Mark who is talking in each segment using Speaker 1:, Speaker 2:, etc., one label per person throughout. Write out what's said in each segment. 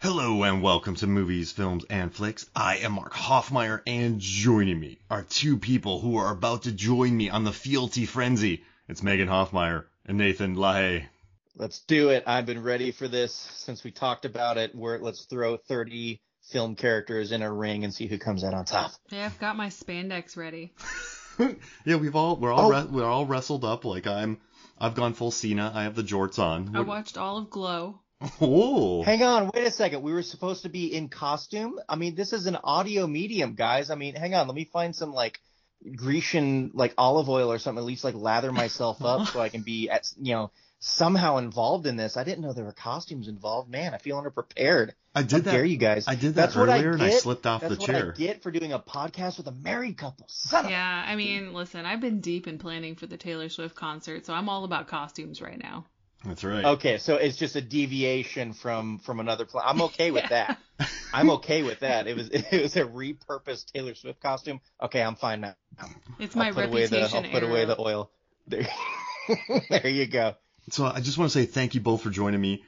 Speaker 1: Hello and welcome to Movies, Films, and Flicks. I am Mark Hoffmeyer, and joining me are two people who are about to join me on the fealty frenzy. It's Megan Hoffmeyer and Nathan Lahaye.
Speaker 2: Let's do it. I've been ready for this since we talked about it. We're, let's throw 30 film characters in a ring and see who comes out on top.
Speaker 3: Yeah, I've got my spandex ready.
Speaker 1: yeah, we've all we're all
Speaker 2: Oh.
Speaker 1: re- we're all wrestled up. Like I'm, I've gone full Cena. I have the jorts on.
Speaker 3: I watched all of Glow.
Speaker 1: Oh,
Speaker 2: Hang on, wait a second. We were supposed to be in costume. I mean, this is an audio medium, guys. I mean, hang on. Let me find some like Grecian like olive oil or something. At least like lather myself up so I can be at you know somehow involved in this. I didn't know there were costumes involved. Man, I feel underprepared.
Speaker 1: I did
Speaker 2: How
Speaker 1: that.
Speaker 2: dare you guys?
Speaker 1: I did that
Speaker 2: That's what I
Speaker 1: earlier, and I
Speaker 2: get.
Speaker 1: slipped off
Speaker 2: That's
Speaker 1: the
Speaker 2: what
Speaker 1: chair.
Speaker 2: I get for doing a podcast with a married couple. Son of-
Speaker 3: Yeah, I mean, listen, I've been deep in planning for the Taylor Swift concert, so I'm all about costumes right now.
Speaker 1: That's right.
Speaker 2: Okay, so it's just a deviation from from another plan. I'm okay with that. I'm okay with that. It was it was a repurposed Taylor Swift costume. Okay, I'm fine now.
Speaker 3: It's my
Speaker 2: I'll put away
Speaker 3: reputation
Speaker 2: the I'll put
Speaker 3: era.
Speaker 2: away the oil. There, there you go.
Speaker 1: So I just want to say thank you both for joining me.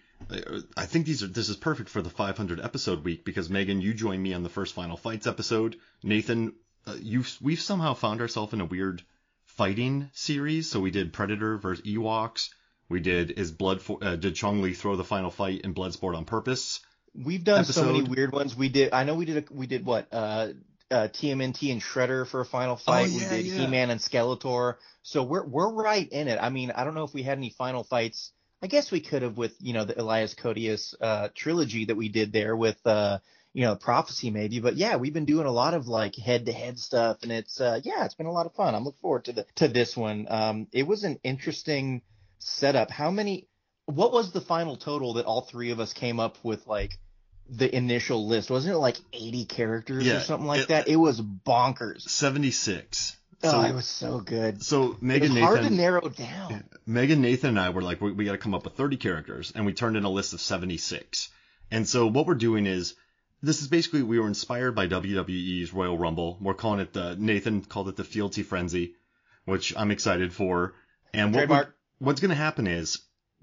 Speaker 1: I think these are this is perfect for the 500 episode week because Megan, you joined me on the first Final Fights episode. Nathan, uh, you we've somehow found ourselves in a weird fighting series. So we did Predator versus Ewoks. We did is blood for, uh, did Chong Li throw the final fight in Bloodsport on purpose?
Speaker 2: We've done so many
Speaker 1: Episode.
Speaker 2: weird ones. We did. I know we did. A, we did what? Uh, uh, TMNT and Shredder for a final fight.
Speaker 1: Oh, yeah,
Speaker 2: we did
Speaker 1: yeah.
Speaker 2: He-Man and Skeletor. So we're we're right in it. I mean, I don't know if we had any final fights. I guess we could have with you know the Elias Codius uh, trilogy that we did there with uh, you know Prophecy maybe. But yeah, we've been doing a lot of like head-to-head stuff, and it's uh, yeah, it's been a lot of fun. I'm looking forward to the to this one. Um, it was an interesting setup. How many? What was the final total that all three of us came up with? Like the initial list wasn't it like 80 characters
Speaker 1: Yeah,
Speaker 2: or something like
Speaker 1: it-
Speaker 2: that it was bonkers
Speaker 1: 76.
Speaker 2: oh
Speaker 1: so
Speaker 2: it was so good
Speaker 1: so
Speaker 2: it was
Speaker 1: Megan
Speaker 2: hard to
Speaker 1: Nathan.
Speaker 2: narrow down
Speaker 1: Megan, Nathan, and I were like, we, we got to come up with 30 characters, and we turned in a list of 76. And so what we're doing is, this is basically we were inspired by WWE's Royal Rumble. We're calling it the Nathan called it the Fealty Frenzy, which I'm excited for. And what we-
Speaker 2: Trademark.
Speaker 1: what's going to happen is,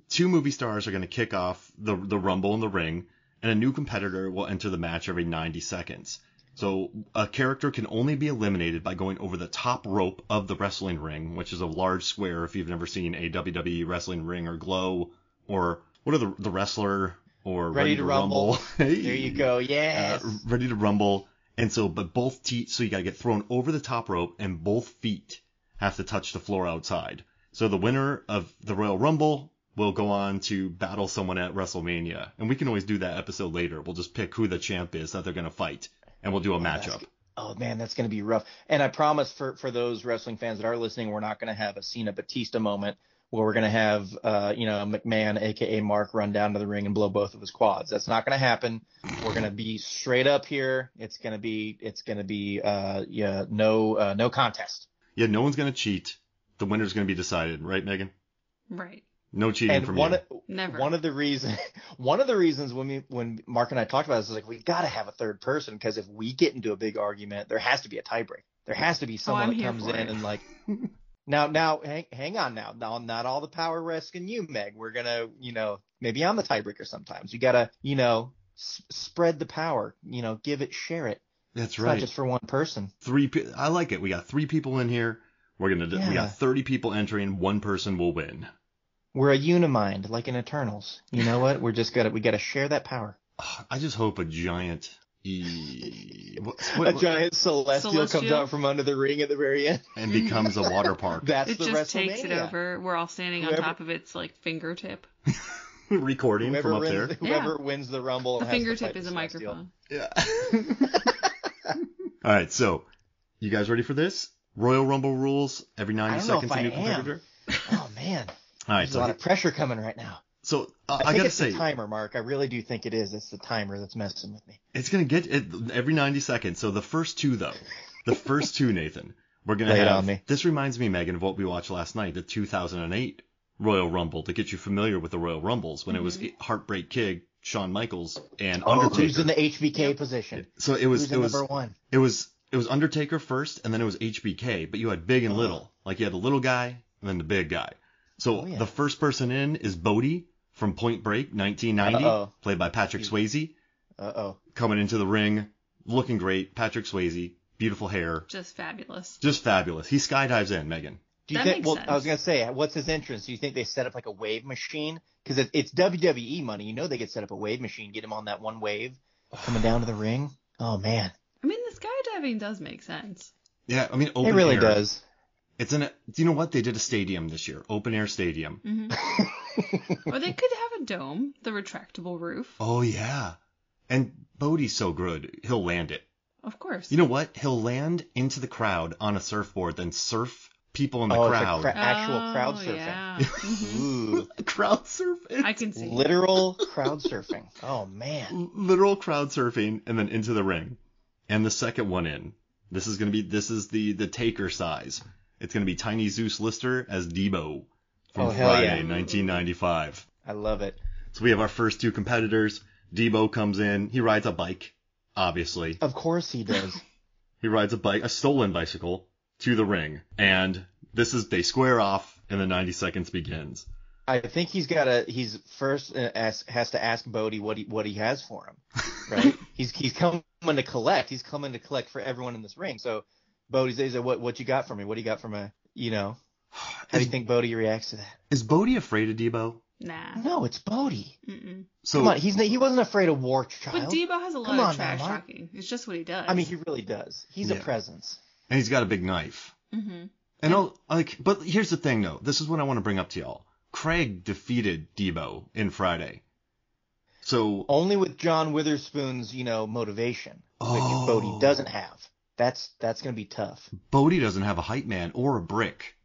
Speaker 1: two movie stars are going to kick off the the Rumble in the ring, and a new competitor will enter the match every 90 seconds. So a character can only be eliminated by going over the top rope of the wrestling ring, which is a large square. If you've never seen a WWE wrestling ring or Glow or what are the the wrestler or
Speaker 2: Ready to Rumble.
Speaker 1: Hey.
Speaker 2: there you go yes
Speaker 1: Uh, ready to rumble, and so but both teeth. So you gotta get thrown over the top rope, and both feet have to touch the floor outside. So the winner of the Royal Rumble will go on to battle someone at WrestleMania, and we can always do that episode later. We'll just pick who the champ is that they're gonna fight, and we'll do a matchup.
Speaker 2: oh man that's going to be rough and i promise for for those wrestling fans that are listening we're not going to have a cena batista moment where we're going to have uh you know mcmahon aka mark run down to the ring and blow both of his quads that's not going to happen we're going to be straight up here it's going to be it's going to be uh yeah no uh, no contest
Speaker 1: Yeah, no one's gonna cheat. The winner's gonna be decided, right, Megan?
Speaker 3: Right.
Speaker 1: No cheating
Speaker 2: and
Speaker 1: from
Speaker 2: one e-,
Speaker 1: you.
Speaker 2: of-
Speaker 3: Never.
Speaker 2: one of the reasons one of the reasons when we when Mark and I talked about this is like we got to have a third person because if we get into a big argument, there has to be a tiebreaker. There has to be someone
Speaker 3: Oh, I'm
Speaker 2: that
Speaker 3: here
Speaker 2: comes
Speaker 3: for
Speaker 2: in
Speaker 3: it.
Speaker 2: and like now now hang hang on now now not all the power rests in you, Meg. We're gonna you know maybe I'm the tiebreaker sometimes. You gotta you know s- spread the power. You know give it share it.
Speaker 1: That's
Speaker 2: It's not
Speaker 1: right.
Speaker 2: just for one person.
Speaker 1: Three. Pe- I like it. We got three people in here. We're gonna. do We
Speaker 2: Yeah.
Speaker 1: got thirty people entering. One person will win.
Speaker 2: We're a unimind like in Eternals. You know what? We're just gotta we gotta share that power.
Speaker 1: Ah, I just hope a giant. E- what-
Speaker 2: a
Speaker 1: what-
Speaker 2: giant celestial, comes
Speaker 3: Celestial?
Speaker 2: out from under the ring at the very end.
Speaker 1: and becomes a water park.
Speaker 2: That's
Speaker 3: it
Speaker 2: the
Speaker 3: just takes it
Speaker 2: WrestleMania.
Speaker 3: over. We're all standing
Speaker 2: Whoever-
Speaker 3: on top of its like fingertip.
Speaker 1: Recording
Speaker 2: Whoever
Speaker 1: from up
Speaker 2: wins,
Speaker 1: there.
Speaker 2: whoever wins the Rumble,
Speaker 3: The
Speaker 2: has to
Speaker 3: fingertip
Speaker 2: fight
Speaker 3: is a
Speaker 2: the Celestial.
Speaker 3: microphone.
Speaker 1: Yeah. All right, so you guys ready for this? Royal Rumble rules. Every
Speaker 2: I
Speaker 1: 90
Speaker 2: don't know
Speaker 1: seconds,
Speaker 2: if
Speaker 1: a
Speaker 2: I
Speaker 1: new
Speaker 2: am.
Speaker 1: competitor.
Speaker 2: Oh man,
Speaker 1: All right,
Speaker 2: there's a lot
Speaker 1: so,
Speaker 2: of pressure coming right now.
Speaker 1: so uh,
Speaker 2: I,
Speaker 1: I,
Speaker 2: think
Speaker 1: gotta
Speaker 2: it's
Speaker 1: say,
Speaker 2: the timer, Mark. I really do think it is. It's the timer that's messing with me.
Speaker 1: it's gonna get it every 90 seconds. So the first two, though, the first two, Nathan, we're gonna
Speaker 2: Lay it
Speaker 1: have.
Speaker 2: on me.
Speaker 1: This reminds me, Megan, of what we watched last night, the 2008 Royal Rumble, to get you familiar with the Royal Rumbles when it was Heartbreak Kid, Shawn Michaels, and Undertaker.
Speaker 2: Oh, Who's in the HBK position?
Speaker 1: so it was
Speaker 2: Who's
Speaker 1: it
Speaker 2: in
Speaker 1: was
Speaker 2: number one?
Speaker 1: It was it was Undertaker first, and then it was HBK. But you had big and little. Like you had the little guy, and then the big guy. So
Speaker 2: Oh, yeah.
Speaker 1: the first person in is Bodie from Point Break, 1990,
Speaker 2: Uh-oh.
Speaker 1: played by Patrick Swayze,
Speaker 2: Uh oh.
Speaker 1: coming into the ring, looking great. Patrick Swayze, beautiful hair,
Speaker 3: Just fabulous.
Speaker 1: just fabulous. He skydives in, Megan.
Speaker 2: Do you
Speaker 3: That
Speaker 2: think?
Speaker 3: makes
Speaker 2: Well,
Speaker 3: sense.
Speaker 2: I was gonna say, what's his entrance? Do you think they set up like a wave machine? Because it, it's WWE money. You know they could set up a wave machine, get him on that one wave, coming down to the ring. Oh man,
Speaker 3: I mean, the skydiving does make sense.
Speaker 1: Yeah, I mean, open
Speaker 2: it really
Speaker 1: air.
Speaker 2: does.
Speaker 1: It's in. A, do you know what they did a stadium this year? Open air stadium.
Speaker 3: Or they could have a dome, the retractable roof.
Speaker 1: Oh yeah, and Bodie's so good, he'll land it.
Speaker 3: Of course.
Speaker 1: You know what? He'll land into the crowd on a surfboard, then surf people in the
Speaker 2: oh,
Speaker 1: crowd.
Speaker 2: it's like cra- actual
Speaker 3: oh,
Speaker 2: crowd surfing.
Speaker 3: Yeah. Mhm.
Speaker 2: Ooh.
Speaker 1: crowd surfing.
Speaker 3: I can see. it.
Speaker 2: Literal crowd surfing. Oh man.
Speaker 1: Literal crowd surfing, and then into the ring, and the second one in. This is gonna be this is the the taker size. It's gonna be Tiny Zeus Lister as Debo from
Speaker 2: Oh, hell yeah.
Speaker 1: Friday, 1995.
Speaker 2: I love it.
Speaker 1: So we have our first two competitors. Debo comes in. He rides a bike, obviously.
Speaker 2: Of course he does.
Speaker 1: He rides a bike, a stolen bicycle, to the ring, and this is they square off, and the 90 seconds begins.
Speaker 2: I think he's got to He's first uh, ask, has to ask Bodie what he what he has for him, right? he's he's coming to collect. He's coming to collect for everyone in this ring. So Bodie says, "What what you got for me? What do you got for me? You know." How do you think Bodie reacts to that?
Speaker 1: Is Bodie afraid of Debo?
Speaker 3: Nah.
Speaker 2: No, it's Bodie.
Speaker 3: Mm-mm.
Speaker 1: So
Speaker 2: Come on, he's he wasn't afraid of war child.
Speaker 3: But Debo has a lot
Speaker 2: Come
Speaker 3: of
Speaker 2: on now,
Speaker 3: trash
Speaker 2: Mark.
Speaker 3: talking. It's just what he does.
Speaker 2: I mean, he really does. He's
Speaker 1: Yeah.
Speaker 2: a presence.
Speaker 1: and he's got a big knife.
Speaker 3: hmm
Speaker 1: And I'll, like, but here's the thing though. This is what I want to bring up to y'all. Craig defeated Debo in Friday. So
Speaker 2: Only with John Witherspoon's, you know, motivation,
Speaker 1: Oh.
Speaker 2: which Bodie doesn't have. That's that's gonna be tough.
Speaker 1: Bodie doesn't have a hype man or a brick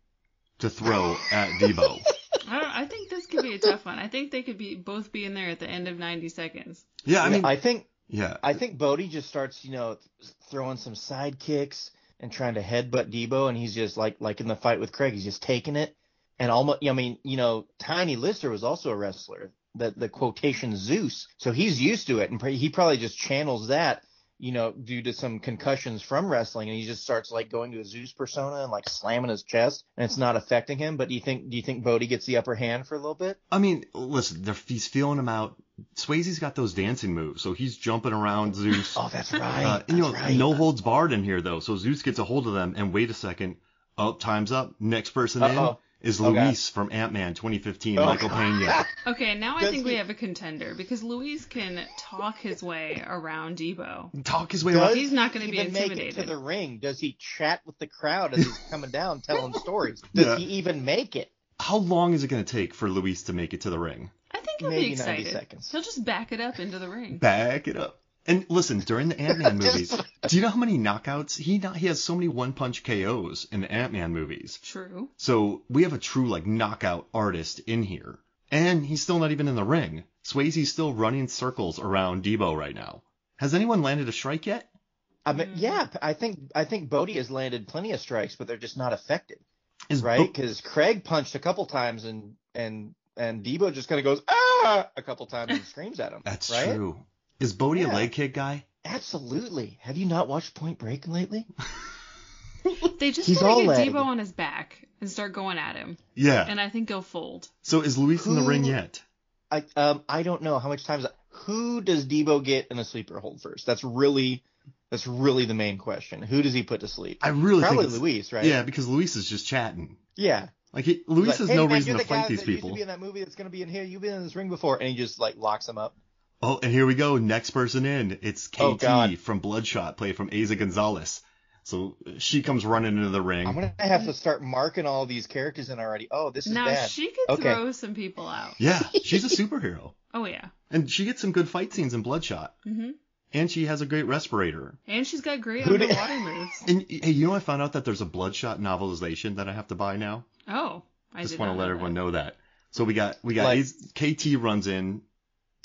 Speaker 1: to throw at Debo.
Speaker 3: I don't. I think this could be a tough one. I think they could be both be in there at the end of 90 seconds.
Speaker 1: Yeah, I mean,
Speaker 2: I think
Speaker 1: yeah,
Speaker 2: I think Bodie just starts, you know, th- throwing some side kicks and trying to headbutt Debo, and he's just like like in the fight with Craig, he's just taking it. And almost, I mean, you know, Tiny Lister was also a wrestler, the the quotation Zeus, so he's used to it, and pr- he probably just channels that, you know, due to some concussions from wrestling, and he just starts like going to a Zeus persona and like slamming his chest, and it's not affecting him. But do you think do you think Bodie gets the upper hand for a little bit?
Speaker 1: I mean, listen, they're, he's feeling him out. Swayze's got those dancing moves, so he's jumping around Zeus.
Speaker 2: Oh, that's right.
Speaker 1: Uh, you know,
Speaker 2: that's right.
Speaker 1: no holds barred in here though. So Zeus gets a hold of them, and wait a second, oh, time's up. Next person
Speaker 2: Uh-oh.
Speaker 1: in is
Speaker 2: Oh, God.
Speaker 1: Luis from Ant Man 2015,
Speaker 2: Oh,
Speaker 1: Michael Pena.
Speaker 3: Okay, now I
Speaker 2: Does
Speaker 3: think
Speaker 2: he-
Speaker 3: we have a contender because Luis can talk his way around Debo.
Speaker 1: Talk his way
Speaker 2: Does
Speaker 1: up.
Speaker 3: He's not gonna
Speaker 2: he
Speaker 3: be
Speaker 2: even Make it to
Speaker 3: intimidated.
Speaker 2: the ring? Does he chat with the crowd as he's coming down, telling stories? Does
Speaker 1: Yeah.
Speaker 2: he even make it?
Speaker 1: How long is it going to take for Luis to make it to the ring?
Speaker 3: I think he'll be
Speaker 2: Maybe 90
Speaker 3: excited.
Speaker 2: seconds.
Speaker 3: He'll just back it up into the ring.
Speaker 1: Back it up. And listen, during the Ant Man movies, do you know how many knockouts he not, he has? So many one punch KOs in the Ant Man movies.
Speaker 3: True.
Speaker 1: So we have a true like knockout artist in here, and he's still not even in the ring. Swayze's still running circles around Debo right now. Has anyone landed a strike yet?
Speaker 2: I
Speaker 3: Mm.
Speaker 2: mean, yeah, I think I think Bodie has landed plenty of strikes, but they're just not effective,
Speaker 1: Is
Speaker 2: right?
Speaker 1: Bo-
Speaker 2: Because Craig punched a couple times and and and Debo just kind of goes ah a couple times and screams at him.
Speaker 1: That's
Speaker 2: right?
Speaker 1: true. Is Bodie a
Speaker 2: Yeah.
Speaker 1: leg kick guy?
Speaker 2: Absolutely. Have you not watched Point Break lately?
Speaker 3: They just
Speaker 2: He's
Speaker 3: want to
Speaker 2: all
Speaker 3: get
Speaker 2: leg.
Speaker 3: Debo on his back and start going at him,
Speaker 1: Yeah.
Speaker 3: and I think he'll fold.
Speaker 1: so is Luis in the ring
Speaker 2: Who-
Speaker 1: yet?
Speaker 2: I um I don't know how much times. Who does Debo get in a sleeper hold first? That's really that's really the main question. Who does he put to sleep?
Speaker 1: I really
Speaker 2: Probably
Speaker 1: think it's-
Speaker 2: Luis, right?
Speaker 1: Yeah, because Luis is just chatting.
Speaker 2: Yeah.
Speaker 1: Like he, Luis
Speaker 2: Like,
Speaker 1: has
Speaker 2: "Hey,
Speaker 1: no
Speaker 2: man,
Speaker 1: reason
Speaker 2: you're
Speaker 1: to
Speaker 2: the
Speaker 1: fight
Speaker 2: guy
Speaker 1: these
Speaker 2: that used
Speaker 1: people.
Speaker 2: to be in that movie that's going to be in here. You've been in this ring before, and he just like locks him up.
Speaker 1: Oh, and here we go. Next person in. It's KT
Speaker 2: Oh, God.
Speaker 1: from Bloodshot, played from Aza Gonzalez. So she comes running into the ring.
Speaker 2: I'm gonna have to start marking all these characters in already. Oh, this is
Speaker 3: Now
Speaker 2: bad.
Speaker 3: she could
Speaker 2: okay.
Speaker 3: throw some people out.
Speaker 1: Yeah, she's a superhero.
Speaker 3: Oh yeah.
Speaker 1: And she gets some good fight scenes in Bloodshot.
Speaker 3: hmm
Speaker 1: And she has a great respirator.
Speaker 3: And she's got great
Speaker 2: Who did-
Speaker 3: underwater moves.
Speaker 1: And hey, you know, I found out that there's a Bloodshot novelization that I have to buy now.
Speaker 3: Oh, I
Speaker 1: just
Speaker 3: did
Speaker 1: want to
Speaker 3: not
Speaker 1: let
Speaker 3: know
Speaker 1: everyone
Speaker 3: that.
Speaker 1: know that. So we got we got
Speaker 2: Like-
Speaker 1: Az- KT runs in,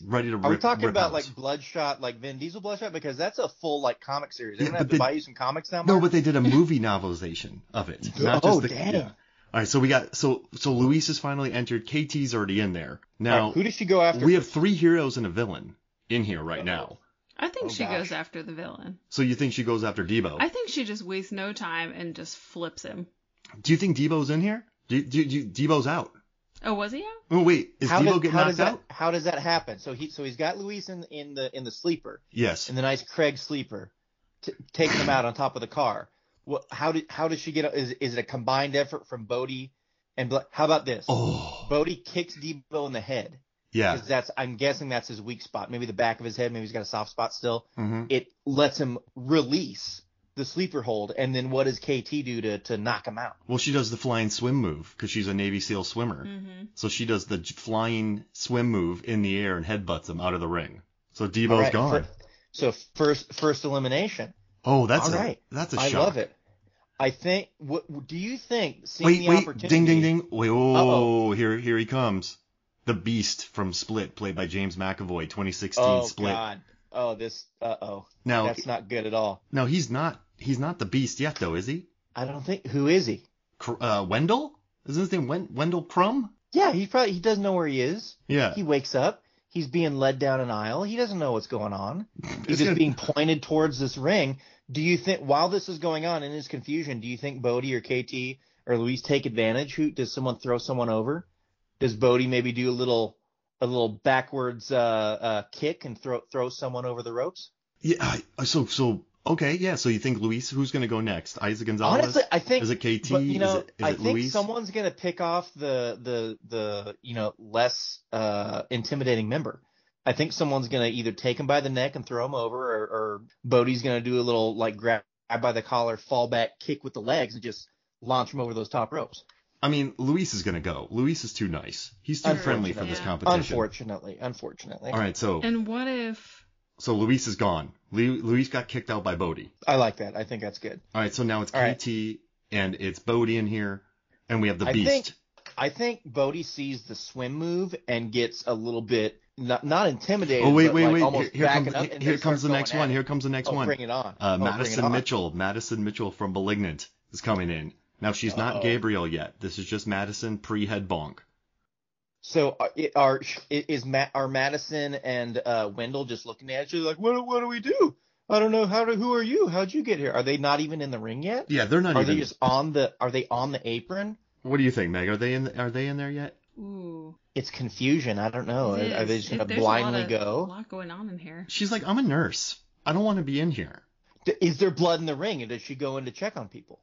Speaker 1: ready to rip.
Speaker 2: Are we talking
Speaker 1: rip
Speaker 2: about
Speaker 1: out.
Speaker 2: like Bloodshot, like Vin Diesel Bloodshot? Because that's a full like comic series. They're
Speaker 1: Yeah, but
Speaker 2: gonna have
Speaker 1: they-
Speaker 2: to buy you some comics now.
Speaker 1: No,
Speaker 2: Mark?
Speaker 1: but they did a movie novelization of it. Not
Speaker 2: Oh,
Speaker 1: just the,
Speaker 2: dang.
Speaker 1: All right, so we got so so Luis has finally entered. KT's already in there.
Speaker 2: All
Speaker 1: Now
Speaker 2: right, who does she go after?
Speaker 1: we have three heroes and a villain in here right now.
Speaker 3: I think
Speaker 2: Oh,
Speaker 3: she goes
Speaker 2: gosh. Oh.
Speaker 3: after the villain.
Speaker 1: So you think she goes after Debo?
Speaker 3: I think she just wastes no time and just flips him.
Speaker 1: do you think Debo's in here? Do, do, do Debo's out?
Speaker 3: Oh, was he out?
Speaker 1: Oh wait, is
Speaker 2: how
Speaker 1: Debo
Speaker 2: does,
Speaker 1: getting
Speaker 2: how
Speaker 1: knocked
Speaker 2: does that
Speaker 1: out?
Speaker 2: how does that happen? So he so he's got Luis in in the in the sleeper
Speaker 1: Yes.
Speaker 2: in the nice Craig sleeper, t- taking him out on top of the car. What how did how does she get? Is is it a combined effort from Bodie and Bla- how about this?
Speaker 1: Oh
Speaker 2: Bodie kicks Debo in the head.
Speaker 1: yeah.
Speaker 2: because that's I'm guessing that's his weak spot. Maybe the back of his head. Maybe he's got a soft spot still.
Speaker 1: hmm
Speaker 2: It lets him release the sleeper hold, and then what does KT do to to knock him out?
Speaker 1: Well, she does the flying swim move because she's a Navy SEAL swimmer.
Speaker 3: Mm-hmm.
Speaker 1: So she does the j- flying swim move in the air and headbutts him out of the ring. So Debo's
Speaker 2: All right,
Speaker 1: gone.
Speaker 2: fir- so first first elimination.
Speaker 1: oh, that's
Speaker 2: All
Speaker 1: a,
Speaker 2: right.
Speaker 1: that's a
Speaker 2: I
Speaker 1: shock.
Speaker 2: love it. I think. What do you think? Seeing
Speaker 1: Wait,
Speaker 2: the
Speaker 1: wait,
Speaker 2: opportunity,
Speaker 1: ding, ding, ding. Wait, oh,
Speaker 2: Uh-oh.
Speaker 1: here, here he comes. The Beast from Split, played by James McAvoy, 2016
Speaker 2: Oh
Speaker 1: Split.
Speaker 2: God. Oh this. Uh oh.
Speaker 1: Now,
Speaker 2: That's not good at all.
Speaker 1: now he's not, he's not the Beast yet, though, is he?
Speaker 2: I don't think. Who is he?
Speaker 1: Cr- uh, Wendell? Isn't his name Wen- Wendell Crumb?
Speaker 2: Yeah, he probably he doesn't know where he is.
Speaker 1: Yeah.
Speaker 2: He wakes up. He's being led down an aisle. He doesn't know what's going on. He's
Speaker 1: gonna-
Speaker 2: just being pointed towards this ring. Do you think while this is going on in his confusion, do you think Bodie or KT or Luis take advantage? Who does someone throw someone over? Does Bodie maybe do a little a little backwards uh, uh, kick and throw throw someone over the ropes?
Speaker 1: Yeah. I- uh, So, so, okay, yeah. So you think Luis, who's going to go next? Isaac Gonzalez?
Speaker 2: Honestly, I think
Speaker 1: Is it KT?
Speaker 2: But, you know,
Speaker 1: is it, is
Speaker 2: I
Speaker 1: it
Speaker 2: think
Speaker 1: Luis?
Speaker 2: someone's gonna pick off the the the you know less uh, intimidating member. I think someone's gonna either take him by the neck and throw him over, or, or Bodie's gonna do a little like grab grab by the collar, fall back, kick with the legs, and just launch him over those top ropes.
Speaker 1: I mean, Luis is going to go. Luis is too nice. He's too friendly for this
Speaker 3: Unfortunately.
Speaker 1: competition.
Speaker 2: Unfortunately, unfortunately,
Speaker 1: All right, so
Speaker 3: And what if?
Speaker 1: so Luis is gone. Lu- Luis got kicked out by Bodie.
Speaker 2: I like that. I think that's good.
Speaker 1: All right, so now it's
Speaker 2: All right.
Speaker 1: KT and it's Bodie in here, and we have the
Speaker 2: I
Speaker 1: Beast.
Speaker 2: think- I think Bodie sees the swim move and gets a little bit not not intimidated.
Speaker 1: oh wait,
Speaker 2: but,
Speaker 1: wait,
Speaker 2: like,
Speaker 1: wait! Here,
Speaker 2: Almost
Speaker 1: here
Speaker 2: backing
Speaker 1: comes
Speaker 2: up,
Speaker 1: here-
Speaker 2: and they
Speaker 1: here comes
Speaker 2: start
Speaker 1: the
Speaker 2: going
Speaker 1: next
Speaker 2: at
Speaker 1: one.
Speaker 2: it.
Speaker 1: Here comes the next
Speaker 2: Oh,
Speaker 1: one.
Speaker 2: bring it on.
Speaker 1: Uh,
Speaker 2: Oh, bring
Speaker 1: Madison
Speaker 2: it on.
Speaker 1: Mitchell. Madison Mitchell from Malignant is coming in. Now she's not
Speaker 2: Uh-oh.
Speaker 1: Gabriel yet. This is just Madison pre-head bonk.
Speaker 2: So uh, are are is Matt are Madison and uh, Wendell just looking at you like what what do we do? I don't know how to who are you? How'd you get here? Are they not even in the ring yet?
Speaker 1: Yeah, they're not
Speaker 2: Are
Speaker 1: even.
Speaker 2: they just on the are they on the apron?
Speaker 1: What do you think, Meg? Are they in? Are they in there yet?
Speaker 3: Ooh.
Speaker 2: It's confusion. I don't know. Are,
Speaker 3: it
Speaker 2: Oh, are they
Speaker 3: is.
Speaker 2: just gonna
Speaker 3: There's a
Speaker 2: blindly
Speaker 3: lot of- A
Speaker 2: go?
Speaker 3: lot going on in here.
Speaker 1: She's like, I'm a nurse. I don't want to be in here.
Speaker 2: D- Is there blood in the ring? And does she go in to check on people?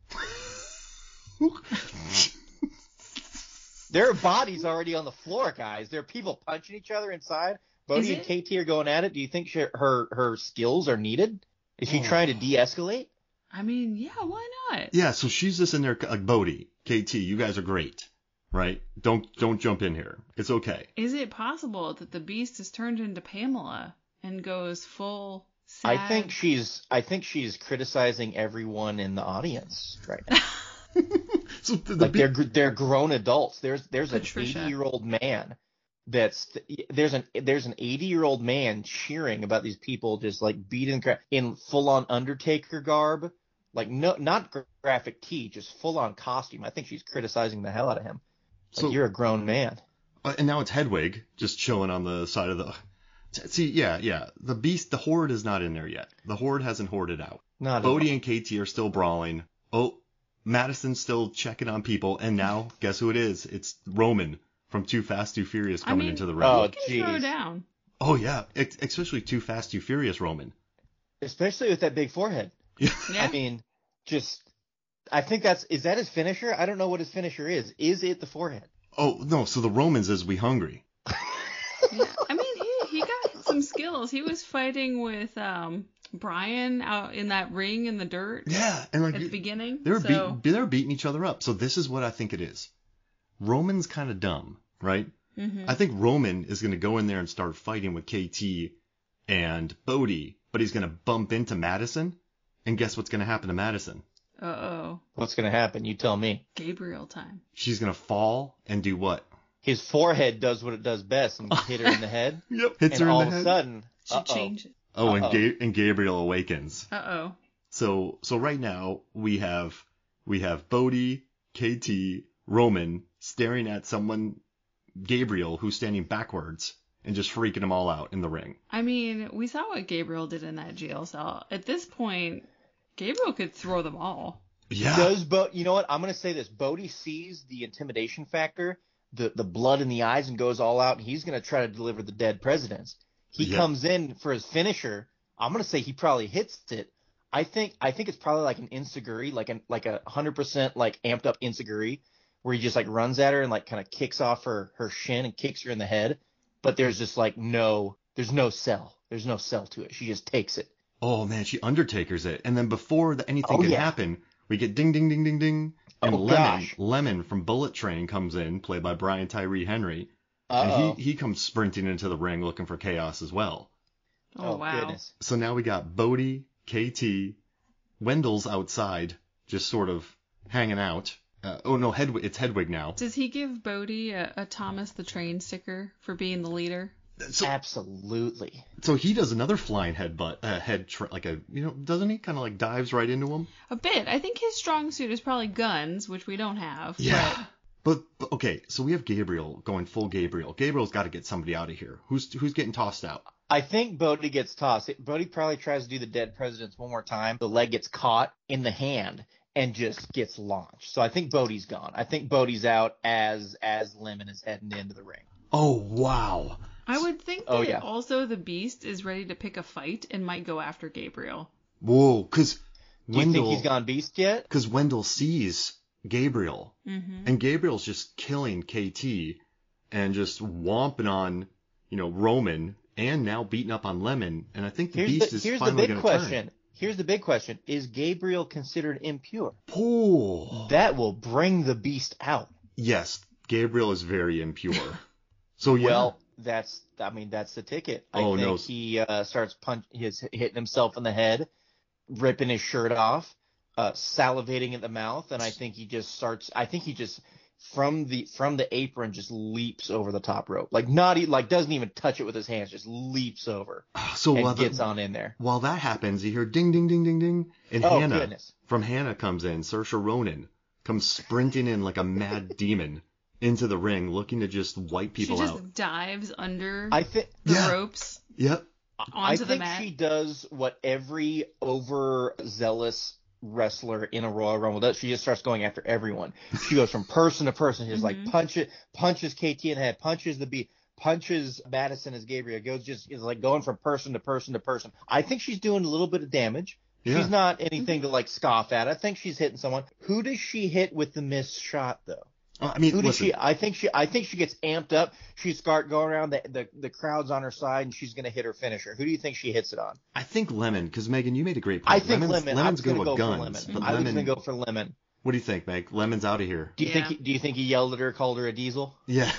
Speaker 2: There are bodies already on the floor, guys. There are people punching each other inside. Bodie
Speaker 3: Is
Speaker 2: and KT are going at it. Do you think she, her her skills are needed? Is she trying to de-escalate?
Speaker 3: I mean, yeah, why not?
Speaker 1: Yeah, so she's just in there like Bodie, KT. You guys are great, right? Don't don't jump in here. It's okay.
Speaker 3: Is it possible that the beast is turned into Pamela and goes full? Sad?
Speaker 2: I think she's I think she's criticizing everyone in the audience right now.
Speaker 1: So the, the
Speaker 2: like they're gr- they're grown adults. There's there's an
Speaker 3: Patricia.
Speaker 2: 80 year old man that's there's an there's an 80 year old man cheering about these people just like beating cra- in full on Undertaker garb, like no not gra- graphic tee, just full on costume. I think she's criticizing the hell out of him. Like
Speaker 1: So-
Speaker 2: you're a grown man.
Speaker 1: Uh, and now it's Hedwig just chilling on the side of the. See, yeah, yeah. The beast, the horde is not in there yet. The horde hasn't hoarded out.
Speaker 2: Not at
Speaker 1: Bodhi
Speaker 2: all.
Speaker 1: and Katie are still brawling. Oh, Madison's still checking on people. And now, guess who it is? It's Roman from Too Fast, Too Furious
Speaker 3: I
Speaker 1: coming
Speaker 3: mean-
Speaker 1: into the ring.
Speaker 2: Oh,
Speaker 1: Oh,
Speaker 3: You can throw
Speaker 2: jeez.
Speaker 3: down.
Speaker 1: yeah. Ex- especially Too Fast, Too Furious Roman.
Speaker 2: Especially with that big forehead.
Speaker 3: Yeah.
Speaker 2: I mean, just. I think that's is that his finisher? I don't know what his finisher is. Is it the forehead?
Speaker 1: Oh, no. So the Romans is We Hungry.
Speaker 3: yeah. I mean, he, he got some skills. He was fighting with um Brian out in that ring in the dirt
Speaker 1: Yeah. And like,
Speaker 3: at the
Speaker 1: you-
Speaker 3: beginning.
Speaker 1: They were,
Speaker 3: so
Speaker 1: beat, they were beating each other up. So this is what I think it is. Roman's kind of dumb, right? I think Roman is going to go in there and start fighting with KT and Bodhi, but he's going to bump into Madison. And guess what's going to happen to Madison?
Speaker 3: uh oh,
Speaker 2: What's gonna happen? You tell me.
Speaker 3: Gabriel time.
Speaker 1: She's going to fall and do what?
Speaker 2: His forehead does what it does best and hit her in the head.
Speaker 1: Yep. Hits
Speaker 2: and
Speaker 1: her
Speaker 2: all
Speaker 1: in the
Speaker 2: of a
Speaker 1: head.
Speaker 2: sudden,
Speaker 3: She
Speaker 2: uh-oh.
Speaker 3: changed.
Speaker 1: Oh, and,
Speaker 2: Uh-oh.
Speaker 1: Ga- and Gabriel awakens.
Speaker 3: Uh oh.
Speaker 1: So so right now we have we have Bodhi, KT, Roman staring at someone Gabriel who's standing backwards and just freaking them all out in the ring.
Speaker 3: I mean, we saw what Gabriel did in that jail cell. At this point, Gabriel could throw them all.
Speaker 1: Yeah.
Speaker 2: Does Bo? You know what? I'm gonna say this. Bodhi sees the intimidation factor, the the blood in the eyes, and goes all out. And he's gonna try to deliver the dead presidents. He
Speaker 1: Yeah.
Speaker 2: comes in for his finisher. I'm gonna say he probably hits it. I think I think it's probably like an insiguri, like an like a hundred percent like amped up insiguri, where he just like runs at her and like kind of kicks off her her shin and kicks her in the head. But there's just like no there's no cell there's no cell to it. She just takes it.
Speaker 1: oh man, she undertakers it. And then before the, anything
Speaker 2: Oh,
Speaker 1: can
Speaker 2: yeah.
Speaker 1: happen, we get ding ding ding ding ding. And
Speaker 2: Oh,
Speaker 1: Lemon
Speaker 2: gosh.
Speaker 1: Lemon from Bullet Train comes in, played by Brian Tyree Henry.
Speaker 2: Uh-oh.
Speaker 1: And he, he comes sprinting into the ring looking for chaos as well.
Speaker 3: Oh, wow.
Speaker 2: goodness.
Speaker 1: So now we got Bodie, KT, Wendell's outside, just sort of hanging out. Uh, oh no, Hedwig, it's Hedwig now.
Speaker 3: Does he give Bodhi a, a Thomas the Train sticker for being the leader?
Speaker 1: So,
Speaker 2: Absolutely.
Speaker 1: so he does another flying headbutt, uh, head tr like a you know, doesn't he? Kind of like dives right into him.
Speaker 3: A bit. I think his strong suit is probably guns, which we don't have.
Speaker 1: Yeah. But, but okay, so we have Gabriel going full Gabriel. Gabriel's got to get somebody out of here. Who's who's getting tossed out?
Speaker 2: I think Bodhi gets tossed. It- Bodhi probably tries to do the dead presidents one more time. The leg gets caught in the hand and just gets launched. So I think Bodhi's gone. I think Bodhi's out as as Lemon is heading into the ring.
Speaker 1: Oh wow.
Speaker 3: I would think that
Speaker 2: Oh, yeah.
Speaker 3: also the Beast is ready to pick a fight and might go after Gabriel.
Speaker 1: Whoa, because
Speaker 2: Do you think
Speaker 1: Wendell
Speaker 2: he's gone beast yet?
Speaker 1: because Wendell sees Gabriel,
Speaker 3: Mm-hmm.
Speaker 1: and Gabriel's just killing KT and just womping on, you know, Roman, and now beating up on Lemon. And I think the
Speaker 2: Here's
Speaker 1: Beast
Speaker 2: the,
Speaker 1: is
Speaker 2: here's the
Speaker 1: finally
Speaker 2: big
Speaker 1: going to turn.
Speaker 2: question. Here's the big question. Is Gabriel considered impure?
Speaker 1: Pool.
Speaker 2: That will bring the beast out.
Speaker 1: Yes, Gabriel is very impure. so yeah.
Speaker 2: Well, that's I mean that's the ticket. I
Speaker 1: Oh,
Speaker 2: think
Speaker 1: no.
Speaker 2: he uh, starts punch his hitting himself in the head, ripping his shirt off, uh, salivating at the mouth, and I think he just starts. I think he just from the from the apron just leaps over the top rope, like not e- like doesn't even touch it with his hands, just leaps over
Speaker 1: so
Speaker 2: and
Speaker 1: while, the-
Speaker 2: gets on in there.
Speaker 1: while that happens, you hear ding, ding, ding, ding, ding, and
Speaker 2: Oh,
Speaker 1: Hannah
Speaker 2: goodness.
Speaker 1: from Hannah comes in. Saoirse Ronan comes sprinting in like a mad demon into the ring, looking to just wipe people
Speaker 3: she just
Speaker 1: out.
Speaker 3: dives under
Speaker 2: I think
Speaker 3: the
Speaker 1: Yeah.
Speaker 3: ropes.
Speaker 1: Yep.
Speaker 2: I
Speaker 3: Onto the
Speaker 2: think
Speaker 3: mat.
Speaker 2: she does what every overzealous wrestler in a Royal Rumble does. She just starts going after everyone. She goes from person to person. She's
Speaker 3: Mm-hmm.
Speaker 2: like punches punches KT in the head, punches the beat, punches Madison as Gabriel goes. Just is like going from person to person to person. I think she's doing a little bit of damage.
Speaker 1: Yeah.
Speaker 2: She's not anything
Speaker 3: Mm-hmm.
Speaker 2: to like scoff at. I think she's hitting someone. Who does she hit with the missed shot though?
Speaker 1: Oh, I mean,
Speaker 2: Who does
Speaker 1: listen,
Speaker 2: she? I think she. I think she gets amped up. She start going around. The, the the crowd's on her side, and she's gonna hit her finisher. Who do you think she hits it on?
Speaker 1: I think Lemon, because Megan, you made a great point.
Speaker 2: I think
Speaker 1: Lemon's,
Speaker 2: Lemon. I
Speaker 1: Lemon's
Speaker 2: was gonna
Speaker 1: good
Speaker 2: go
Speaker 1: with guns,
Speaker 2: for
Speaker 1: but
Speaker 2: Lemon. I was
Speaker 1: Lemon.
Speaker 2: gonna go for Lemon.
Speaker 1: What do you think, Meg? Lemon's out of here.
Speaker 2: Do you
Speaker 3: Yeah.
Speaker 2: think? He, do you think he yelled at her, called her a diesel?
Speaker 1: Yeah.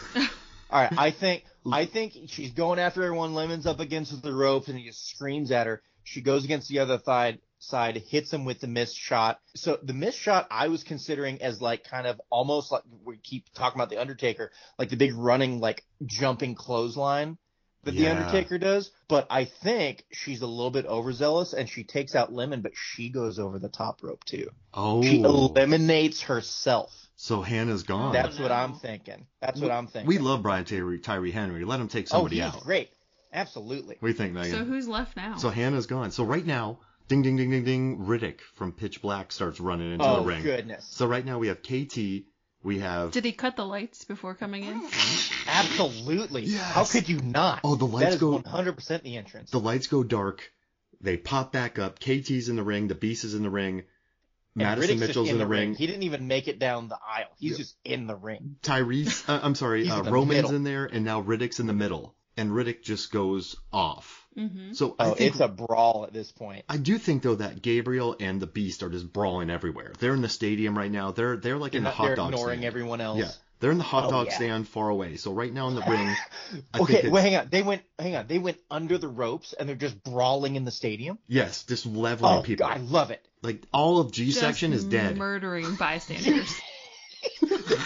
Speaker 2: All right. I think. I think she's going after everyone. Lemon's up against the ropes, and he just screams at her. She goes against the other side. Side hits him with the missed shot. So the missed shot I was considering as like kind of almost like we keep talking about the Undertaker, like the big running like jumping clothesline that
Speaker 1: Yeah.
Speaker 2: the Undertaker does. But I think she's a little bit overzealous and she takes out Lemon, but she goes over the top rope too.
Speaker 1: Oh.
Speaker 2: She eliminates herself.
Speaker 1: So Hannah's gone.
Speaker 2: That's what I'm thinking. That's what I'm thinking.
Speaker 1: we love Brian Tyree, Tyree Henry. Let him take
Speaker 2: oh,
Speaker 1: somebody
Speaker 2: he's
Speaker 1: out.
Speaker 2: great. Absolutely.
Speaker 1: What do you think, Megan?
Speaker 3: So who's left now?
Speaker 1: So Hannah's gone. So right now, ding ding ding ding ding, Riddick from Pitch Black starts running into
Speaker 2: Oh
Speaker 1: the ring.
Speaker 2: goodness.
Speaker 1: So right now we have KT, we have
Speaker 3: Did he cut the lights before coming in?
Speaker 2: Absolutely. How
Speaker 1: Yes.
Speaker 2: could you not?
Speaker 1: Oh, the
Speaker 2: That
Speaker 1: lights
Speaker 2: is
Speaker 1: go-
Speaker 2: 100% the entrance.
Speaker 1: the lights go dark, they pop back up. KT's in the ring, the Beast is in the ring, Madison
Speaker 2: Riddick's just
Speaker 1: Mitchell's in, the ring,
Speaker 2: He didn't even make it down the aisle. He's just in the ring.
Speaker 1: Tyrese, uh, I'm sorry,
Speaker 2: He's
Speaker 1: uh,
Speaker 2: in the
Speaker 1: Roman's
Speaker 2: middle.
Speaker 1: in there, and now Riddick's in the middle, and Riddick just goes off.
Speaker 3: Mm-hmm.
Speaker 1: So I
Speaker 2: Oh,
Speaker 1: think
Speaker 2: it's a brawl at this point.
Speaker 1: I do think though that Gabriel and the Beast are just brawling everywhere. They're in the stadium right now. They're they're like
Speaker 2: They're,
Speaker 1: in the
Speaker 2: not,
Speaker 1: hot
Speaker 2: they're
Speaker 1: dog
Speaker 2: ignoring
Speaker 1: stand.
Speaker 2: everyone else.
Speaker 1: Yeah, they're in the hot
Speaker 2: Oh,
Speaker 1: dog
Speaker 2: yeah.
Speaker 1: stand far away. So right now in the ring, I think
Speaker 2: okay,
Speaker 1: it's,
Speaker 2: well, hang on. They went, hang on. They went under the ropes and they're just brawling in the stadium.
Speaker 1: yes, just leveling
Speaker 2: Oh,
Speaker 1: people.
Speaker 2: God, I love it.
Speaker 1: Like all of G
Speaker 3: Just
Speaker 1: section is dead.
Speaker 3: Murdering bystanders.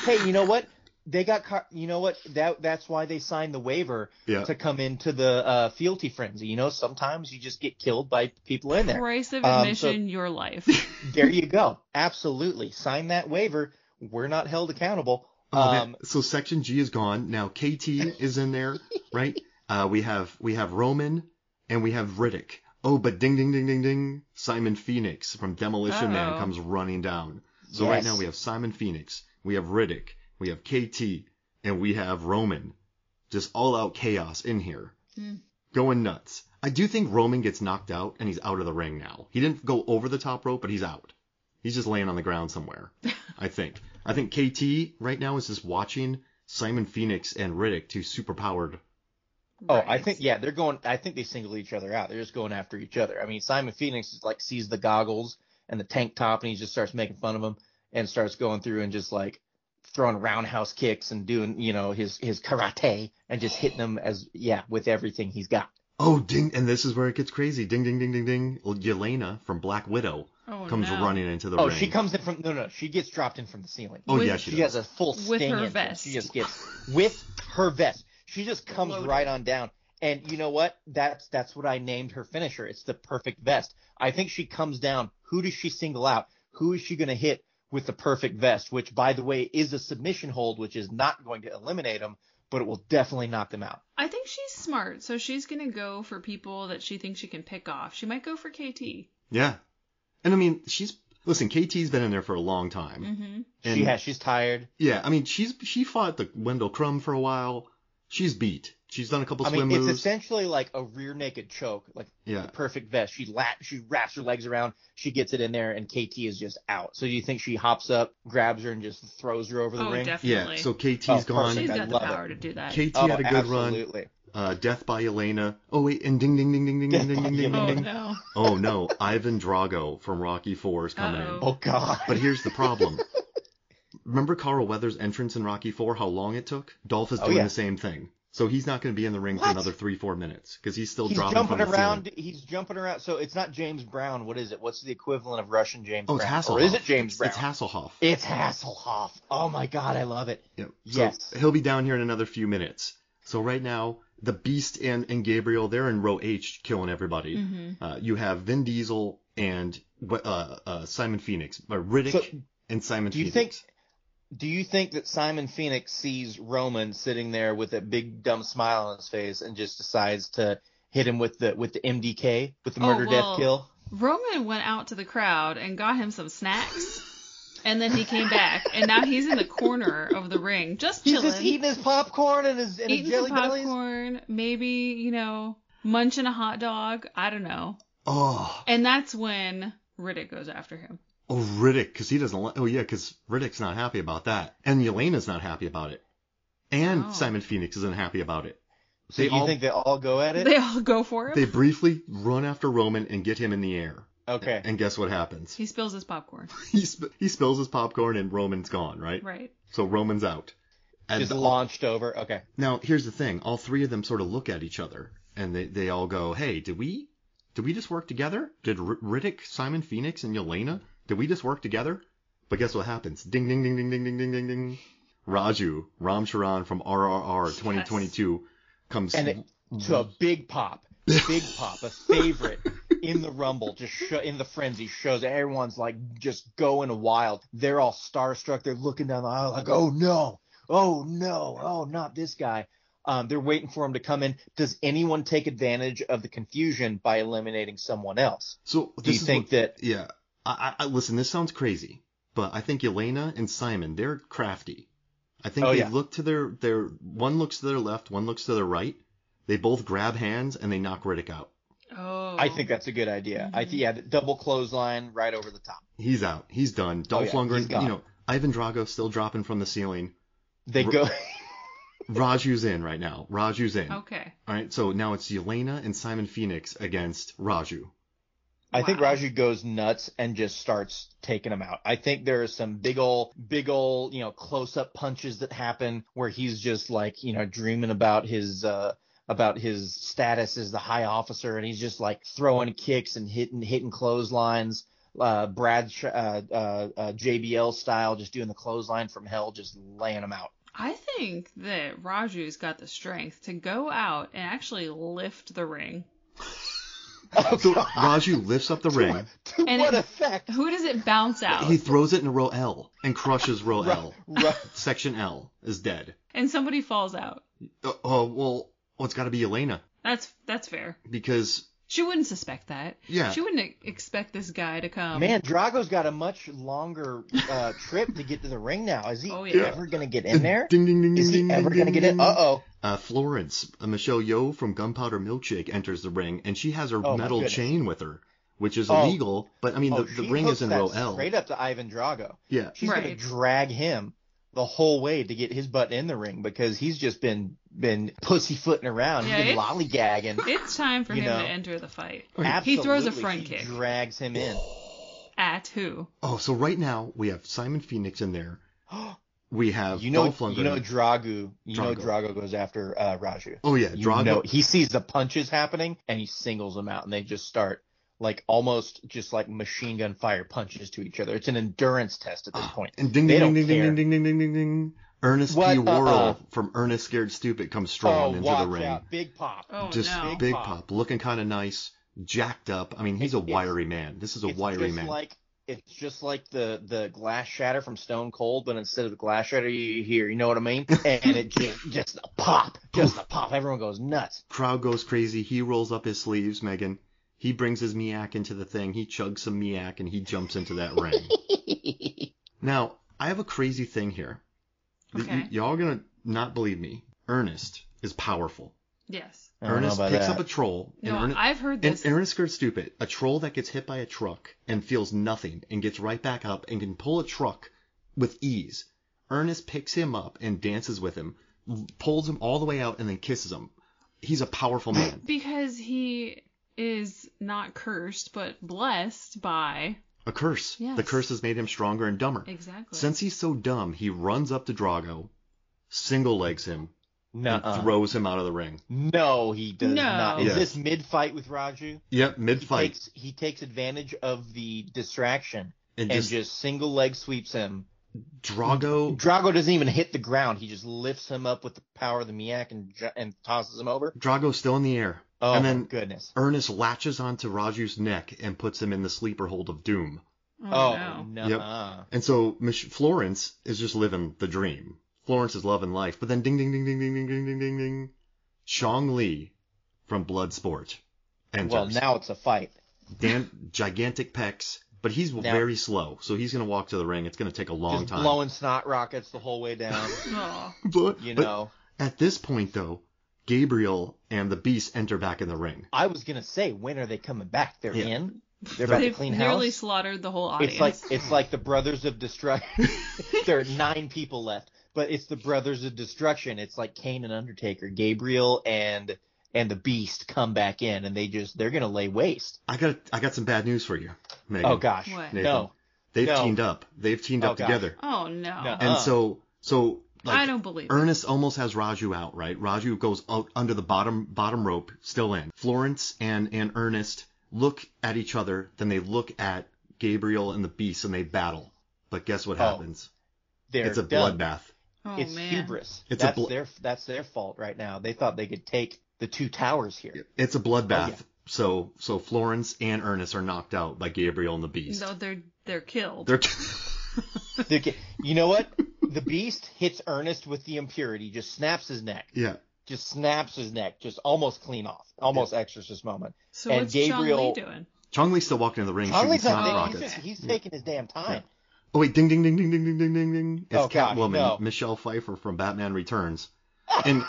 Speaker 2: hey, you know what? They got caught. You know what? That that's why they signed the waiver
Speaker 1: Yeah.
Speaker 2: to come into the uh, fealty frenzy. You know, sometimes you just get killed by people in there.
Speaker 3: Price of
Speaker 2: Um, so-
Speaker 3: admission, your life.
Speaker 2: There you go. Absolutely, sign that waiver. We're not held accountable.
Speaker 1: Oh, man.
Speaker 2: um,
Speaker 1: so section G is gone now. KT is in there, right? Uh, we have we have Roman and we have Riddick. Oh, but ding ding ding ding ding! Simon Phoenix from Demolition Man
Speaker 3: Uh-oh.
Speaker 1: comes running down. So right
Speaker 2: Yes.
Speaker 1: now we have Simon Phoenix, we have Riddick, we have KT, and we have Roman. Just all out chaos in here,
Speaker 3: Hmm.
Speaker 1: going nuts. I do think Roman gets knocked out and he's out of the ring now. He didn't go over the top rope, but he's out. He's just laying on the ground somewhere. I think. I think KT right now is just watching Simon Phoenix and Riddick, two superpowered.
Speaker 2: oh, I think yeah, they're going. I think they single each other out. They're just going after each other. I mean, Simon Phoenix is like sees the goggles and the tank top, and he just starts making fun of him and starts going through and just like throwing roundhouse kicks and doing you know his his karate and just hitting them as yeah with everything he's got.
Speaker 1: Oh, ding! And this is where it gets crazy. Ding, ding, ding, ding, ding. Yelena from Black Widow
Speaker 3: Oh,
Speaker 1: comes
Speaker 3: no.
Speaker 1: running into the
Speaker 2: oh,
Speaker 1: ring.
Speaker 2: she comes in from no no she gets dropped in from the ceiling.
Speaker 1: Oh,
Speaker 3: With-
Speaker 1: yeah, she,
Speaker 2: She
Speaker 1: does.
Speaker 2: has a full
Speaker 3: With
Speaker 2: sting
Speaker 3: her
Speaker 2: entrance.
Speaker 3: vest.
Speaker 2: She just gets with her vest. She just comes
Speaker 3: Loaded.
Speaker 2: right on down. And you know what? That's that's what I named her finisher. It's the perfect vest. I think she comes down. Who does she single out? Who is she going to hit with the perfect vest? Which, by the way, is a submission hold, which is not going to eliminate them, but it will definitely knock them out.
Speaker 3: I think she's smart, so she's gonna go for people that she thinks she can pick off. She might go for KT.
Speaker 1: Yeah. And I mean, she's listen. KT's been in there for a long time.
Speaker 3: hmm
Speaker 1: And
Speaker 2: she has. She's tired.
Speaker 1: Yeah, I mean, she's she fought the Wendell Crumb for a while. She's beat. She's done a couple
Speaker 2: I
Speaker 1: swim
Speaker 2: mean, it's
Speaker 1: moves.
Speaker 2: essentially like a rear naked choke, like
Speaker 1: Yeah.
Speaker 2: the perfect vest. She lap, she wraps her legs around, she gets it in there, and KT is just out. So do you think she hops up, grabs her, and just throws her over the
Speaker 3: Oh,
Speaker 2: ring?
Speaker 3: definitely.
Speaker 1: yeah. So KT's
Speaker 2: Oh,
Speaker 1: gone.
Speaker 3: she's
Speaker 2: I
Speaker 3: got the
Speaker 2: love it.
Speaker 3: power to do that.
Speaker 1: KT
Speaker 2: Oh,
Speaker 1: had a good run.
Speaker 2: absolutely.
Speaker 1: Uh, Death by Elena. Oh wait, and ding ding ding ding ding ding
Speaker 2: Death
Speaker 1: ding
Speaker 2: by
Speaker 1: ding ding
Speaker 3: oh
Speaker 1: ding.
Speaker 2: Elena.
Speaker 3: no.
Speaker 1: Oh no, Ivan Drago from Rocky Four is coming
Speaker 3: Uh-oh.
Speaker 1: in.
Speaker 2: Oh God.
Speaker 1: But here's the problem. Remember Carl Weathers' entrance in Rocky Four? How long it took? Dolph is
Speaker 2: Oh,
Speaker 1: doing
Speaker 2: yeah.
Speaker 1: the same thing. So he's not going to be in the ring for
Speaker 2: What?
Speaker 1: another three, four minutes because he's still
Speaker 2: he's
Speaker 1: dropping
Speaker 2: jumping
Speaker 1: from the
Speaker 2: around.
Speaker 1: ceiling.
Speaker 2: He's jumping around. So it's not James Brown. What is it? What's the equivalent of Russian James
Speaker 1: Oh, it's
Speaker 2: Brown?
Speaker 1: Hasselhoff.
Speaker 2: Or is it James
Speaker 1: It's-
Speaker 2: Brown?
Speaker 1: It's Hasselhoff.
Speaker 2: It's Hasselhoff. Oh my God, I love it.
Speaker 1: Yep.
Speaker 2: Yes.
Speaker 1: So he'll be down here in another few minutes. So right now, the Beast and, and Gabriel, they're in row H killing everybody. Uh, you have Vin Diesel and uh, uh, Simon Phoenix, uh, Riddick
Speaker 2: So,
Speaker 1: and Simon
Speaker 2: do you
Speaker 1: Phoenix.
Speaker 2: think do you think that Simon Phoenix sees Roman sitting there with a big dumb smile on his face and just decides to hit him with the with the MDK with the
Speaker 3: Oh,
Speaker 2: murder
Speaker 3: well,
Speaker 2: death kill?
Speaker 3: Roman went out to the crowd and got him some snacks, and then he came back, and now he's in the corner of the ring, just
Speaker 2: He's
Speaker 3: chilling,
Speaker 2: just eating his popcorn and his and his
Speaker 3: eating some
Speaker 2: jelly bellies.
Speaker 3: popcorn, maybe you know, munching a hot dog. I don't know.
Speaker 1: Oh,
Speaker 3: And that's when Riddick goes after him.
Speaker 1: oh Riddick, because he doesn't like. Oh yeah, because Riddick's not happy about that, and Yelena's not happy about it, and
Speaker 3: Oh.
Speaker 1: Simon Phoenix isn't happy about it.
Speaker 2: So
Speaker 1: They
Speaker 2: you
Speaker 1: all-
Speaker 2: think they all go at it?
Speaker 3: They all go for him.
Speaker 1: They briefly run after Roman and get him in the air.
Speaker 2: okay.
Speaker 1: And guess what happens?
Speaker 3: He spills his popcorn.
Speaker 1: He, sp- he spills his popcorn and Roman's gone, right?
Speaker 3: Right.
Speaker 1: So Roman's out. And
Speaker 2: just
Speaker 1: all-
Speaker 2: launched over. Okay.
Speaker 1: Now, here's the thing. All three of them sort of look at each other, and they, they all go, hey, did we did we just work together? Did R- Riddick, Simon Phoenix, and Yelena, did we just work together? But guess what happens? Ding, ding, ding, ding, ding, ding, ding, ding, ding. Raju, Ram Charan from RRR 2022 comes...
Speaker 2: And it, to a big pop, big pop, a favorite. in the rumble, just sho in the frenzy shows everyone's like just going wild. They're all starstruck. They're looking down the aisle like, oh no, oh no, oh not this guy. Um, they're waiting for him to come in. Does anyone take advantage of the confusion by eliminating someone else?
Speaker 1: So
Speaker 2: Do you
Speaker 1: this is
Speaker 2: think
Speaker 1: what-
Speaker 2: that-
Speaker 1: Yeah. I, I I- listen. This sounds crazy, but I think Elena and Simon they're crafty. I think
Speaker 2: Oh,
Speaker 1: they
Speaker 2: yeah.
Speaker 1: look to their their one looks to their left, one looks to their right. They both grab hands and they knock Riddick out.
Speaker 3: Oh.
Speaker 2: I think that's a good idea. I think yeah, double clothesline right over the top.
Speaker 1: He's out. He's done. Dolph
Speaker 2: Oh, yeah, he's
Speaker 1: Lundgren,
Speaker 2: gone.
Speaker 1: you know, Ivan Drago still dropping from the ceiling.
Speaker 2: They go.
Speaker 1: Raju's in right now. Raju's in.
Speaker 3: Okay.
Speaker 1: All right. So now it's Elena and Simon Phoenix against Raju.
Speaker 2: I think
Speaker 3: Wow.
Speaker 2: Raju goes nuts and just starts taking him out. I think there are some big ol' big ol' you know, close up punches that happen where he's just like, you know, dreaming about his, uh, about his status as the high officer and he's just like throwing kicks and hitting, hitting clotheslines, uh, Brad, uh, uh, uh, JBL style, just doing the clothesline from hell, just laying him out.
Speaker 3: I think that Raju's got the strength to go out and actually lift the ring.
Speaker 1: So Raju lifts up the ring.
Speaker 2: To
Speaker 3: And
Speaker 2: what
Speaker 3: it-
Speaker 2: effect?
Speaker 3: Who does it bounce out?
Speaker 1: He throws it in row L and crushes row L.
Speaker 2: Ra-
Speaker 1: Section L is dead.
Speaker 3: And somebody falls out.
Speaker 1: Uh, oh well, well, it's got to be Elena
Speaker 3: That's that's fair.
Speaker 1: because
Speaker 3: She wouldn't suspect that.
Speaker 1: Yeah.
Speaker 3: She wouldn't e- expect this guy to come.
Speaker 2: Man, Drago's got a much longer uh, trip to get to the ring now. Is he
Speaker 3: Oh, yeah.
Speaker 2: ever gonna get in there?
Speaker 1: Ding, ding, ding,
Speaker 2: Is
Speaker 1: ding,
Speaker 2: he
Speaker 1: ding,
Speaker 2: ever
Speaker 1: ding,
Speaker 2: gonna
Speaker 1: ding,
Speaker 2: get in?
Speaker 1: ding.
Speaker 2: Uh oh.
Speaker 1: uh, Florence uh, Michelle Yeoh from Gunpowder Milkshake enters the ring and she has her
Speaker 2: Oh, my
Speaker 1: metal
Speaker 2: goodness.
Speaker 1: chain with her, which is
Speaker 2: Oh.
Speaker 1: illegal. But I mean,
Speaker 2: oh,
Speaker 1: the, the
Speaker 2: she
Speaker 1: ring is
Speaker 2: hooks
Speaker 1: in
Speaker 2: that
Speaker 1: row L.
Speaker 2: Straight up to Ivan Drago.
Speaker 1: Yeah.
Speaker 2: She's gonna
Speaker 3: Right.
Speaker 2: drag him the whole way to get his butt in the ring because he's just been been pussyfooting around.
Speaker 3: Yeah,
Speaker 2: he's been
Speaker 3: it's-
Speaker 2: lollygagging.
Speaker 3: It's time for
Speaker 2: You
Speaker 3: him
Speaker 2: know.
Speaker 3: to enter the fight.
Speaker 2: Absolutely,
Speaker 3: He throws a front
Speaker 2: she
Speaker 3: kick
Speaker 2: Drags him in.
Speaker 3: at who?
Speaker 1: Oh, so right now we have Simon Phoenix in there. We have
Speaker 2: You know,
Speaker 1: Dolph Lundgren.
Speaker 2: you know Drago. You know
Speaker 1: Drago.
Speaker 2: Drago goes after uh, Raju.
Speaker 1: oh yeah,
Speaker 2: you
Speaker 1: Drago.
Speaker 2: know he sees the punches happening and he singles them out and they just start like almost just like machine gun fire punches to each other it's an endurance test at this point
Speaker 1: Ah, and ding ding
Speaker 2: They don't
Speaker 1: ding ding ding
Speaker 2: care.
Speaker 1: ding ding ding ding ding. Ernest
Speaker 2: What
Speaker 1: P.
Speaker 2: the-
Speaker 1: Worrell
Speaker 2: uh.
Speaker 1: from Ernest Scared Stupid comes
Speaker 2: oh
Speaker 1: strolling into
Speaker 2: watch
Speaker 1: the ring.
Speaker 2: out big pop
Speaker 3: Oh
Speaker 1: just
Speaker 3: no.
Speaker 1: big
Speaker 2: Pop.
Speaker 1: pop, looking kind of nice, jacked up. I mean, he's
Speaker 2: It-
Speaker 1: a
Speaker 2: it's-
Speaker 1: wiry man. This is a
Speaker 2: it's
Speaker 1: wiry
Speaker 2: just
Speaker 1: man.
Speaker 2: like it's just like the the glass shatter from stone cold but instead of the glass shatter you hear you know what i mean and it just just a pop just a pop everyone goes nuts
Speaker 1: Crowd goes crazy. He rolls up his sleeves, Megan. He brings his miak into the thing. He chugs some miak and he jumps into that ring. Now, I have a crazy thing here. Y-
Speaker 3: Okay.
Speaker 1: y'all gonna not believe me. Ernest is powerful.
Speaker 3: Yes.
Speaker 2: I don't know
Speaker 1: Ernest
Speaker 2: about
Speaker 1: picks
Speaker 2: that.
Speaker 1: up a troll.
Speaker 3: No,
Speaker 1: Ernest,
Speaker 3: I've heard
Speaker 1: and
Speaker 3: this.
Speaker 1: Ernest goes stupid. A troll that gets hit by a truck and feels nothing and gets right back up and can pull a truck with ease. Ernest picks him up and dances with him, pulls him all the way out, and then kisses him. He's a powerful man.
Speaker 3: Because he is not cursed, but blessed by
Speaker 1: A curse. The
Speaker 3: Yes.
Speaker 1: curse has made him stronger and dumber.
Speaker 3: exactly.
Speaker 1: Since he's so dumb, he runs up to Drago, single legs him, and
Speaker 2: no uh-uh.
Speaker 1: throws him out of the ring.
Speaker 2: no he does
Speaker 3: No.
Speaker 2: not is
Speaker 1: Yes.
Speaker 2: this mid fight with raju
Speaker 1: Yep, mid
Speaker 2: He
Speaker 1: fight.
Speaker 2: takes, he takes advantage of the distraction
Speaker 1: And
Speaker 2: and,
Speaker 1: just- Oh.
Speaker 2: just, single leg sweeps him.
Speaker 1: Drago
Speaker 2: Drago doesn't even hit the ground. He just lifts him up with the power of the Miak and ju- and tosses him over.
Speaker 1: Drago's still in the air.
Speaker 2: Oh
Speaker 1: and
Speaker 2: my
Speaker 1: then
Speaker 2: goodness.
Speaker 1: Ernest latches onto Raju's neck and puts him in the sleeper hold of doom.
Speaker 3: oh,
Speaker 2: Oh,
Speaker 3: no.
Speaker 2: no.
Speaker 1: And so Mich- Florence is just living the dream. Florence is loving life. But then ding ding ding ding ding ding ding ding ding ding. Chong Li from Bloodsport enters.
Speaker 2: Well, now it's a fight.
Speaker 1: Dan- gigantic pecs, but he's very slow, so he's gonna walk to the ring. It's gonna take a long
Speaker 2: just
Speaker 1: time.
Speaker 2: blowing snot rockets the whole way down.
Speaker 3: Oh.
Speaker 1: But-
Speaker 2: You
Speaker 1: but
Speaker 2: know.
Speaker 1: at this point though, Gabriel and the Beast enter back in the ring.
Speaker 2: I was gonna say, when are they coming back? They're
Speaker 1: Yeah.
Speaker 2: in. They're about to
Speaker 3: They've
Speaker 2: clean
Speaker 3: nearly
Speaker 2: house.
Speaker 3: slaughtered the whole audience.
Speaker 2: It's like it's like the Brothers of Destruction. there are nine people left, but it's the Brothers of Destruction. It's like Kane and Undertaker, Gabriel and and the Beast come back in, and they just they're gonna lay waste.
Speaker 1: I got I got some bad news for you, Megan.
Speaker 2: Oh gosh,
Speaker 3: What?
Speaker 1: Nathan.
Speaker 2: no,
Speaker 1: They've
Speaker 2: no.
Speaker 1: teamed up. They've teamed
Speaker 2: Oh,
Speaker 1: up
Speaker 2: gosh.
Speaker 1: together.
Speaker 3: oh no.
Speaker 2: No.
Speaker 1: And
Speaker 2: Uh.
Speaker 1: so, so like,
Speaker 3: I don't believe it.
Speaker 1: Ernest almost has Raju out, right? Raju goes out under the bottom bottom rope, still in. Florence and and Ernest look at each other, then they look at Gabriel and the Beast, and they battle. But guess what
Speaker 2: Oh,
Speaker 1: happens?
Speaker 2: they're
Speaker 1: it's a
Speaker 2: done.
Speaker 1: bloodbath.
Speaker 3: Oh
Speaker 2: It's
Speaker 3: man.
Speaker 2: hubris.
Speaker 1: It's a
Speaker 2: that's
Speaker 1: blo-
Speaker 2: their that's their fault right now. They thought they could take the two towers here.
Speaker 1: It's a bloodbath.
Speaker 2: Oh, yeah.
Speaker 1: So so Florence and Ernest are knocked out by Gabriel and the Beast.
Speaker 3: No, they're they're killed.
Speaker 1: They're
Speaker 2: The ki- you know what? The beast hits Ernest with the impurity, just snaps his neck,
Speaker 1: yeah.
Speaker 2: just snaps his neck, just almost clean off, almost exorcist moment.
Speaker 3: so
Speaker 2: and
Speaker 3: what's Chong
Speaker 2: Gabriel-
Speaker 3: Li doing?
Speaker 1: Chong Lee's still walking in the ring shooting
Speaker 2: Conley's
Speaker 1: snot
Speaker 2: not thinking,
Speaker 1: rockets.
Speaker 2: he's, just, he's taking his damn time.
Speaker 1: Oh wait, ding ding ding ding ding ding ding ding ding. It's
Speaker 2: Oh, gosh,
Speaker 1: Catwoman,
Speaker 2: no.
Speaker 1: Michelle Pfeiffer from Batman Returns, and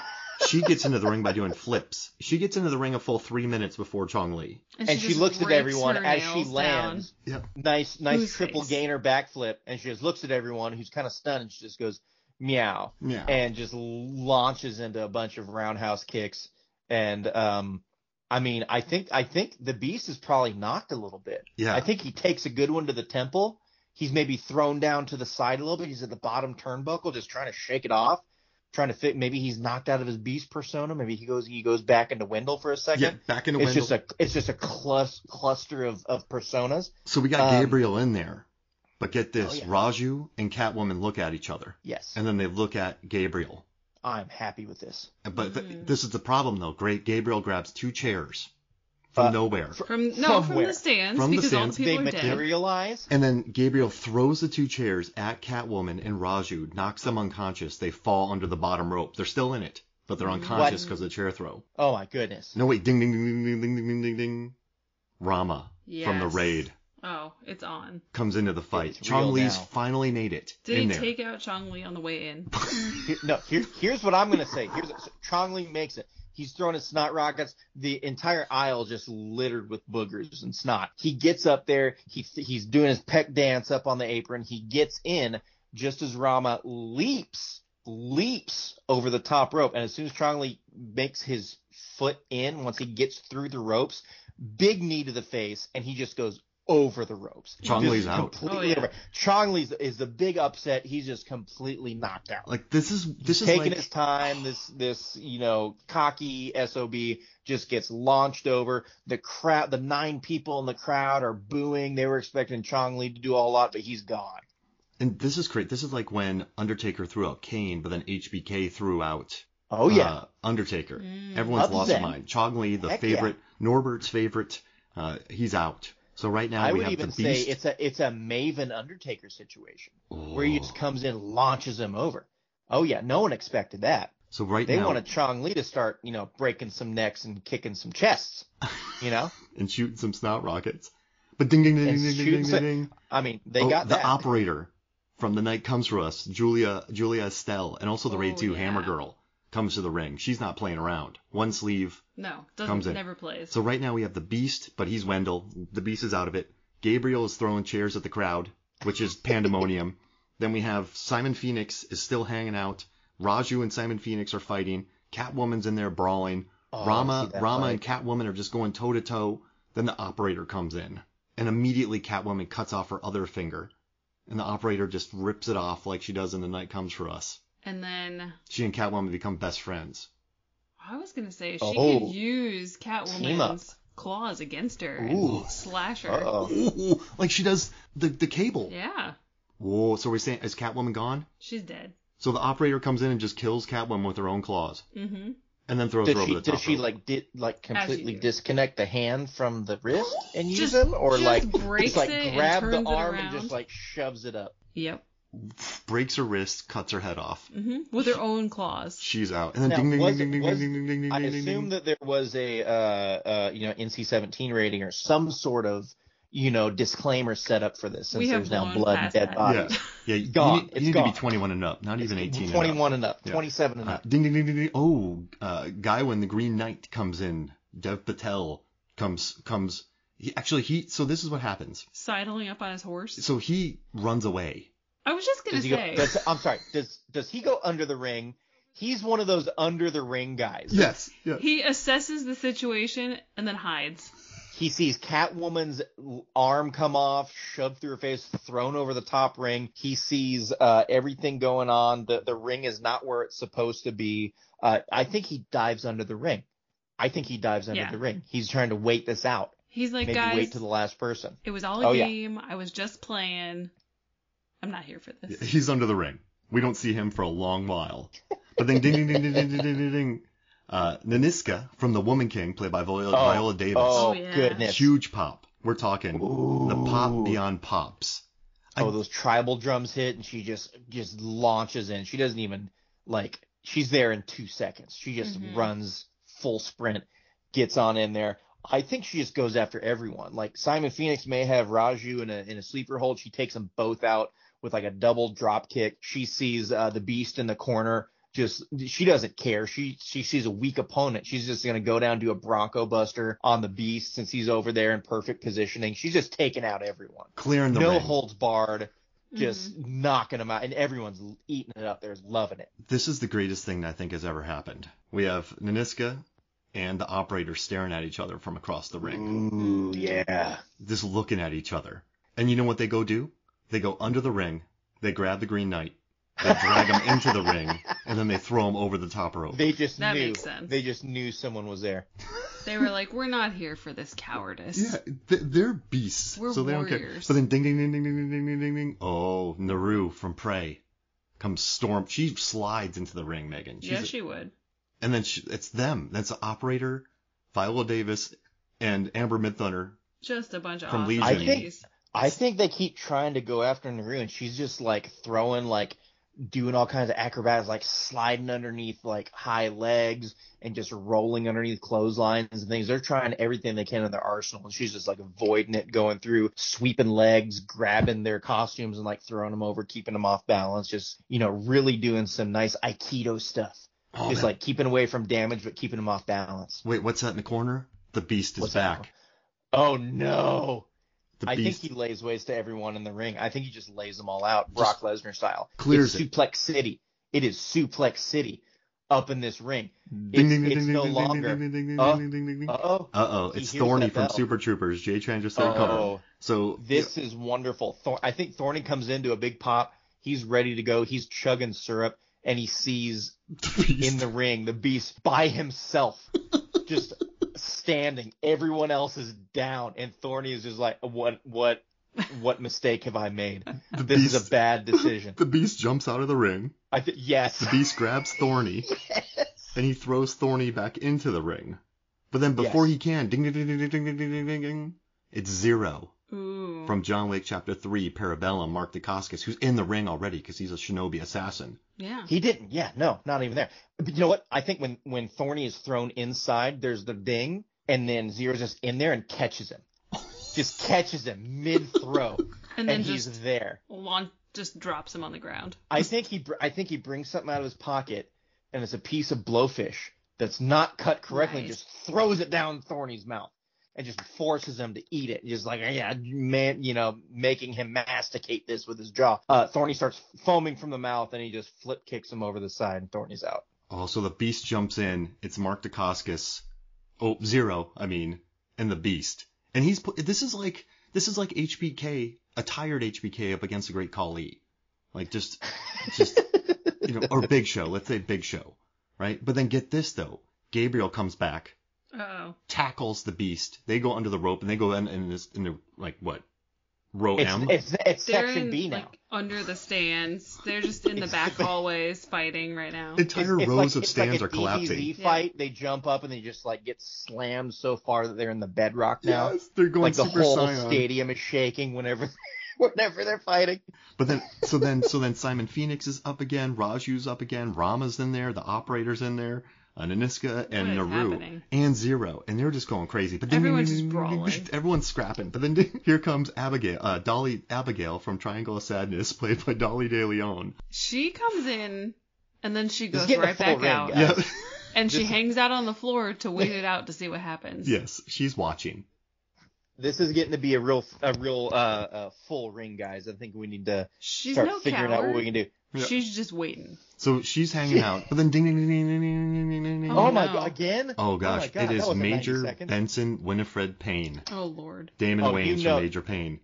Speaker 1: she gets into the ring by doing flips. She gets into the ring a full three minutes before Chong Li.
Speaker 2: And she
Speaker 3: just
Speaker 2: looks at
Speaker 3: rakes
Speaker 2: everyone
Speaker 3: her
Speaker 2: as she
Speaker 3: nails down.
Speaker 2: lands.
Speaker 1: Yep.
Speaker 2: Nice, nice
Speaker 3: Who's
Speaker 2: triple
Speaker 3: face?
Speaker 2: gainer backflip, and she just looks at everyone who's kind of stunned, and she just goes meow,
Speaker 1: Meow.
Speaker 2: and just launches into a bunch of roundhouse kicks. And um, I mean, I think I think the beast is probably knocked a little bit.
Speaker 1: Yeah.
Speaker 2: I think he takes a good one to the temple. He's maybe thrown down to the side a little bit. He's at the bottom turnbuckle, just trying to shake it off, trying to fit. Maybe he's knocked out of his beast persona. Maybe he goes he goes back into Wendell for a second.
Speaker 1: Yeah, back into
Speaker 2: It's
Speaker 1: Wendell.
Speaker 2: just a it's just a clus, cluster of, of personas.
Speaker 1: So we got
Speaker 2: um,
Speaker 1: Gabriel in there, but get this:
Speaker 2: Oh, yeah.
Speaker 1: Raju and Catwoman look at each other,
Speaker 2: Yes,
Speaker 1: and then they look at Gabriel.
Speaker 2: I'm happy with this.
Speaker 1: But th-
Speaker 2: Mm.
Speaker 1: this is the problem, though. Great Gabriel grabs two chairs from
Speaker 2: Uh,
Speaker 1: nowhere,
Speaker 3: From no,
Speaker 2: From
Speaker 3: from,
Speaker 2: where?
Speaker 3: the stands
Speaker 1: From the
Speaker 3: because
Speaker 1: stands,
Speaker 3: all the
Speaker 2: They
Speaker 3: people are dead.
Speaker 2: materialize.
Speaker 1: and then Gabriel throws the two chairs at Catwoman and Raju, knocks them unconscious. They fall under the bottom rope. They're still in it, but they're unconscious because of the chair throw.
Speaker 2: Oh my goodness.
Speaker 1: No, wait, ding, ding, ding, ding, ding, ding, ding, ding, ding. Rama from the
Speaker 3: Yes.
Speaker 1: raid
Speaker 3: Oh, it's on.
Speaker 1: comes into the fight.
Speaker 2: It's
Speaker 1: Chong
Speaker 2: real
Speaker 1: Lee's
Speaker 2: now.
Speaker 1: finally made it
Speaker 3: Did
Speaker 1: in
Speaker 3: he
Speaker 1: there.
Speaker 3: take out Chong Li on the way in?
Speaker 2: Here- no, here, here's what I'm gonna say. Here's so Chong Lee makes it. He's throwing his snot rockets. The entire aisle just littered with boogers and snot. He gets up there. He he's doing his pec dance up on the apron. He gets in just as Rama leaps leaps over the top rope. And as soon as Chong Lee makes his foot in, once he gets through the ropes, big knee to the face, and he just goes over the ropes.
Speaker 1: Chong
Speaker 2: Just
Speaker 1: Lee's out.
Speaker 2: Completely
Speaker 3: Oh, yeah.
Speaker 2: over. Chong Lee's is the big upset. He's just completely knocked out
Speaker 1: Like this is this is
Speaker 2: taking
Speaker 1: like
Speaker 2: his time. This this you know cocky sob just gets launched over the crowd. The nine people in the crowd are booing. They were expecting Chong Li to do a lot, but he's gone.
Speaker 1: and this is great. This is like when Undertaker threw out Kane, but then HBK threw out
Speaker 2: Oh yeah,
Speaker 1: uh, Undertaker. Everyone's lost their
Speaker 2: Upset.
Speaker 1: mind. Chong Lee, the
Speaker 2: Heck yeah.
Speaker 1: favorite, Norbert's favorite, uh, he's out. So right now
Speaker 2: I
Speaker 1: we
Speaker 2: would
Speaker 1: have
Speaker 2: even
Speaker 1: the
Speaker 2: say
Speaker 1: beast.
Speaker 2: it's a it's a Maven Undertaker situation where he just comes in, launches him over. Oh yeah, no one expected that.
Speaker 1: so right
Speaker 2: They
Speaker 1: now
Speaker 2: wanted Chong Li to start you know breaking some necks and kicking some chests. You know,
Speaker 1: and shooting some snot rockets. But ding ding ding
Speaker 2: And
Speaker 1: ding ding
Speaker 2: shooting
Speaker 1: ding
Speaker 2: some-
Speaker 1: ding. ding.
Speaker 2: I mean they
Speaker 1: Oh,
Speaker 2: got
Speaker 1: the
Speaker 2: that.
Speaker 1: operator from The Night Comes for Us, Julia Julia Estelle, and also the Raid
Speaker 3: Oh,
Speaker 1: 2
Speaker 3: yeah.
Speaker 1: Hammer Girl comes to the ring. She's not playing around. One sleeve
Speaker 3: No,
Speaker 1: comes
Speaker 3: doesn't
Speaker 1: in.
Speaker 3: never plays.
Speaker 1: So right now we have the Beast, but he's Wendell. The Beast is out of it. Gabriel is throwing chairs at the crowd, which is pandemonium. then we have Simon Phoenix is still hanging out. Raju and Simon Phoenix are fighting. Catwoman's in there brawling.
Speaker 2: Oh, I
Speaker 1: Rama,
Speaker 2: see that
Speaker 1: Rama
Speaker 2: fight.
Speaker 1: and Catwoman are just going toe to toe. Then the operator comes in, and immediately Catwoman cuts off her other finger, and the operator just rips it off like she does in The Night Comes for Us.
Speaker 3: and then
Speaker 1: She and Catwoman become best friends.
Speaker 3: I was gonna say she
Speaker 2: Oh.
Speaker 3: could use
Speaker 2: Team up.
Speaker 3: Catwoman's claws against her
Speaker 2: Ooh.
Speaker 3: and slash her.
Speaker 2: Uh-oh.
Speaker 1: Ooh, like she does the the cable.
Speaker 3: Yeah,
Speaker 1: Whoa, so we're saying is Catwoman gone?
Speaker 3: she's dead.
Speaker 1: So the operator comes in and just kills Catwoman with her own claws,
Speaker 3: Mm-hmm.
Speaker 1: and then throws
Speaker 2: Did
Speaker 1: her over
Speaker 2: she
Speaker 1: the
Speaker 2: did
Speaker 1: top.
Speaker 2: she
Speaker 1: rope.
Speaker 2: like did like
Speaker 3: you
Speaker 2: completely
Speaker 3: do.
Speaker 2: disconnect the hand from the wrist and use
Speaker 3: Just-
Speaker 2: them, or
Speaker 3: just
Speaker 2: like
Speaker 3: breaks
Speaker 2: just like
Speaker 3: it and
Speaker 2: grab the
Speaker 3: turns it
Speaker 2: arm and
Speaker 3: around?
Speaker 2: just like shoves it up?
Speaker 3: Yep.
Speaker 1: breaks her wrist, cuts her head off.
Speaker 3: hmm With her own claws.
Speaker 1: She's out, and then
Speaker 2: Now,
Speaker 1: ding ding
Speaker 2: was-
Speaker 1: ding ding ding
Speaker 2: was-
Speaker 1: ding ding ding ding.
Speaker 2: I
Speaker 1: ding, ding,
Speaker 2: assume
Speaker 1: ding.
Speaker 2: that there was a uh uh you know NC seventeen rating or some sort of you know disclaimer set up for this since
Speaker 3: We have
Speaker 2: there's now
Speaker 3: blown
Speaker 2: blood and
Speaker 3: past
Speaker 2: dead
Speaker 3: that.
Speaker 2: bodies.
Speaker 1: yeah, yeah. You
Speaker 2: Gone.
Speaker 1: need, you
Speaker 2: It's
Speaker 1: need to
Speaker 2: gone.
Speaker 1: be 21 and up, not even 18. and up.
Speaker 2: 21 and up,
Speaker 1: Yeah.
Speaker 2: 27 and
Speaker 1: Uh,
Speaker 2: up.
Speaker 1: ding ding ding ding ding. Oh, uh, guy when the Green Knight comes in, Dev Patel comes comes. He, actually, he. So this is what happens.
Speaker 3: Sidling up on his horse.
Speaker 1: So he runs away.
Speaker 3: I was just gonna
Speaker 2: Does he go,
Speaker 3: say.
Speaker 2: does, I'm sorry. Does does he go under the ring? He's one of those under the ring guys.
Speaker 1: Yes. Yeah.
Speaker 3: He assesses the situation and then hides.
Speaker 2: He sees Catwoman's arm come off, shoved through her face, thrown over the top ring. He sees uh, everything going on. The the ring is not where it's supposed to be. Uh, I think he dives under the ring. I think he dives under
Speaker 3: Yeah.
Speaker 2: the ring. He's trying to wait this out.
Speaker 3: He's like,
Speaker 2: Maybe
Speaker 3: guys,
Speaker 2: wait to the last person.
Speaker 3: it was all a
Speaker 2: Oh, yeah.
Speaker 3: game. I was just playing. I'm not here for this.
Speaker 1: He's under the ring. We don't see him for a long while. But then ding ding ding ding ding ding ding. ding. Uh, Naniska from The Woman King, played by Viola,
Speaker 2: Oh,
Speaker 1: Viola Davis.
Speaker 2: Oh,
Speaker 3: Oh, yeah.
Speaker 2: goodness.
Speaker 1: Huge pop. We're talking the pop beyond pops.
Speaker 2: oh, those tribal drums hit, and she just just launches in. She doesn't even like. She's there in two seconds. She just runs full sprint, gets on in there. I think she just goes after everyone. Like Simon Phoenix may have Raju in a in a sleeper hold. She takes them both out with like a double drop kick. She sees uh, the beast in the corner. Just she doesn't care. She she sees a weak opponent. She's just gonna go down do a bronco buster on the beast since he's over there in perfect positioning. She's just taking out everyone
Speaker 1: Clearing the
Speaker 2: no
Speaker 1: ring.
Speaker 2: holds barred, just
Speaker 3: Mm-hmm.
Speaker 2: knocking them out, and everyone's l- eating it up. They're loving it.
Speaker 1: This is the greatest thing I think has ever happened. We have Naniska and the operator staring at each other from across the ring,
Speaker 3: Mm-hmm.
Speaker 2: Ooh, yeah.
Speaker 1: just looking at each other. And you know what they go do? They go under the ring, they grab the Green Knight, they drag him into the ring, and then they throw him over the top rope.
Speaker 2: They just
Speaker 3: That
Speaker 2: knew.
Speaker 3: makes sense.
Speaker 2: They just knew someone was there.
Speaker 3: They were like, we're not here for this cowardice.
Speaker 1: Yeah, th- they're beasts,
Speaker 3: We're
Speaker 1: so they don't care.
Speaker 3: warriors.
Speaker 1: But then ding ding ding ding ding ding ding ding ding. Oh, Naru from Prey comes storm. She slides into the ring, Megan. She's
Speaker 3: yeah,
Speaker 1: a-
Speaker 3: she would.
Speaker 1: And then she, it's them. That's the operator, Viola Davis, and Amber Mid Thunder.
Speaker 3: Just a bunch of
Speaker 1: From
Speaker 3: awesome
Speaker 1: Legion.
Speaker 2: I think-
Speaker 3: ladies.
Speaker 2: I think they keep trying to go after Naru, and she's just like throwing, like doing all kinds of acrobatics, like sliding underneath like high legs and just rolling underneath clotheslines and things. They're trying everything they can in their arsenal, and she's just like avoiding it, going through, sweeping legs, grabbing their costumes and like throwing them over, keeping them off balance, just you know, really doing some nice aikido stuff.
Speaker 1: Oh,
Speaker 2: just
Speaker 1: man.
Speaker 2: like keeping away from damage, but keeping them off balance.
Speaker 1: Wait, what's that in the corner? The beast is
Speaker 2: What's that?
Speaker 1: back.
Speaker 2: Oh no!
Speaker 1: The
Speaker 2: I
Speaker 1: beast
Speaker 2: think he lays waste to everyone in the ring. I think he just lays them all out, Brock Lesnar style.
Speaker 1: clears
Speaker 2: it's
Speaker 1: it.
Speaker 2: Suplex City. It is Suplex City up in this ring.
Speaker 1: Ding,
Speaker 2: It's,
Speaker 1: ding, ding,
Speaker 2: it's
Speaker 1: ding,
Speaker 2: no
Speaker 1: ding, ding,
Speaker 2: longer.
Speaker 1: ding, ding, ding,
Speaker 2: Uh,
Speaker 1: ding, ding, ding, ding.
Speaker 2: Uh-oh.
Speaker 1: Uh-oh,
Speaker 2: He
Speaker 1: it's
Speaker 2: hears
Speaker 1: Thorny
Speaker 2: that
Speaker 1: from
Speaker 2: bell.
Speaker 1: Super Troopers. Jay Tran just started
Speaker 2: Oh.
Speaker 1: covering. So
Speaker 2: This is wonderful. Thor- I think Thorny comes into a big pop. He's ready to go. He's chugging syrup, and he sees
Speaker 1: the beast.
Speaker 2: in the ring the Beast by himself, just standing. Everyone else is down, and Thorny is just like, "What? What? What mistake have I made? this is
Speaker 1: Beast.
Speaker 2: a bad decision."
Speaker 1: the beast jumps out of the ring.
Speaker 2: I think yes.
Speaker 1: The beast grabs Thorny, and he throws Thorny back into the ring. But then before
Speaker 2: Yes.
Speaker 1: he can, ding, ding, ding, ding, ding, ding, ding, ding, ding, ding, it's Zero
Speaker 3: Ooh.
Speaker 1: from John Wick Chapter 3, Parabellum, Mark Dacascos, who's in the ring already because he's a shinobi assassin.
Speaker 3: yeah.
Speaker 2: He didn't. Yeah, no, not even there. But you know what? I think when when Thorny is thrown inside, there's the ding, and then Zero's just in there and catches him. Just catches him mid throw,
Speaker 3: And
Speaker 2: and,
Speaker 3: then
Speaker 2: he's
Speaker 3: just
Speaker 2: there.
Speaker 3: launch, just drops him on the ground.
Speaker 2: I think he br- I think he brings something out of his pocket, and it's a piece of blowfish that's not cut correctly. and
Speaker 3: Nice.
Speaker 2: Just throws it down Thorny's mouth and just forces him to eat it. Just like yeah, man, you know, making him masticate this with his jaw. Uh, Thorny starts foaming from the mouth, and he just flip kicks him over the side, and Thorny's out.
Speaker 1: Also, Oh, the beast jumps in. It's Mark Dacascos. Oh, Zero, I mean, and the beast. And he's pl- this is like this is like HBK, a tired HBK up against the Great Khali. Like just just you know, or Big Show, let's say Big Show, right? But then get this though. Gabriel comes back,
Speaker 3: Oh.
Speaker 1: tackles the beast. They go under the rope and they go in in this in the like what? Row
Speaker 2: It's
Speaker 1: Oh, M.
Speaker 2: it's, it's
Speaker 3: They're
Speaker 2: section
Speaker 3: in,
Speaker 2: B now.
Speaker 3: like, under the stands. They're just in the back hallways fighting right now.
Speaker 1: Entire
Speaker 2: It's-
Speaker 1: rows
Speaker 2: it's like-
Speaker 1: of
Speaker 2: it's like
Speaker 1: stands
Speaker 2: a
Speaker 1: are collapsing.
Speaker 2: DDZ fight. They jump up and they just like get slammed so far that they're in the bedrock now.
Speaker 1: Yes, they're going
Speaker 2: like the
Speaker 1: Super
Speaker 2: whole
Speaker 1: Saiyan.
Speaker 2: stadium is shaking whenever whenever they're fighting.
Speaker 1: But then, so then, so then Simon Phoenix is up again, Raju's up again, Rama's in there, the operator's in there, uh, Naniska and
Speaker 3: What is
Speaker 1: Naru
Speaker 3: happening?
Speaker 1: and Zero, and they're just going crazy. But then
Speaker 3: Everyone's just brawling.
Speaker 1: Everyone's scrapping. But then here comes Abigail, uh, Dolly Abigail from Triangle of Sadness, played by Dolly De Leon.
Speaker 3: She comes in and then she goes
Speaker 2: get the
Speaker 3: right
Speaker 2: full
Speaker 3: back
Speaker 2: ring,
Speaker 3: out.
Speaker 2: guys.
Speaker 1: Yeah,
Speaker 3: And she hangs out on the floor to wait it out to see what happens.
Speaker 1: yes, she's watching.
Speaker 2: This is getting to be a real a real uh, uh full ring, guys. I think we need to
Speaker 3: She's
Speaker 2: start
Speaker 3: no
Speaker 2: figuring
Speaker 3: coward.
Speaker 2: out what we can do.
Speaker 1: Yeah.
Speaker 3: She's just waiting.
Speaker 1: So she's hanging out. But then ding ding ding ding ding ding ding ding ding. ding.
Speaker 2: Oh,
Speaker 3: Oh,
Speaker 2: my
Speaker 3: no.
Speaker 2: god, again?
Speaker 1: Oh gosh,
Speaker 2: my God,
Speaker 1: it
Speaker 2: that
Speaker 1: is
Speaker 2: wasn't 90
Speaker 1: Major
Speaker 2: seconds.
Speaker 1: Benson Winifred Payne,
Speaker 3: Oh Lord.
Speaker 1: Damon
Speaker 2: Oh, you
Speaker 1: Wayans
Speaker 2: know-
Speaker 1: from Major Payne.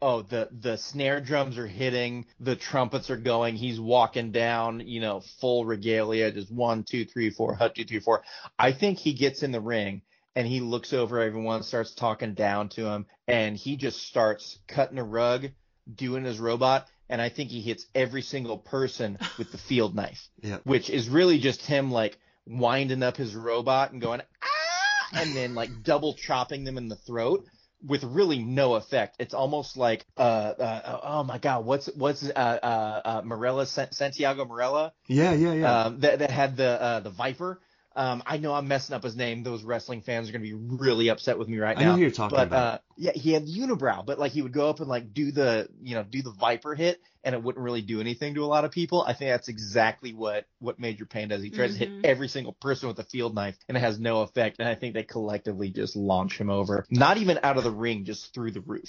Speaker 2: oh the the snare drums are hitting the trumpets are going he's walking down you know full regalia just one two three four hut two three four i think he gets in the ring and he looks over everyone starts talking down to him and he just starts cutting a rug doing his robot and i think he hits every single person with the field knife
Speaker 1: Yeah.
Speaker 2: which is really just him like winding up his robot and going ah, and then like double chopping them in the throat with really no effect. It's almost like uh, uh oh my god, what's what's uh uh, uh Morella San- Santiago Morella
Speaker 1: Yeah, yeah, yeah.
Speaker 2: um, that that had the uh, the Viper. Um, I know I'm messing up his name. Those wrestling fans are going to be really upset with me right
Speaker 1: I
Speaker 2: now.
Speaker 1: know who you're talking
Speaker 2: but,
Speaker 1: about.
Speaker 2: Uh, yeah, he had the unibrow, but like he would go up and like do the you know do the Viper hit, and it wouldn't really do anything to a lot of people. I think that's exactly what what Major Payne does. He tries to hit every single person with a field knife, and it has no effect. And I think they collectively just launch him over, not even out of the ring, just through the roof.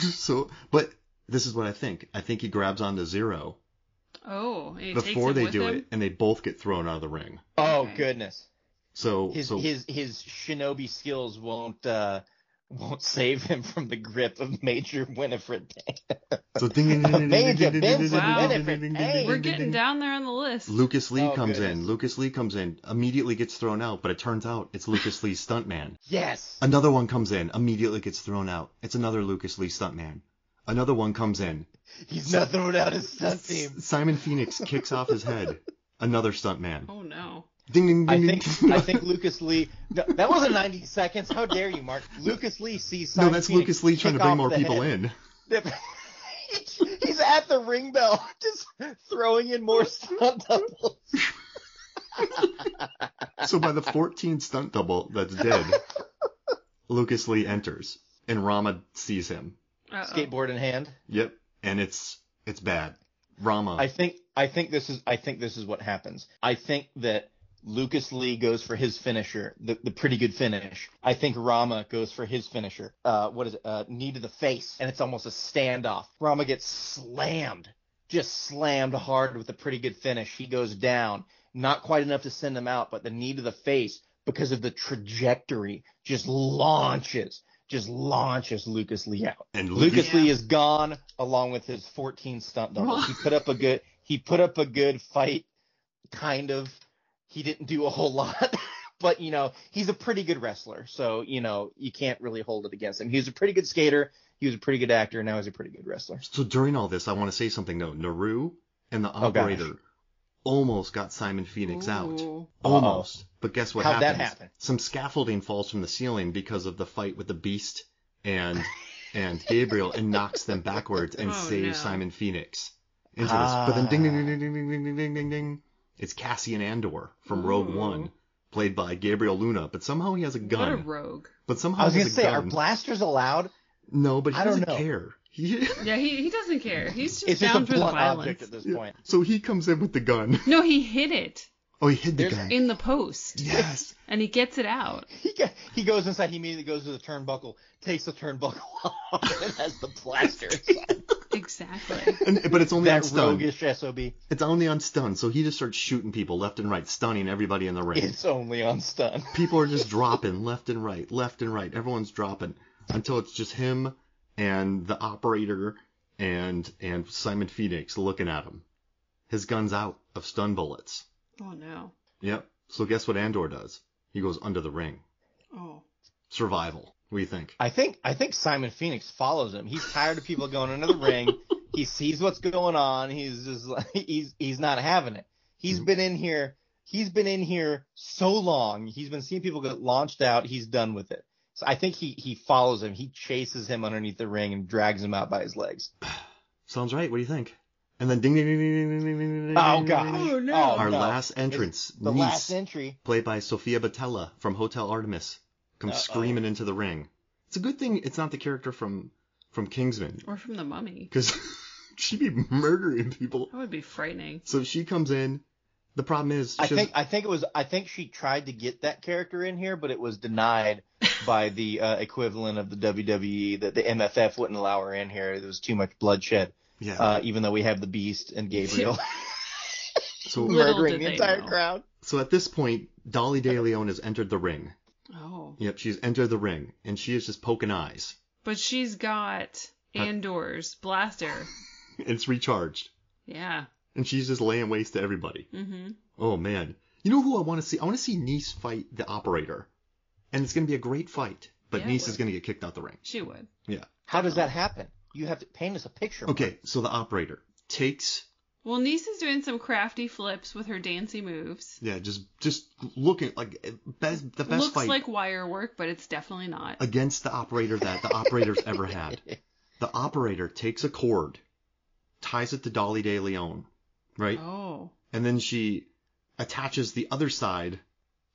Speaker 1: so, but this is what I think. I think he grabs onto Zero
Speaker 3: Oh, and he
Speaker 1: before
Speaker 3: takes
Speaker 1: they
Speaker 3: with
Speaker 1: do
Speaker 3: him?
Speaker 1: it, and they both get thrown out of the ring.
Speaker 2: Oh
Speaker 3: Okay.
Speaker 2: goodness.
Speaker 1: So,
Speaker 2: his
Speaker 1: so
Speaker 2: his his shinobi skills won't uh won't save him from the grip of Major Winifred.
Speaker 1: so ding, ding, ding, ding, ding,
Speaker 2: Major
Speaker 1: ding, ding,
Speaker 2: Benson
Speaker 1: ding, ding, ding,
Speaker 2: Winifred.
Speaker 1: ding, ding,
Speaker 2: Hey.
Speaker 1: ding,
Speaker 3: We're
Speaker 1: ding, ding,
Speaker 3: getting
Speaker 1: ding.
Speaker 3: down there on the list.
Speaker 1: Lucas Lee
Speaker 2: Oh,
Speaker 1: comes
Speaker 2: goodness.
Speaker 1: in. Lucas Lee comes in. Immediately gets thrown out, but it turns out it's Lucas Lee's stuntman.
Speaker 2: yes.
Speaker 1: Another one comes in. Immediately gets thrown out. It's another Lucas Lee stuntman. Another one comes in.
Speaker 2: He's not throwing out his stunt team.
Speaker 1: S- Simon Phoenix kicks off his head. Another stuntman.
Speaker 3: Oh no.
Speaker 1: Ding ding ding.
Speaker 2: I
Speaker 1: ding,
Speaker 2: think
Speaker 1: ding.
Speaker 2: I think Lucas Lee no, that wasn't 90 seconds. How dare you, Mark? Lucas Lee sees
Speaker 1: no,
Speaker 2: Simon
Speaker 1: that's
Speaker 2: Phoenix
Speaker 1: Lucas Lee trying to
Speaker 2: kick
Speaker 1: bring
Speaker 2: off
Speaker 1: more
Speaker 2: the
Speaker 1: people
Speaker 2: head.
Speaker 1: in.
Speaker 2: He's at the ring bell, just throwing in more stunt doubles.
Speaker 1: So by the 14th stunt double that's dead, Lucas Lee enters and Rama sees him.
Speaker 3: Uh-oh.
Speaker 2: Skateboard in hand.
Speaker 1: Yep, and it's it's bad. Rama.
Speaker 2: I think I think this is I think this is what happens. I think that Lucas Lee goes for his finisher, the, the pretty good finish. I think Rama goes for his finisher. Uh, what is it? Uh, knee to the face, and it's almost a standoff. Rama gets slammed, just slammed hard with a pretty good finish. He goes down, not quite enough to send him out, but the knee to the face because of the trajectory just launches, just launches Lucas Lee out.
Speaker 1: and
Speaker 2: Lucas
Speaker 1: Lucas,
Speaker 2: Lee is gone along with his 14 stunt doubles. he put up a good he put up a good fight kind of he didn't do a whole lot but you know he's a pretty good wrestler so you know you can't really hold it against him. He was a pretty good skater, he was a pretty good actor, now he's a pretty good wrestler.
Speaker 1: So during all this, I want to say something though. Naru and the
Speaker 2: Oh, gosh.
Speaker 1: operator almost got Simon Phoenix out.
Speaker 3: Ooh.
Speaker 1: Almost. But guess what
Speaker 2: How'd that
Speaker 1: happens?
Speaker 2: happen?
Speaker 1: Some scaffolding falls from the ceiling because of the fight with the beast and and Gabriel and knocks them backwards and
Speaker 3: Oh,
Speaker 1: saves
Speaker 3: no.
Speaker 1: Simon Phoenix into this. But
Speaker 2: Ah.
Speaker 1: then ding ding ding ding ding ding ding ding ding ding. It's Cassian Andor from Rogue One, played by Gabriel Luna, but somehow he has a
Speaker 3: What a
Speaker 1: gun.
Speaker 3: rogue.
Speaker 1: but somehow
Speaker 2: I was
Speaker 1: he
Speaker 2: going
Speaker 1: has
Speaker 2: to
Speaker 1: a
Speaker 2: say are
Speaker 1: gun.
Speaker 2: blasters allowed?
Speaker 1: No, but he
Speaker 2: I don't
Speaker 1: doesn't
Speaker 2: know.
Speaker 1: care. He
Speaker 3: Yeah, he, he doesn't care. He's just
Speaker 2: It's just a
Speaker 3: down for the
Speaker 2: blunt
Speaker 3: violence.
Speaker 2: object at this point.
Speaker 1: So he comes in with the gun.
Speaker 3: No, he hid it
Speaker 1: Oh, he hid the
Speaker 2: There's-
Speaker 1: gun.
Speaker 3: in the post,
Speaker 1: Yes.
Speaker 3: and he gets it out.
Speaker 2: He go- he goes inside, he immediately goes to the turnbuckle, takes the turnbuckle off and has the blaster.
Speaker 3: Exactly.
Speaker 1: And, but it's only on
Speaker 2: that
Speaker 1: stun.
Speaker 2: roguish SOB.
Speaker 1: It's only on stun, so he just starts shooting people left and right, stunning everybody in the ring.
Speaker 2: It's only on stun.
Speaker 1: People are just dropping left and right, left and right. Everyone's dropping until it's just him and the operator and and Simon Phoenix looking at him. His gun's out of stun bullets.
Speaker 3: Oh no.
Speaker 1: Yep. So guess what Andor does? He goes under the ring.
Speaker 3: Oh.
Speaker 1: Survival. What do you think?
Speaker 2: I think I think Simon Phoenix follows him. He's tired of people going into the ring. He sees what's going on. He's just like he's he's not having it. He's been in here. He's been in here so long. He's been seeing people get launched out. He's done with it. So I think he he follows him. He chases him underneath the ring and drags him out by his legs.
Speaker 1: Sounds right. What do you think? And then ding ding ding ding ding ding ding. ding,
Speaker 2: Oh
Speaker 1: ding,
Speaker 2: god.
Speaker 1: ding, ding.
Speaker 2: Oh no.
Speaker 1: Our last entrance,
Speaker 2: The
Speaker 1: niece.
Speaker 2: last entry.
Speaker 1: played by Sofia Batella from Hotel Artemis, comes
Speaker 2: Uh-oh.
Speaker 1: screaming into the ring. It's a good thing it's not the character from from Kingsman,
Speaker 3: Or from the mummy.
Speaker 1: because she'd be murdering people.
Speaker 3: That would be frightening.
Speaker 1: So she comes in. The problem is,
Speaker 2: I
Speaker 1: she
Speaker 2: think
Speaker 1: doesn't-
Speaker 2: I think it was I think she tried to get that character in here, but it was denied by the uh, equivalent of the WWE that the MFF wouldn't allow her in here. There was too much bloodshed,
Speaker 1: yeah.
Speaker 2: uh, even though we have the Beast and Gabriel
Speaker 1: so
Speaker 3: Little
Speaker 2: murdering
Speaker 3: did
Speaker 2: the
Speaker 3: they
Speaker 2: entire
Speaker 3: know.
Speaker 2: crowd.
Speaker 1: so at this point, Dolly De Leon has entered the ring.
Speaker 3: Oh.
Speaker 1: Yep, she's entered the ring, and she is just poking eyes.
Speaker 3: But she's got Andor's blaster.
Speaker 1: It's recharged,
Speaker 3: Yeah.
Speaker 1: and she's just laying waste to everybody.
Speaker 3: Mm-hmm.
Speaker 1: Oh man, you know who I want to see? I want to see Nice fight the operator, and it's gonna be a great fight. But
Speaker 3: Yeah, it
Speaker 1: Nice is
Speaker 3: would.
Speaker 1: gonna get kicked out the ring.
Speaker 3: She would.
Speaker 1: Yeah.
Speaker 2: How does that happen? You have to paint us a picture. Mark.
Speaker 1: Okay, so the operator takes
Speaker 3: Well, Niece is doing some crafty flips with her dancy moves.
Speaker 1: Yeah, just just looking like best the best
Speaker 3: Looks
Speaker 1: fight
Speaker 3: like wire work, but it's definitely not.
Speaker 1: against the operator that the operator's ever had. The operator takes a cord, ties it to Dolly De Leon, right?
Speaker 3: Oh.
Speaker 1: And then she attaches the other side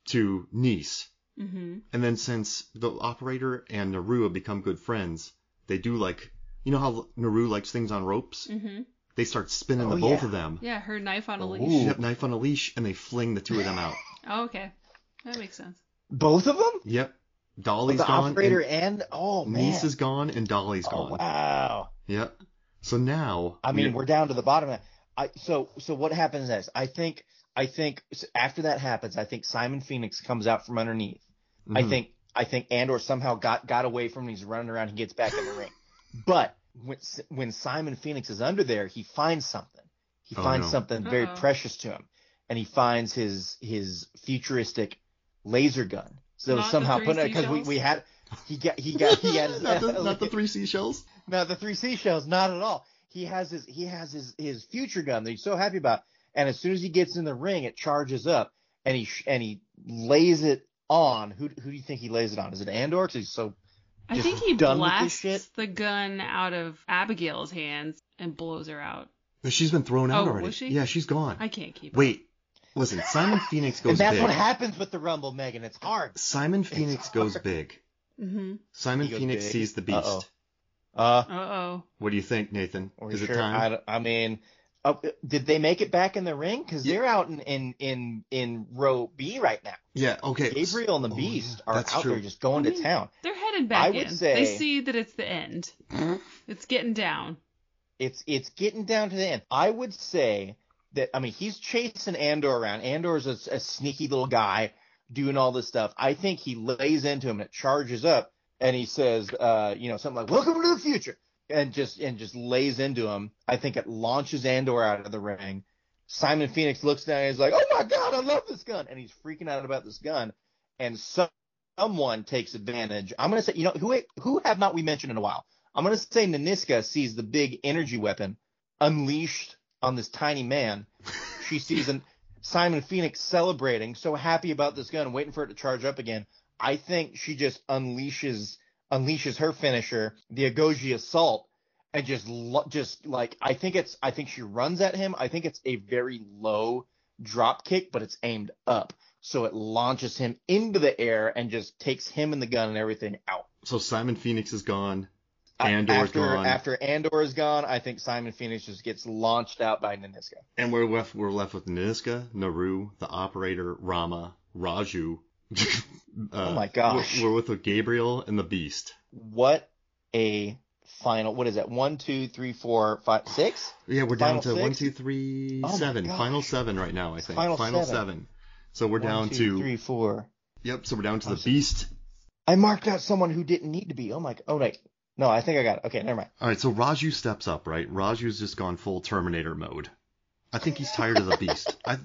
Speaker 1: to Nice.
Speaker 3: Mm-hmm.
Speaker 1: And then since the operator and Naru have become good friends, they do like you know how Naru likes things on ropes?
Speaker 3: Mm-hmm.
Speaker 1: They start spinning
Speaker 2: Oh,
Speaker 1: the both
Speaker 2: yeah.
Speaker 1: of them.
Speaker 3: Yeah, her knife on a leash.
Speaker 2: Ooh.
Speaker 1: Yep, knife on a leash, and they fling the two of them out.
Speaker 3: Oh, okay. That makes sense.
Speaker 2: Both of them?
Speaker 1: yep. Dolly's
Speaker 2: the
Speaker 1: gone.
Speaker 2: operator
Speaker 1: and
Speaker 2: and, oh man.
Speaker 1: Niece is gone and Dolly's
Speaker 2: oh,
Speaker 1: gone.
Speaker 2: wow.
Speaker 1: Yep. So now
Speaker 2: I mean, we're down to the bottom. Of, I so so what happens next? I think I think s- after that happens, I think Simon Phoenix comes out from underneath. I
Speaker 1: Mhm.
Speaker 2: think I think Andor somehow got got away from him. He's running around. He gets back in the ring, but when S- when Simon Phoenix is under there, he finds something. He
Speaker 1: Oh,
Speaker 2: finds
Speaker 1: no.
Speaker 2: something very
Speaker 3: Uh-oh.
Speaker 2: precious to him, and he finds his his futuristic laser gun. So
Speaker 3: Not the
Speaker 2: somehow,
Speaker 3: three
Speaker 2: because we,
Speaker 3: seashells?
Speaker 2: we had he got he got he had his,
Speaker 1: not, the, not the three seashells.
Speaker 2: no, the three seashells, not at all. He has his he has his his future gun that he's so happy about, and as soon as he gets in the ring, it charges up, and he sh- and he lays it on. Who who do you think he lays it on? Is it Andor? 'Cause he's so
Speaker 3: I
Speaker 2: Just
Speaker 3: think he
Speaker 2: done with
Speaker 3: blasts
Speaker 2: this shit?
Speaker 3: the gun out of Abigail's hands and blows her out.
Speaker 1: No, She's been thrown out
Speaker 3: Oh,
Speaker 1: already.
Speaker 3: was she?
Speaker 1: Yeah, she's gone.
Speaker 3: I can't keep it.
Speaker 1: Wait, listen. Simon Phoenix goes
Speaker 2: and that's
Speaker 1: big.
Speaker 2: what happens with the Rumble, Megan. It's hard.
Speaker 1: Simon Phoenix goes
Speaker 2: hard.
Speaker 1: big.
Speaker 3: Mm-hmm.
Speaker 1: Simon
Speaker 2: He goes
Speaker 1: Phoenix
Speaker 2: big.
Speaker 1: sees the beast.
Speaker 2: Uh-oh. Uh,
Speaker 3: Uh oh.
Speaker 1: What do you think, Nathan?
Speaker 2: are we
Speaker 1: Is
Speaker 2: sure?
Speaker 1: it time?
Speaker 2: I, don't- I mean, uh, did they make it back in the ring? Because
Speaker 1: Yeah.
Speaker 2: they're out in, in in in row B right now.
Speaker 1: Yeah. Okay.
Speaker 2: Gabriel and the
Speaker 1: Oh,
Speaker 2: Beast
Speaker 1: yeah,
Speaker 2: are
Speaker 1: that's
Speaker 2: out
Speaker 1: true.
Speaker 2: there just going to town.
Speaker 3: They're headed back
Speaker 2: I would
Speaker 3: in. They
Speaker 2: say-
Speaker 3: see that it's the end.
Speaker 1: Hmm?
Speaker 3: it's getting down.
Speaker 2: It's it's getting down to the end. I would say that I mean he's chasing Andor around. Andor's a, a sneaky little guy doing all this stuff. I think he lays into him and it charges up and he says, uh, you know, something like "Welcome to the future," and just and just lays into him. I think it launches Andor out of the ring. Simon Phoenix looks down and he's like, "Oh my god, I love this gun!" And he's freaking out about this gun. And so, someone takes advantage. I'm gonna say, you know, who who have not we mentioned in a while? I'm gonna say Naniska sees the big energy weapon unleashed on this tiny man. She sees an Simon Phoenix celebrating, so happy about this gun, waiting for it to charge up again. I think she just unleashes unleashes her finisher, the Agogi assault, and just lo- just like I think it's I think she runs at him. I think it's a very low drop kick, but it's aimed up, so it launches him into the air and just takes him and the gun and everything out.
Speaker 1: So Simon Phoenix is gone.
Speaker 2: A-
Speaker 1: Andor's
Speaker 2: after,
Speaker 1: gone.
Speaker 2: After Andor is gone, I think Simon Phoenix just gets launched out by Naniska.
Speaker 1: And we're left we're left with Niska, Naru, the operator, Rama, Raju. uh,
Speaker 2: Oh my gosh.
Speaker 1: We're, we're with Gabriel and the Beast.
Speaker 2: What a final! What is that? One, two, three, four, five, six.
Speaker 1: Yeah, we're down
Speaker 2: Final
Speaker 1: to
Speaker 2: six?
Speaker 1: one, two, three,
Speaker 2: Oh my
Speaker 1: seven.
Speaker 2: gosh.
Speaker 1: Final seven right now, I think.
Speaker 2: Final seven.
Speaker 1: So we're down
Speaker 2: One, two,
Speaker 1: to
Speaker 2: three, four.
Speaker 1: Yep, so we're down to the
Speaker 2: Awesome.
Speaker 1: Beast.
Speaker 2: I marked out someone who didn't need to be. Oh my! Oh wait, no, I think I got it. Okay, never mind.
Speaker 1: Alright, so Raju steps up, right? Raju's just gone full Terminator mode. I think he's tired of the Beast. I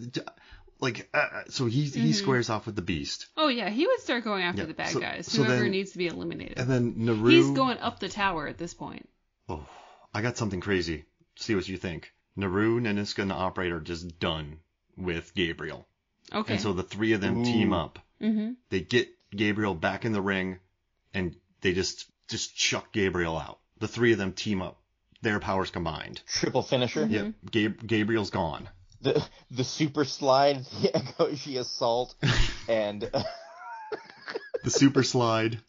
Speaker 1: like uh, uh, so he
Speaker 2: Mm-hmm.
Speaker 1: he squares off with the Beast.
Speaker 3: Oh yeah, he would start going after
Speaker 1: Yeah,
Speaker 3: the bad
Speaker 1: so-
Speaker 3: guys.
Speaker 1: so
Speaker 3: Whoever
Speaker 1: then-
Speaker 3: needs to be eliminated.
Speaker 1: And then Naru
Speaker 3: He's going up the tower at this point.
Speaker 1: Oh, I got something crazy. See what you think. Naru, Naniska, and the operator just done with Gabriel.
Speaker 3: Okay.
Speaker 1: And so the three of them team
Speaker 2: Ooh.
Speaker 1: up.
Speaker 3: mm-hmm.
Speaker 1: They get Gabriel back in the ring, and they just just chuck Gabriel out. The three of them team up. Their powers combined.
Speaker 2: Triple finisher.
Speaker 3: Mm-hmm.
Speaker 1: Yep. Gab- Gabriel's gone.
Speaker 2: the the super slide, the Agoshi assault, and uh,
Speaker 1: The super slide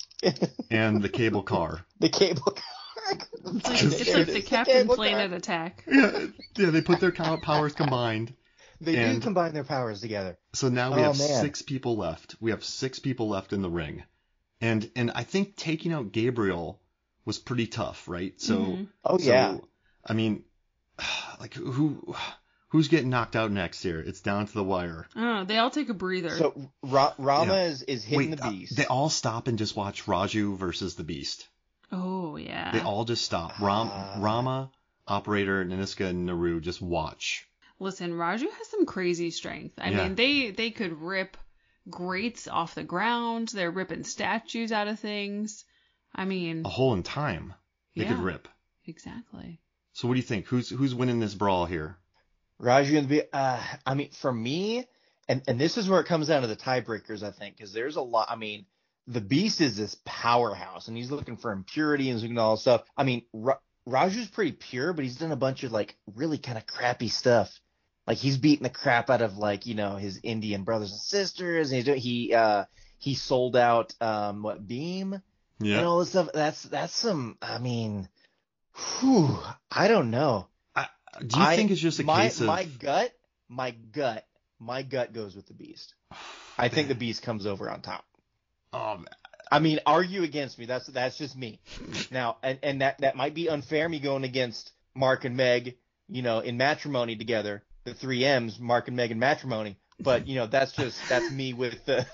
Speaker 1: and the cable car.
Speaker 2: the cable car.
Speaker 3: It's like, it's like the Captain
Speaker 2: cable
Speaker 3: Planet
Speaker 2: car.
Speaker 3: attack.
Speaker 1: Yeah, yeah. They put their co- powers combined.
Speaker 2: They
Speaker 1: and-
Speaker 2: do combine their powers together.
Speaker 1: So now we
Speaker 2: Oh,
Speaker 1: have
Speaker 2: man.
Speaker 1: six people left. We have six people left in the ring. And and I think taking out Gabriel was pretty tough, right? So
Speaker 2: Oh
Speaker 1: so,
Speaker 2: yeah.
Speaker 1: I mean like who who's getting knocked out next here? It's down to the wire.
Speaker 3: I don't know. Oh, They all take a breather.
Speaker 2: So Ra- Rama
Speaker 1: Yeah.
Speaker 2: is, is hitting
Speaker 1: Wait,
Speaker 2: the
Speaker 1: uh,
Speaker 2: beast.
Speaker 1: they all stop and just watch Raju versus the Beast.
Speaker 3: oh yeah.
Speaker 1: They all just stop. Ram,
Speaker 2: Ah.
Speaker 1: Rama, Operator, Naniska, and Naru just watch.
Speaker 3: Listen, Raju has some crazy strength. I
Speaker 1: Yeah.
Speaker 3: mean, they they could rip grates off the ground. They're ripping statues out of things. I mean,
Speaker 1: A hole in time. They could
Speaker 3: Yeah.
Speaker 1: rip.
Speaker 3: exactly.
Speaker 1: So what do you think? Who's who's winning this brawl here?
Speaker 2: Raju and the Bee. Uh, I mean, for me, and and this is where it comes down to the tiebreakers, I think, because there's a lot. I mean, the Beast is this powerhouse, and he's looking for impurity and he's looking at all this stuff. I mean, Ra- Raju's pretty pure, but he's done a bunch of like really kind of crappy stuff. Like he's beating the crap out of like you know his Indian brothers and sisters, and he's doing, he uh he sold out um what Beam
Speaker 1: Yeah.
Speaker 2: and all this stuff. That's that's some. I mean, whew, I don't know.
Speaker 1: Do you
Speaker 2: I-
Speaker 1: think it's just a
Speaker 2: my,
Speaker 1: case of
Speaker 2: my gut? My gut, my gut goes with the beast. I think the beast comes over on top.
Speaker 1: Oh, man.
Speaker 2: I mean, argue against me. That's that's just me. Now, and, and that that might be unfair. Me going against Mark and Meg, you know, in matrimony together, the three M's, Mark and Meg in matrimony. But you know, that's just that's me with the.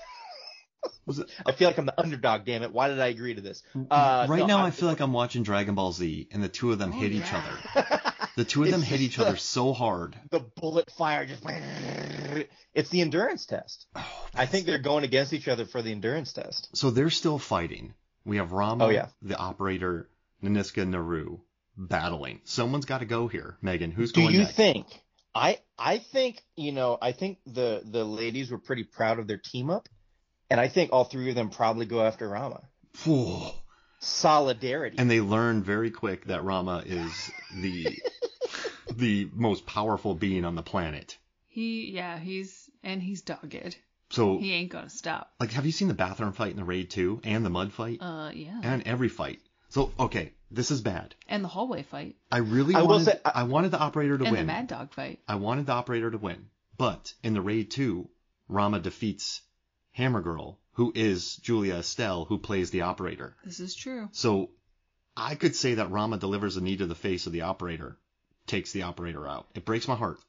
Speaker 1: Was it-
Speaker 2: I feel like I'm the underdog. Damn it! Why did I agree to this? Uh,
Speaker 1: right
Speaker 2: no,
Speaker 1: now
Speaker 2: I-
Speaker 1: I feel like I'm watching Dragon Ball Z and the two of them hit each other. The two of
Speaker 2: It's
Speaker 1: them hit
Speaker 2: just
Speaker 1: each other
Speaker 2: the-
Speaker 1: so hard.
Speaker 2: the bullet fire just it's the endurance test
Speaker 1: Oh,
Speaker 2: i think they're going against each other for the endurance test
Speaker 1: So they're still fighting. We have Rama,
Speaker 2: Oh, yeah.
Speaker 1: the operator, Naniska, Naru battling. Someone's got to go here. Megan, who's
Speaker 2: do
Speaker 1: going
Speaker 2: you
Speaker 1: next?
Speaker 2: think i i think you know i think the the ladies were pretty proud of their team up and i think all three of them probably go after rama
Speaker 1: Whoa.
Speaker 2: solidarity
Speaker 1: And they learn very quick that Rama is the the most powerful being on the planet.
Speaker 3: He, yeah, he's and he's dogged.
Speaker 1: So,
Speaker 3: He ain't gonna stop.
Speaker 1: like, have you seen the bathroom fight in the raid too, and the mud fight,
Speaker 3: Uh, yeah. And,
Speaker 1: and every fight? So, okay, this is bad.
Speaker 3: the hallway fight
Speaker 1: I really
Speaker 2: I will
Speaker 1: wanted
Speaker 2: say-
Speaker 1: I, wanted the operator to
Speaker 3: and
Speaker 1: win.
Speaker 3: the mad dog fight.
Speaker 1: I wanted the operator to win, but in the raid two, Rama defeats Hammer Girl, who is Julia Estelle, who plays the operator.
Speaker 3: This is true.
Speaker 1: So I could say that Rama delivers a knee to the face of the operator, takes the operator out. It breaks my heart,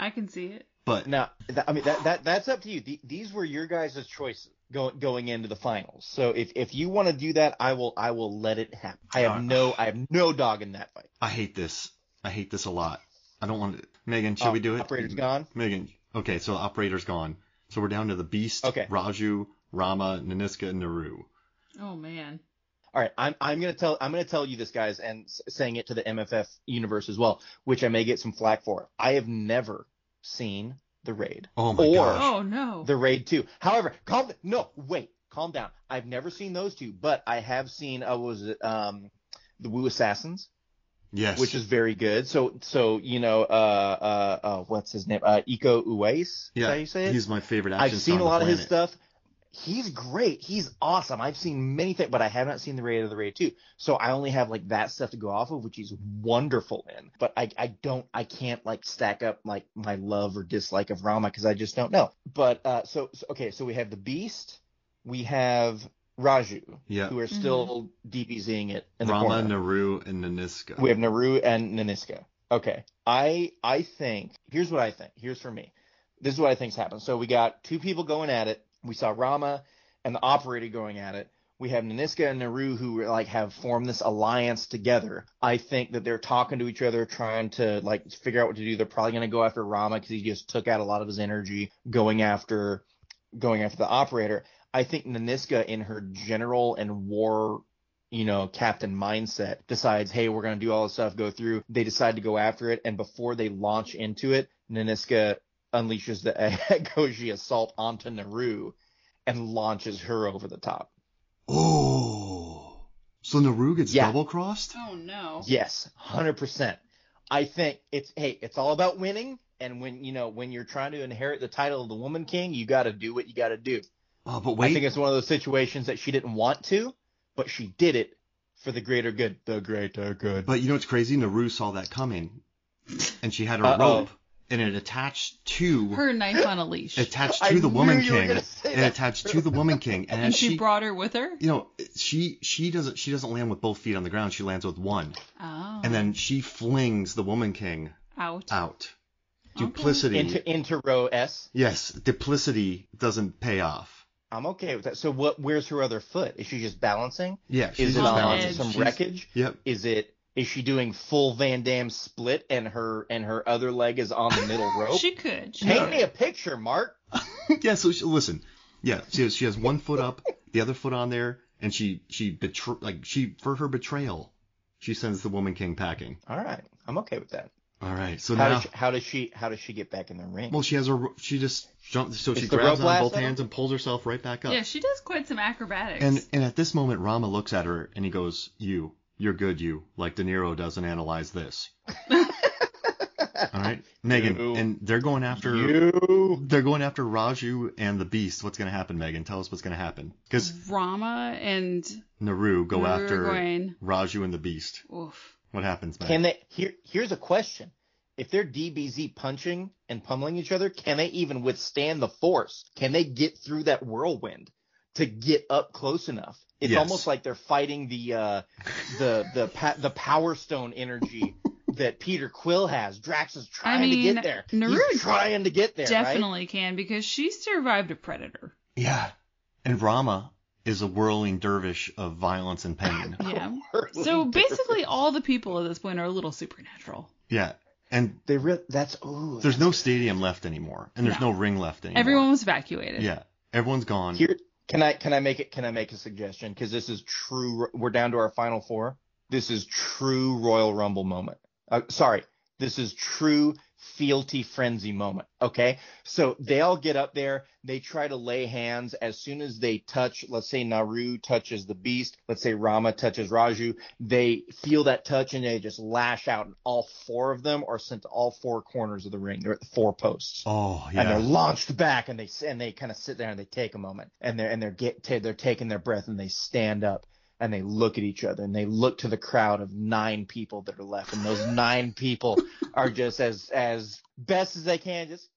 Speaker 3: I can see it.
Speaker 1: but
Speaker 2: now that, i mean that, that that's up to you The- these were your guys' choices going going into the finals so if if you want to do that i will i will let it happen i
Speaker 1: Uh,
Speaker 2: have no i have no dog in that fight
Speaker 1: I hate this. I hate this a lot. I don't want to. Megan, should
Speaker 2: Uh,
Speaker 1: we do it?
Speaker 2: operator's gone?
Speaker 1: Megan. Okay, so the operator's gone. So we're down to the Beast,
Speaker 2: Okay.
Speaker 1: Raju, Rama, Naniska, and Naru.
Speaker 3: Oh man.
Speaker 2: All right, I'm I'm gonna tell I'm gonna tell you this, guys, and s- saying it to the MFF universe as well, which I may get some flack for. I have never seen the raid
Speaker 1: Oh my
Speaker 2: or
Speaker 1: gosh.
Speaker 3: Oh no.
Speaker 2: the raid two. However, calm no wait, calm down. I've never seen those two, but I have seen uh, what was it um the Wu Assassins,
Speaker 1: Yes.
Speaker 2: which is very good. So so you know uh uh, uh what's his name uh Iko Uwais? Is
Speaker 1: yeah.
Speaker 2: that how you say it?
Speaker 1: He's my favorite action
Speaker 2: I've seen
Speaker 1: star
Speaker 2: a
Speaker 1: on the
Speaker 2: lot of his
Speaker 1: planet.
Speaker 2: stuff. He's great. He's awesome. I've seen many things, but I have not seen the Raid of the Raid 2. So I only have like that stuff to go off of, which he's wonderful in. But I, I don't, I can't like stack up like my love or dislike of Rama because I just don't know. But uh, so, so okay, so we have the Beast, we have Raju,
Speaker 1: Yeah.
Speaker 2: who are still DBZing it in the
Speaker 1: Rama,
Speaker 2: corner.
Speaker 1: Naru, and Naniska.
Speaker 2: We have Naru and Naniska. Okay. I I think here's what I think. Here's for me. This is what I think's happened. So we got two people going at it. We saw Rama and the operator going at it. We have Naniska and Naru who were, like have formed this alliance together. I think that they're talking to each other, trying to like figure out what to do. They're probably gonna go after Rama because he just took out a lot of his energy going after going after the operator. I think Naniska in her general and war you know, captain mindset decides, hey, we're going to do all this stuff, go through. They decide to go after it. And before they launch into it, Naniska unleashes the Goji assault onto Naru and launches her over the top.
Speaker 1: Oh. So Naru gets
Speaker 2: Yeah.
Speaker 1: double crossed?
Speaker 3: Oh no.
Speaker 2: Yes, 100%. I think it's, hey, it's all about winning. And when, you know, when you're trying to inherit the title of the Woman King, you got to do what you got to do.
Speaker 1: Oh, but
Speaker 2: I
Speaker 1: wait.
Speaker 2: think it's one of those situations that she didn't want to, but she did it for the greater good. The greater good.
Speaker 1: But you know what's crazy? Naru saw that coming, and she had her
Speaker 2: Uh-oh.
Speaker 1: rope, and it attached to
Speaker 3: Her knife on a leash.
Speaker 1: attached
Speaker 2: I
Speaker 1: to the
Speaker 2: knew
Speaker 1: woman
Speaker 2: you were
Speaker 1: king.
Speaker 2: gonna say
Speaker 1: It
Speaker 2: that.
Speaker 1: attached to the woman king, and,
Speaker 3: and
Speaker 1: she,
Speaker 3: she, brought her with her.
Speaker 1: you know, she she doesn't she doesn't land with both feet on the ground. She lands with one,
Speaker 3: Oh.
Speaker 1: and then she flings the woman king
Speaker 3: out.
Speaker 1: out.
Speaker 3: Okay.
Speaker 1: Duplicity.
Speaker 2: into, into row S.
Speaker 1: yes, duplicity doesn't pay off.
Speaker 2: I'm okay with that. So what? Where's her other foot? Is she just balancing?
Speaker 1: Yeah, she's
Speaker 2: is it
Speaker 1: just
Speaker 2: on
Speaker 1: balancing.
Speaker 2: some
Speaker 1: She's-
Speaker 2: wreckage?
Speaker 1: Yep.
Speaker 2: Is it? Is she doing full Van Damme split and her and her other leg is on the middle rope?
Speaker 3: She could. She
Speaker 2: Paint
Speaker 3: could.
Speaker 2: me a picture, Mark.
Speaker 1: yeah, so she, listen. Yeah, she has, she has one foot up, the other foot on there, and she she betray like she for her betrayal, she sends the woman king packing.
Speaker 2: All right, I'm okay with that.
Speaker 1: All right. So
Speaker 2: How
Speaker 1: now,
Speaker 2: does she, how does she how does she get back in the ring?
Speaker 1: well, she has her. She just jumps. So she
Speaker 2: It's the
Speaker 1: grabs
Speaker 2: rope
Speaker 1: on both
Speaker 2: lasso?
Speaker 1: hands and pulls herself right back up.
Speaker 3: Yeah, she does quite some acrobatics.
Speaker 1: And and at this moment, Rama looks at her and he goes, "You, you're good, you." Like De Niro doesn't analyze this. All right, Megan,
Speaker 2: You.
Speaker 1: and they're going after
Speaker 2: You.
Speaker 1: they're going after Raju and the Beast. What's gonna happen, Megan? Tell us what's gonna happen because
Speaker 3: Rama and
Speaker 1: Naru go
Speaker 3: Naru are
Speaker 1: after
Speaker 3: going-
Speaker 1: Raju and the Beast.
Speaker 3: oof.
Speaker 1: What happens, Megan?
Speaker 2: Can they? Here, here's a question: If they're DBZ punching and pummeling each other, can they even withstand the force? Can they get through that whirlwind to get up close enough? It's
Speaker 1: Yes.
Speaker 2: almost like they're fighting the uh, the the pa- the Power Stone energy that Peter Quill has. Drax is trying to
Speaker 3: mean,
Speaker 2: get there.
Speaker 3: Naru
Speaker 2: He's trying to get there. right?
Speaker 3: Definitely can because she survived a predator.
Speaker 1: Yeah, and Rama is a whirling dervish of violence and pain.
Speaker 2: Oh.
Speaker 3: Yeah.
Speaker 2: Whirling
Speaker 3: so
Speaker 2: dervish.
Speaker 3: basically, all the people at this point are a little supernatural.
Speaker 1: yeah, and
Speaker 2: They re- that's oh, ooh.
Speaker 1: there's no stadium left anymore, and there's no,
Speaker 3: No.
Speaker 1: ring left anymore.
Speaker 3: Everyone was evacuated.
Speaker 1: Yeah, everyone's gone.
Speaker 2: Here, can I can I make it? Can I make a suggestion? Because this is true. We're down to our final four. This is true Royal Rumble moment. Uh, sorry, this is true fealty frenzy moment. Okay, so they all get up there. They try to lay hands. As soon as they touch, let's say Naru touches the Beast. Let's say Rama touches Raju. They feel that touch and they just lash out. And all four of them are sent to all four corners of the ring. They're at the four posts
Speaker 1: Oh
Speaker 2: and
Speaker 1: yeah.
Speaker 2: they're launched back and they and they kind of sit there and they take a moment and they're and they're get ta- they're taking their breath and they stand up and they look at each other and they look to the crowd of nine people that are left and those nine people are just as as best as they can just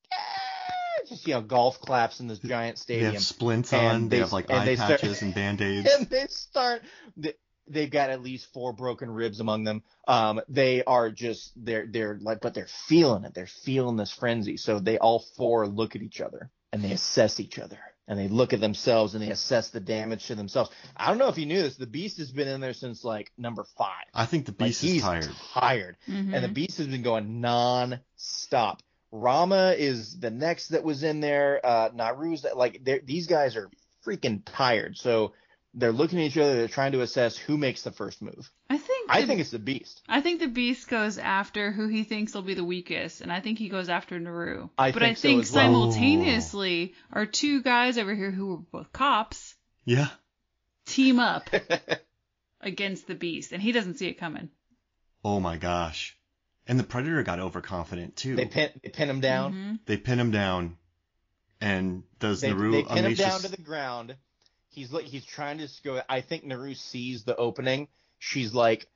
Speaker 2: just you know golf claps in this giant
Speaker 1: They
Speaker 2: stadium
Speaker 1: have splints
Speaker 2: And
Speaker 1: on. They,
Speaker 2: they-
Speaker 1: have like
Speaker 2: and
Speaker 1: eye
Speaker 2: they start-
Speaker 1: patches and band aids.
Speaker 2: and they start they, they've got at least four broken ribs among them um they are just they're they're like but they're feeling it they're feeling this frenzy so they all four look at each other and they assess each other and they look at themselves and they assess the damage to themselves i don't know if you knew this the beast has been in there since like number five
Speaker 1: I think the
Speaker 2: Like,
Speaker 1: beast is
Speaker 2: he's
Speaker 1: tired.
Speaker 2: tired and the beast has been going non-stop rama is the next that was in there uh naru's like they're- these guys are freaking tired so they're looking at each other they're trying to assess who makes the first move
Speaker 3: I think.
Speaker 2: i
Speaker 3: the-
Speaker 2: think it's the beast
Speaker 3: I think the beast goes after who he thinks will be the weakest, and I think he goes after Naru.
Speaker 2: I
Speaker 3: but
Speaker 2: think
Speaker 3: I
Speaker 2: so
Speaker 3: think
Speaker 2: as well.
Speaker 3: simultaneously, our two guys over here who were both cops
Speaker 1: Yeah.
Speaker 3: team up against the beast, and he doesn't see it coming.
Speaker 1: Oh my gosh. And the predator got overconfident too.
Speaker 2: they pin they pin him down
Speaker 1: They pin him down. And does
Speaker 2: they,
Speaker 1: Naru
Speaker 2: they pin him
Speaker 1: unleash
Speaker 2: down
Speaker 1: his-
Speaker 2: to the ground he's like he's trying to just go i think naru sees the opening she's like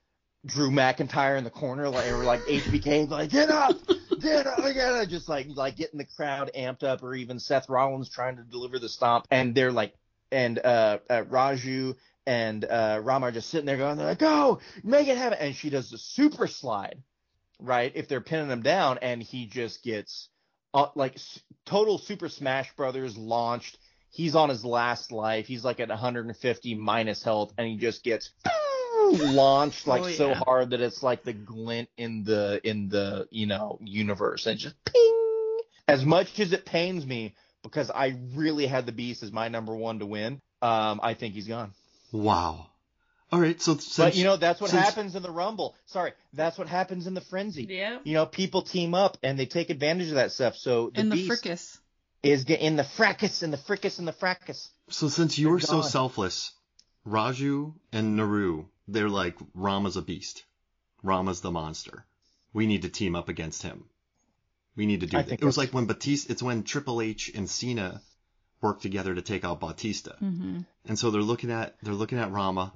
Speaker 2: Drew McIntyre in the corner, like or like HBK, like get up, get up, get up, just like like getting the crowd amped up, or even Seth Rollins trying to deliver the stomp, and they're like, and uh, uh Raju and uh Rama are just sitting there going, they're like, go, make it happen, and she does the super slide, right? If they're pinning him down, and he just gets uh, like s- total Super Smash Brothers launched. He's on his last life. He's like at 150 minus health, and he just gets launched like
Speaker 3: Oh,
Speaker 2: so
Speaker 3: yeah.
Speaker 2: hard that it's like the glint in the in the you know universe, and just ping. As much as it pains me, because I really had the Beast as my number one to win. Um, I think he's gone.
Speaker 1: Wow. All right. So since,
Speaker 2: but you know that's what
Speaker 1: since-
Speaker 2: happens in the Rumble. Sorry, that's what happens in the Frenzy.
Speaker 3: Yeah.
Speaker 2: You know, people team up and they take advantage of that stuff. So the
Speaker 3: in the
Speaker 2: Beast
Speaker 3: fricus.
Speaker 2: is get in the fracas and the fricas and the fracas.
Speaker 1: So since you were so
Speaker 2: gone.
Speaker 1: selfless, Raju and Naru, they're like Rama's a beast. Rama's the monster. We need to team up against him. We need to do
Speaker 2: I
Speaker 1: that.
Speaker 2: think
Speaker 1: It was
Speaker 2: that's-
Speaker 1: like when Batista. It's when Triple H and Cena worked together to take out Batista. And so they're looking at they're looking at Rama.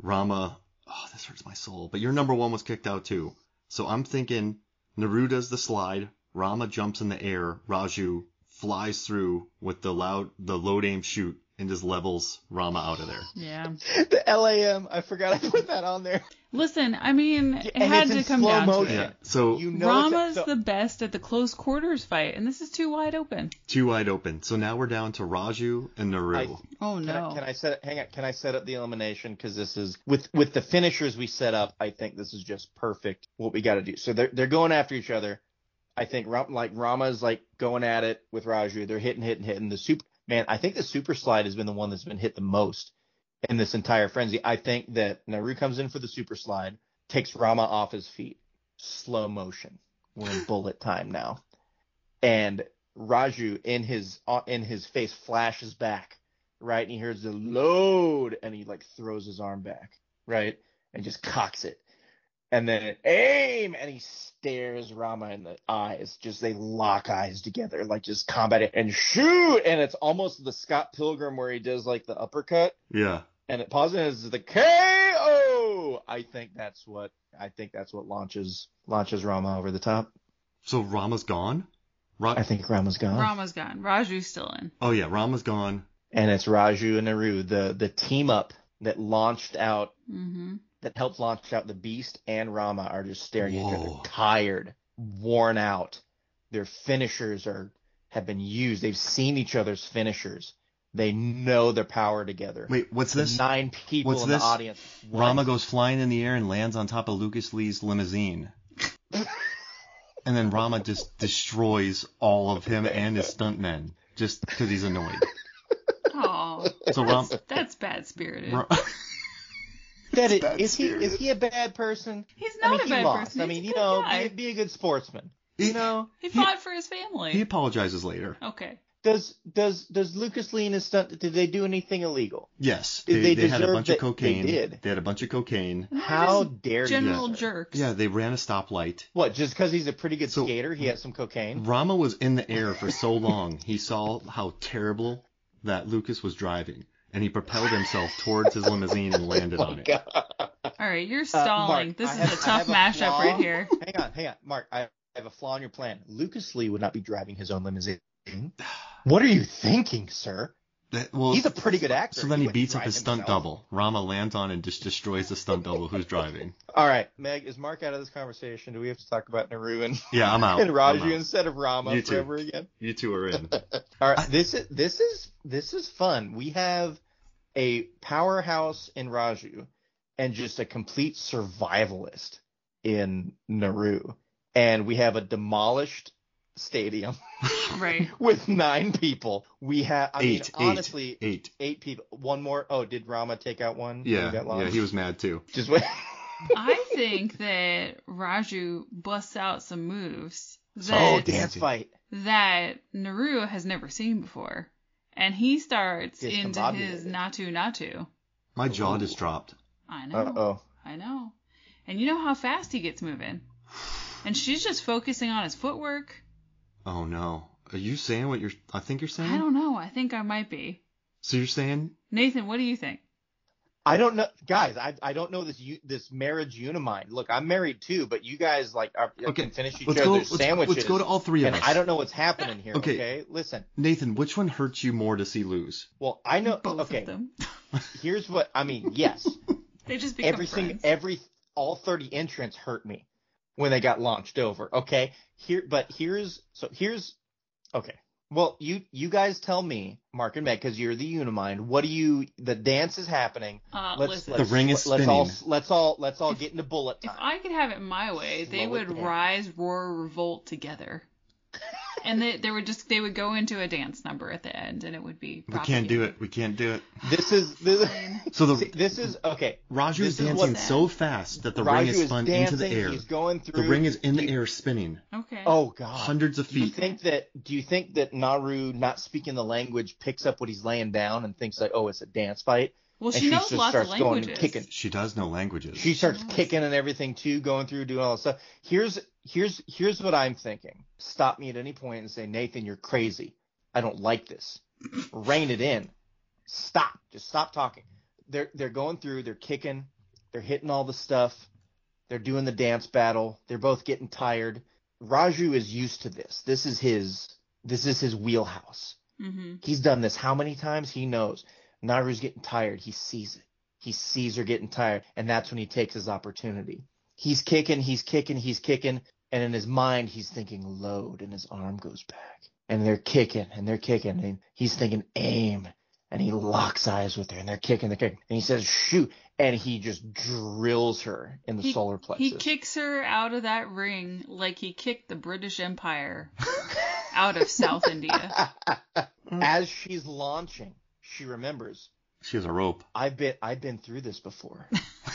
Speaker 1: Rama. Oh, this hurts my soul. But your number one was kicked out too. So I'm thinking Naru does the slide. Rama jumps in the air. Raju flies through with the loud, the load aim shoot and just levels Rama out of there.
Speaker 3: Yeah.
Speaker 2: The LAM. I forgot I put that on there.
Speaker 3: Listen, I mean, it
Speaker 2: and
Speaker 3: had
Speaker 2: it's
Speaker 3: to
Speaker 2: in
Speaker 3: come
Speaker 2: slow
Speaker 3: down
Speaker 2: motion.
Speaker 3: to
Speaker 1: Yeah.
Speaker 3: it.
Speaker 1: So
Speaker 2: You know it's-
Speaker 3: Rama's
Speaker 2: so-
Speaker 3: the best at the close quarters fight, and this is too wide open.
Speaker 1: two wide open. So now we're down to Raju and Naru.
Speaker 2: I-
Speaker 3: Oh
Speaker 2: Can, I, can I set? Hang on. Can I set up the elimination? Because this is with with the finishers we set up. I think this is just perfect. What we got to do. So they're they're going after each other. I think Ra- like Rama's like going at it with Raju. They're hitting, hitting, hitting. The super man. I think the super slide has been the one that's been hit the most in this entire frenzy. I think that Naru comes in for the super slide. takes Rama off his feet. Slow motion. We're in bullet time now. And Raju in his in his face flashes back, right? And he hears the load and he like throws his arm back, right? And just cocks it. And then aim and he stares Rama in the eyes. Just they lock eyes together, like just combat it and shoot. And it's almost the Scott Pilgrim where he does like the uppercut
Speaker 1: Yeah.
Speaker 2: and it pauses is the KO. I think that's what I think that's what launches launches Rama over the top.
Speaker 1: So Rama's gone? Ra-
Speaker 2: I think Rama's gone,
Speaker 3: Rama's gone. Raju's still in.
Speaker 1: Oh, yeah. Rama's gone.
Speaker 2: and it's Raju and Naru, the the team up that launched out
Speaker 3: Mm-hmm.
Speaker 2: that helped launch out the Beast and Rama are just staring at each
Speaker 1: Whoa.
Speaker 2: other, tired, worn out. Their finishers are have been used. They've seen each other's finishers. They know their power together.
Speaker 1: Wait, what's
Speaker 2: The
Speaker 1: this?
Speaker 2: nine people
Speaker 1: what's
Speaker 2: in
Speaker 1: this?
Speaker 2: the audience.
Speaker 1: Rama goes flying in the air and lands on top of Lucas Lee's limousine. and then Rama just destroys all of him and his stuntmen just because he's annoyed.
Speaker 3: Oh,
Speaker 1: So
Speaker 2: Um,
Speaker 1: Ram-
Speaker 3: that's bad spirited.
Speaker 1: Ra-
Speaker 2: That is,
Speaker 1: bad
Speaker 2: is he is
Speaker 1: spirit.
Speaker 2: he a bad person?
Speaker 3: He's
Speaker 2: I
Speaker 3: not
Speaker 2: mean,
Speaker 3: a
Speaker 2: he
Speaker 3: bad
Speaker 2: lost.
Speaker 3: person.
Speaker 2: I
Speaker 3: He's
Speaker 2: mean,
Speaker 3: a
Speaker 2: you
Speaker 3: good
Speaker 2: know,
Speaker 3: guy.
Speaker 2: be, be a good sportsman.
Speaker 1: He-
Speaker 2: You know,
Speaker 3: He fought for his family.
Speaker 1: he apologizes later.
Speaker 3: Okay.
Speaker 2: does does does Lucas Lee and his stunt? Did they do anything illegal?
Speaker 1: Yes,
Speaker 2: Did
Speaker 1: they,
Speaker 2: they
Speaker 1: they had a
Speaker 2: deserve
Speaker 1: bunch of
Speaker 2: that- they
Speaker 1: cocaine.
Speaker 2: did?
Speaker 1: had a bunch of cocaine.
Speaker 3: And they're
Speaker 2: How
Speaker 3: just
Speaker 2: dare
Speaker 3: General
Speaker 2: you? sir.
Speaker 3: jerks.
Speaker 1: Yeah, they ran a stoplight.
Speaker 2: What? Just because he's a pretty good
Speaker 1: So-
Speaker 2: skater, he has some cocaine.
Speaker 1: Rama was in the air for so long, he saw how terrible that Lucas was driving, and he propelled himself towards his limousine and landed
Speaker 2: Oh
Speaker 1: on it.
Speaker 3: All right, you're
Speaker 2: Uh,
Speaker 3: stalling.
Speaker 2: Mark,
Speaker 3: this
Speaker 2: I
Speaker 3: is
Speaker 2: have-
Speaker 3: a
Speaker 2: I
Speaker 3: tough
Speaker 2: have
Speaker 3: mashup
Speaker 2: flaw.
Speaker 3: right here.
Speaker 2: Hang on, hang on, Mark. I have a flaw in your plan. Lucas Lee would not be driving his own limousine. What are you thinking, sir?
Speaker 1: That- well,
Speaker 2: He's a pretty good actor.
Speaker 1: so then he
Speaker 2: wouldn't
Speaker 1: beats up
Speaker 2: drive
Speaker 1: his stunt
Speaker 2: himself.
Speaker 1: double. Rama lands on and just destroys the stunt double who's driving.
Speaker 2: All right, Meg, is Mark out of this conversation? Do we have to talk about Naru and,
Speaker 1: Yeah, I'm out.
Speaker 2: and Raju
Speaker 1: I'm out.
Speaker 2: instead of Rama
Speaker 1: You too.
Speaker 2: forever again?
Speaker 1: You two are in.
Speaker 2: All right, this is this is this is fun. We have a powerhouse in Raju and just a complete survivalist in Naru. And we have a demolished stadium
Speaker 3: Right.
Speaker 2: with nine people. We have I
Speaker 1: eight,
Speaker 2: mean
Speaker 1: eight,
Speaker 2: honestly
Speaker 1: eight.
Speaker 2: eight people. One more. Oh, did Rama take out one? when
Speaker 1: Yeah,
Speaker 2: he got lost?
Speaker 1: yeah, he was mad too.
Speaker 2: just wait.
Speaker 3: I think that Raju busts out some moves
Speaker 1: Oh,
Speaker 3: that
Speaker 1: damn.
Speaker 2: dance fight.
Speaker 3: that Naru has never seen before, and he starts
Speaker 2: Gets
Speaker 3: into his
Speaker 2: combobulated.
Speaker 3: Natu Natu.
Speaker 1: My jaw just dropped.
Speaker 3: I know.
Speaker 2: Uh oh.
Speaker 3: I know. And you know how fast he gets moving. And she's just focusing on his footwork.
Speaker 1: Oh no. Are you saying what you're? I think you're
Speaker 2: Mm-hmm.
Speaker 1: saying.
Speaker 3: I don't know. I think I might be.
Speaker 1: So you're saying
Speaker 3: Nathan, what do you think?
Speaker 2: I don't know, guys. I I don't know this u- this marriage unimind. Look, I'm married too, but you guys like are
Speaker 1: Okay,
Speaker 2: can finish each
Speaker 1: let's go-
Speaker 2: other's
Speaker 1: let's-
Speaker 2: sandwiches.
Speaker 1: let's go to all three of
Speaker 2: and
Speaker 1: us.
Speaker 2: I don't know what's happening here.
Speaker 1: Okay.
Speaker 2: Okay. listen.
Speaker 1: Nathan, which one hurts you more to see lose?
Speaker 2: Well, I know.
Speaker 3: Both
Speaker 2: okay,
Speaker 3: of them.
Speaker 2: here's what I mean. Yes,
Speaker 3: They just become
Speaker 2: every single
Speaker 3: friends.
Speaker 2: every all 30 entrants hurt me when they got launched over. Okay, here, but here's so here's okay. Well, you you guys tell me, Mark and Meg, because you're the unimind. What do you? The dance is happening.
Speaker 3: Uh,
Speaker 2: let's,
Speaker 3: listen.
Speaker 2: let's-
Speaker 1: The ring is
Speaker 2: let's all
Speaker 1: spinning.
Speaker 2: let's all let's all get into bullet
Speaker 3: If
Speaker 2: time.
Speaker 3: I could have it my way, they
Speaker 2: Slow it
Speaker 3: would
Speaker 2: down.
Speaker 3: rise, roar, revolt together. and they, they would just they would go into a dance number at the end and it would be
Speaker 1: We can't do it. We can't do it.
Speaker 2: This is this,
Speaker 1: So the
Speaker 2: see, this is okay.
Speaker 1: Raju is
Speaker 2: this is what
Speaker 1: dancing
Speaker 3: that-
Speaker 1: so fast that the
Speaker 2: Raju
Speaker 1: ring is
Speaker 2: is
Speaker 1: spun into the
Speaker 2: dancing,
Speaker 1: air.
Speaker 2: he's going
Speaker 1: the
Speaker 2: through-
Speaker 1: ring is in the air spinproducing
Speaker 3: Okay.
Speaker 2: Oh god.
Speaker 1: hundreds of
Speaker 2: do you
Speaker 1: feet.
Speaker 2: think that do you think that Naru not speaking the language picks up what he's laying down and thinks like, oh, it's a dance fight?
Speaker 3: well,
Speaker 2: and
Speaker 3: she knows
Speaker 2: just
Speaker 3: lots
Speaker 2: starts
Speaker 3: of
Speaker 2: going
Speaker 3: languages.
Speaker 2: and kicking.
Speaker 1: She does know languages.
Speaker 2: She starts kicking and everything too, going through doing all this stuff. Here's here's here's what I'm thinking. Stop me at any point and say, Nathan, you're crazy. I don't like this. Rein it in. Stop. Just stop talking. They're they're going through. They're kicking. They're hitting all the stuff. They're doing the dance battle. They're both getting tired. Raju is used to this. This is his this is his wheelhouse.
Speaker 3: Mm-hmm.
Speaker 2: He's done this how many times? He knows. Naru's getting tired. He sees it. He sees her getting tired, and that's when he takes his opportunity. He's kicking, he's kicking, he's kicking, and in his mind, he's thinking load, and his arm goes back. And they're kicking, and they're kicking, and he's thinking aim, and he locks eyes with her, and they're kicking, they're kicking, and he says shoot, and he just drills her in the
Speaker 3: He-
Speaker 2: solar plexus.
Speaker 3: He kicks her out of that ring like he kicked the British Empire out of South India.
Speaker 2: As she's launching, she remembers
Speaker 1: She has a rope.
Speaker 2: I've been I've been through this before.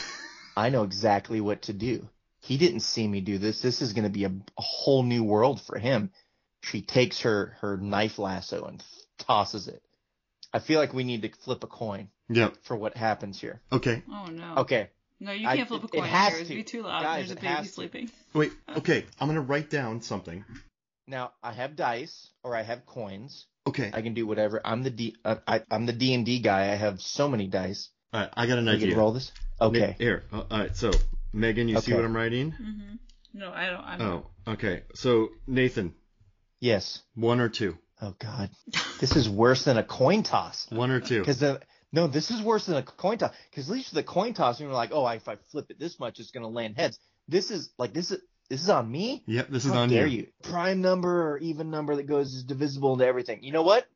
Speaker 2: I know exactly what to do. He didn't see me do this. This is going to be a, a whole new world for him. She takes her her knife lasso and tosses it. I feel like we need to flip a coin
Speaker 1: Yep.
Speaker 2: for what happens here.
Speaker 1: Okay.
Speaker 3: Oh no.
Speaker 2: Okay.
Speaker 3: No, you
Speaker 2: I-
Speaker 3: can't flip a
Speaker 2: it- it
Speaker 3: coin
Speaker 2: has
Speaker 3: here. It'd
Speaker 2: to.
Speaker 3: be too loud.
Speaker 2: Guys,
Speaker 3: There's a
Speaker 2: it
Speaker 3: baby
Speaker 2: has to.
Speaker 3: sleeping.
Speaker 1: Wait. Okay. I'm gonna write down something.
Speaker 2: Now I have dice or I have coins.
Speaker 1: Okay.
Speaker 2: I can do whatever. I'm the D. Uh, I, I'm the D and D guy. I have so many dice.
Speaker 1: All right. I got an
Speaker 2: We
Speaker 1: idea.
Speaker 2: can roll this. Okay.
Speaker 1: Here. Uh, all right. So Megan, you see
Speaker 2: Okay.
Speaker 1: what I'm writing?
Speaker 3: No, I don't. I'm
Speaker 1: Oh. Okay. So Nathan,
Speaker 2: Yes.
Speaker 1: one or two.
Speaker 2: Oh God. This is worse than a coin toss.
Speaker 1: One or two.
Speaker 2: Because the no, this is worse than a coin toss. Because at least with the coin toss, we were like, oh, if I flip it this much, it's gonna land heads. This is like this is this is on me.
Speaker 1: Yep. This is
Speaker 2: How
Speaker 1: on
Speaker 2: dare
Speaker 1: you.
Speaker 2: Prime number or even number that goes is divisible into everything. You know what?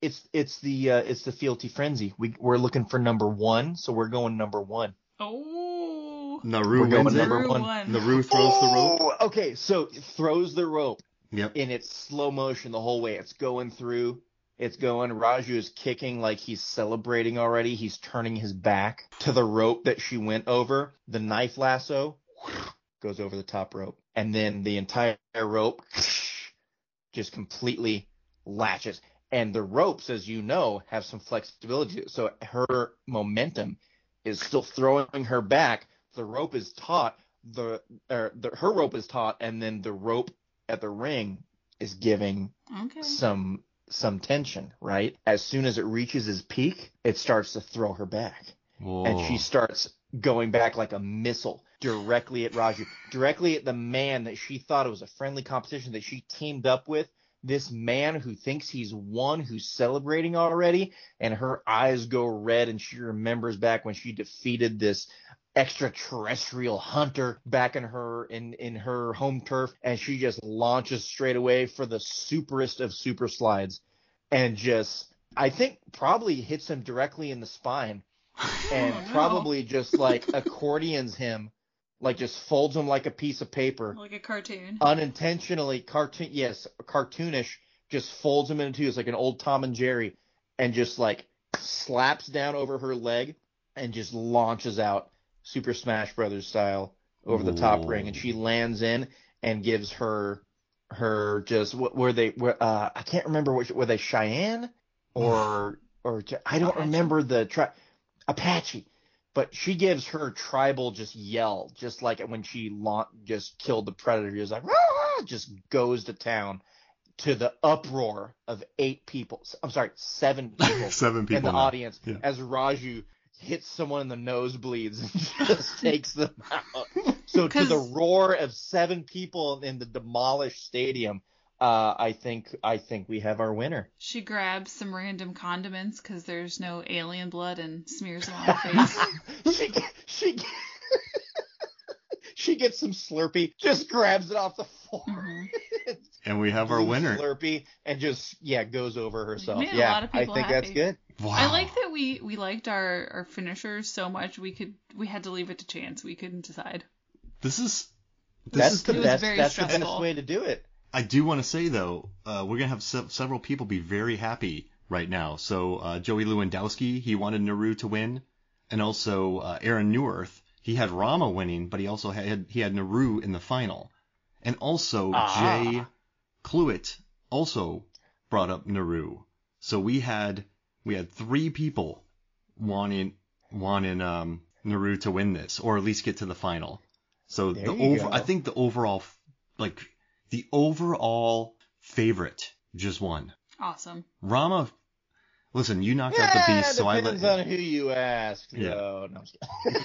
Speaker 2: It's it's the uh, it's the fealty frenzy. We we're looking for number one, so we're going number one.
Speaker 3: Oh.
Speaker 1: Naru
Speaker 2: We're going
Speaker 1: wins it.
Speaker 2: number
Speaker 3: Drew
Speaker 2: one.
Speaker 3: won.
Speaker 1: Naru throws the rope.
Speaker 2: Oh, Okay, so it throws the rope
Speaker 1: Yep.
Speaker 2: and it's slow motion the whole way. It's going through. It's going. Raju is kicking like he's celebrating already. He's turning his back to the rope that she went over. The knife lasso goes over the top rope. And then the entire rope just completely latches. And the ropes, as you know, have some flexibility. So her momentum is still throwing her back. The rope is taut. The, er, the her rope is taut, and then the rope at the ring is giving
Speaker 3: Okay.
Speaker 2: some some tension, right? As soon as it reaches its peak, it starts to throw her back. And
Speaker 1: Oh.
Speaker 2: she starts going back like a missile directly at Raju, directly at the man that she thought it was a friendly competition that she teamed up with. This man who thinks he's won, who's celebrating already, and her eyes go red, and she remembers back when she defeated this extraterrestrial hunter back in her in in her home turf, and she just launches straight away for the superest of super slides, and just I think probably hits him directly in the spine and
Speaker 3: Oh, no.
Speaker 2: probably just like accordions him, like just folds him like a piece of paper,
Speaker 3: Like a cartoon.
Speaker 2: unintentionally cartoon, yes, cartoonish, just folds him into two. It's like an old Tom and Jerry, and just like slaps down over her leg and just launches out Super Smash Brothers style over the top
Speaker 1: Ooh.
Speaker 2: ring, and she lands in and gives her her just what were they? Were, uh, I can't remember which were they Cheyenne or or Ch- I don't
Speaker 3: Apache.
Speaker 2: remember the tri- Apache. But she gives her tribal just yell, just like when she la- just killed the predator. Just like, "Rah, rah," just goes to town to the uproar of eight people. I'm sorry, seven people
Speaker 1: Seven people
Speaker 2: in the
Speaker 1: now.
Speaker 2: audience
Speaker 1: Yeah.
Speaker 2: as Raju hits someone in the nosebleeds and just takes them out. So to the
Speaker 3: 'Cause-
Speaker 2: roar of seven people in the demolished stadium, uh, I think I think we have our winner.
Speaker 3: She grabs some random condiments because there's no alien blood and smears them on her face.
Speaker 2: she she she gets some Slurpee, just grabs it off the floor.
Speaker 3: Mm-hmm.
Speaker 1: And we have our winner.
Speaker 2: Slurpee and just yeah goes over herself.
Speaker 3: made a
Speaker 2: yeah,
Speaker 3: lot of
Speaker 2: I
Speaker 3: people
Speaker 2: think that's
Speaker 3: happy.
Speaker 2: good.
Speaker 1: Wow.
Speaker 3: I like that we we liked our our finishers so much we could we had to leave it to chance. We couldn't decide.
Speaker 1: This is. This
Speaker 2: that's
Speaker 1: is
Speaker 2: the
Speaker 3: It was
Speaker 2: best.
Speaker 3: very
Speaker 2: That's the best
Speaker 3: stressful.
Speaker 2: way to do it.
Speaker 1: I do want to say though, uh, we're gonna have sev- several people be very happy right now. So uh, Joey Lewandowski, he wanted Naru to win, and also uh, Aaron Newerth, he had Rama winning, but he also had he had Naru in the final, and also Jay Cluett also brought up Naru. So we had we had three people wanting wanting um, Naru to win this, or at least get to the final. So
Speaker 2: There
Speaker 1: the
Speaker 2: you
Speaker 1: over,
Speaker 2: go.
Speaker 1: I think the overall f- like the overall favorite just won.
Speaker 3: Awesome.
Speaker 1: Rama, listen, you knocked out the
Speaker 2: Yeah,
Speaker 1: beast, so I
Speaker 2: depends
Speaker 1: let,
Speaker 2: on who you ask.
Speaker 1: Yeah.
Speaker 2: though. No, I'm just kidding.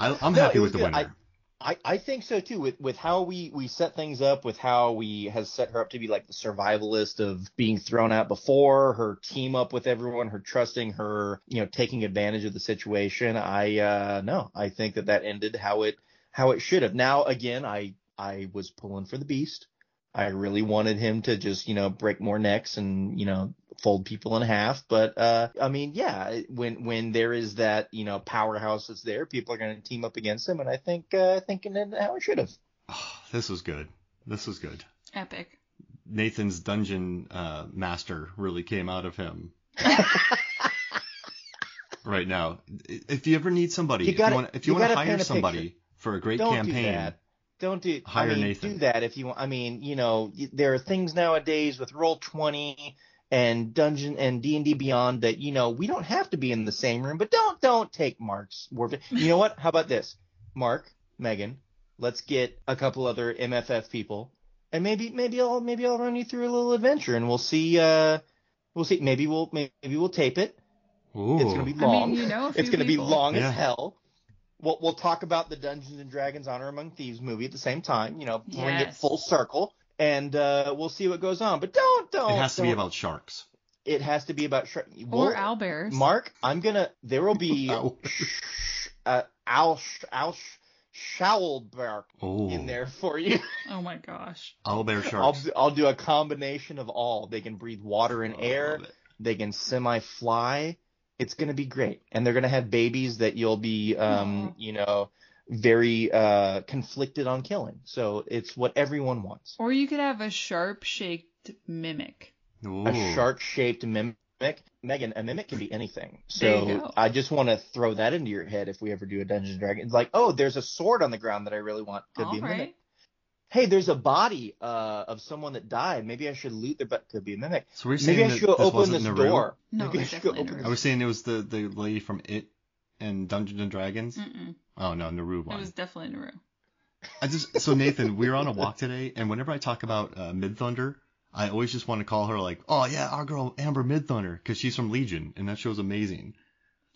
Speaker 1: I, I'm
Speaker 2: No,
Speaker 1: happy
Speaker 2: it
Speaker 1: with the
Speaker 2: was good.
Speaker 1: winner.
Speaker 2: I, I think so too. With with how we we set things up, with how we has set her up to be like the survivalist of being thrown out before, her team up with everyone, her trusting, her you know taking advantage of the situation. I uh no, I think that that ended how it how it should have. Now again, I I was pulling for the beast. I really wanted him to just, you know, break more necks and, you know, fold people in half. But, uh, I mean, yeah, it- when, when there is that, you know, powerhouse that's there, people are going to team up against him. And I think, uh, I think it ended how it should have.
Speaker 1: This was good. This was good.
Speaker 3: Epic.
Speaker 1: Nathan's dungeon uh, master really came out of him. right now. If you ever need somebody,
Speaker 2: You
Speaker 1: if
Speaker 2: gotta-
Speaker 1: you want, if you
Speaker 2: you
Speaker 1: want to
Speaker 2: gotta
Speaker 1: hire
Speaker 2: paint a
Speaker 1: somebody for a great
Speaker 2: Don't
Speaker 1: campaign,
Speaker 2: do that. Don't do.
Speaker 1: Hire
Speaker 2: I mean,
Speaker 1: Nathan.
Speaker 2: do that if you want. I mean, you know, y- there are things nowadays with Roll Twenty and Dungeon and D and D Beyond that you know we don't have to be in the same room. But don't don't take Mark's word. for- You know what? How about this, Mark, Megan? Let's get a couple other MFF people, and maybe maybe I'll maybe I'll run you through a little adventure, and we'll see. uh We'll see. Maybe we'll maybe we'll tape it.
Speaker 1: Ooh.
Speaker 2: It's gonna be
Speaker 3: I
Speaker 2: long.
Speaker 3: mean, you know, a
Speaker 2: it's
Speaker 3: few
Speaker 2: gonna
Speaker 3: people.
Speaker 2: be long
Speaker 1: Yeah.
Speaker 2: as hell. We'll we'll talk about the Dungeons and Dragons Honor Among Thieves movie at the same time. You know, bring it
Speaker 3: Yes.
Speaker 2: full circle, and uh, we'll see what goes on. But don't don't.
Speaker 1: it has to be
Speaker 2: don't-
Speaker 1: about sharks.
Speaker 2: It has to be about. Shr-
Speaker 3: Or
Speaker 2: we'll-
Speaker 3: owlbears.
Speaker 2: Mark, I'm gonna. There will be
Speaker 1: Ow.
Speaker 2: sh- uh, owl owl Schowelberg
Speaker 1: Oh,
Speaker 2: in there for you.
Speaker 3: Oh my gosh.
Speaker 1: owlbear
Speaker 2: I'll
Speaker 1: sharks.
Speaker 2: I'll do a combination of all. They can breathe water and
Speaker 1: Oh, I
Speaker 2: air.
Speaker 1: love it.
Speaker 2: They can semi fly. It's gonna be great, and they're gonna have babies that you'll be, um,
Speaker 3: Aw.
Speaker 2: you know, very uh, conflicted on killing. So it's what everyone wants.
Speaker 3: Or you could have a sharp shaped mimic.
Speaker 1: Ooh.
Speaker 2: A shark shaped mimic. Megan, a mimic can be anything.
Speaker 3: There you
Speaker 2: So
Speaker 3: go.
Speaker 2: I just want to throw that into your head if we ever do a Dungeons and Dragons. Like, oh, there's a sword on the ground that I really want. Could
Speaker 3: All
Speaker 2: be a mimic.
Speaker 3: right.
Speaker 2: Hey, there's a body uh, of someone that died. Maybe I should loot their butt. Could be a mimic.
Speaker 1: So we're saying
Speaker 2: Maybe I
Speaker 1: that
Speaker 2: should go
Speaker 1: this
Speaker 2: open
Speaker 1: wasn't
Speaker 2: this
Speaker 1: Naru?
Speaker 2: door.
Speaker 3: No,
Speaker 2: Maybe I
Speaker 3: it's
Speaker 2: should go
Speaker 3: definitely
Speaker 2: open
Speaker 1: I
Speaker 2: this
Speaker 1: was saying it was the the lady from It and Dungeons and Dragons.
Speaker 3: Mm-mm.
Speaker 1: Oh no, Naru
Speaker 3: It
Speaker 1: won.
Speaker 3: was definitely Naru.
Speaker 1: I just so Nathan, we were on a walk today, and whenever I talk about uh, Mid Thunder, I always just want to call her like, "Oh yeah, our girl Amber Mid Thunder," because she's from Legion, and that show's amazing.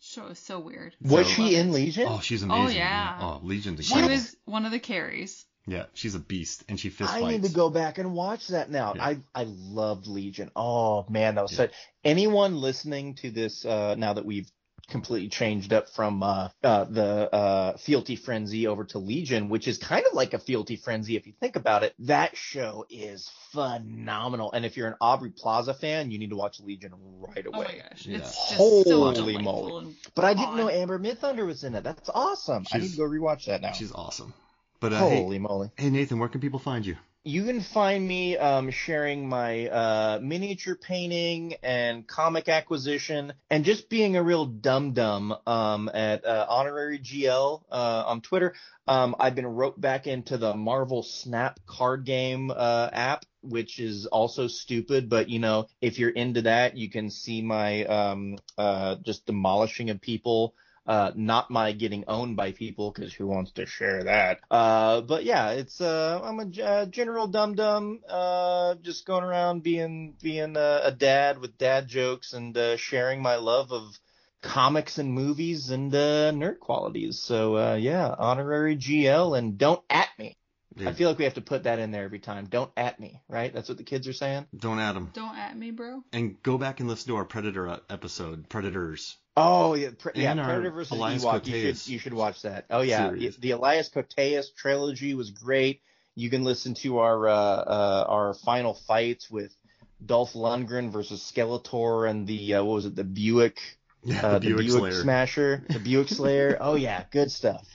Speaker 3: So it's so weird.
Speaker 2: Was
Speaker 1: So-
Speaker 2: she in Legion?
Speaker 1: Oh, she's amazing.
Speaker 3: yeah.
Speaker 1: Oh, Legion's
Speaker 3: She
Speaker 1: incredible.
Speaker 3: was one of the carries.
Speaker 1: Yeah, she's a beast, and she fist
Speaker 2: I
Speaker 1: fights.
Speaker 2: need to go back and watch that now.
Speaker 1: Yeah.
Speaker 2: I I loved Legion. Oh man, that was such. Anyone listening to this uh, now that we've completely changed up from uh, uh, the uh, Fealty Frenzy over to Legion, which is kind of like a Fealty Frenzy if you think about it. That show is phenomenal, and if you're an Aubrey Plaza fan, you need to watch Legion right away.
Speaker 3: Oh my gosh.
Speaker 1: Yeah.
Speaker 3: It's just so
Speaker 2: Holy
Speaker 3: delightful
Speaker 2: moly.
Speaker 3: and
Speaker 2: But I didn't know
Speaker 3: odd.
Speaker 2: Amber Mid Thunder was in it. That's awesome. I need
Speaker 1: She's-
Speaker 2: to go rewatch that now.
Speaker 1: She's awesome. But uh,
Speaker 2: Holy
Speaker 1: hey,
Speaker 2: moly.
Speaker 1: hey, Nathan, where can people find you?
Speaker 2: you can find me um, sharing my uh, miniature painting and comic acquisition and just being a real dum dum um, at uh, honorary GL uh, on Twitter. Um, I've been roped back into the Marvel Snap card game uh, app, which is also stupid, but you know if you're into that, you can see my um, uh, just demolishing of people uh, not my getting owned by people because who wants to share that? Uh, but yeah, it's uh, I'm a g- uh, general dum dum, uh, just going around being being a, a dad with dad jokes and uh, sharing my love of comics and movies and uh, nerd qualities. So uh, yeah, honorary GL and don't at me. I
Speaker 1: Dude,
Speaker 2: feel like we have to put that in there every time. Don't at me, right? That's what the kids are saying.
Speaker 1: Don't add him.
Speaker 3: Don't at me, bro.
Speaker 1: And go back and listen to our Predator uh, episode, Predators.
Speaker 2: Oh yeah, pre- yeah.
Speaker 1: And our
Speaker 2: Predator versus
Speaker 1: Elias
Speaker 2: Ewok. You
Speaker 1: Koteas
Speaker 2: should you should watch that. Oh yeah,
Speaker 1: series.
Speaker 2: the Elias Koteas trilogy was great. You can listen to our uh, uh, our final fights with Dolph Lundgren versus Skeletor and the uh, what was it the Buick
Speaker 1: Yeah,
Speaker 2: uh,
Speaker 1: the Buick, Slayer.
Speaker 2: Smasher the Buick Slayer. oh yeah, good stuff.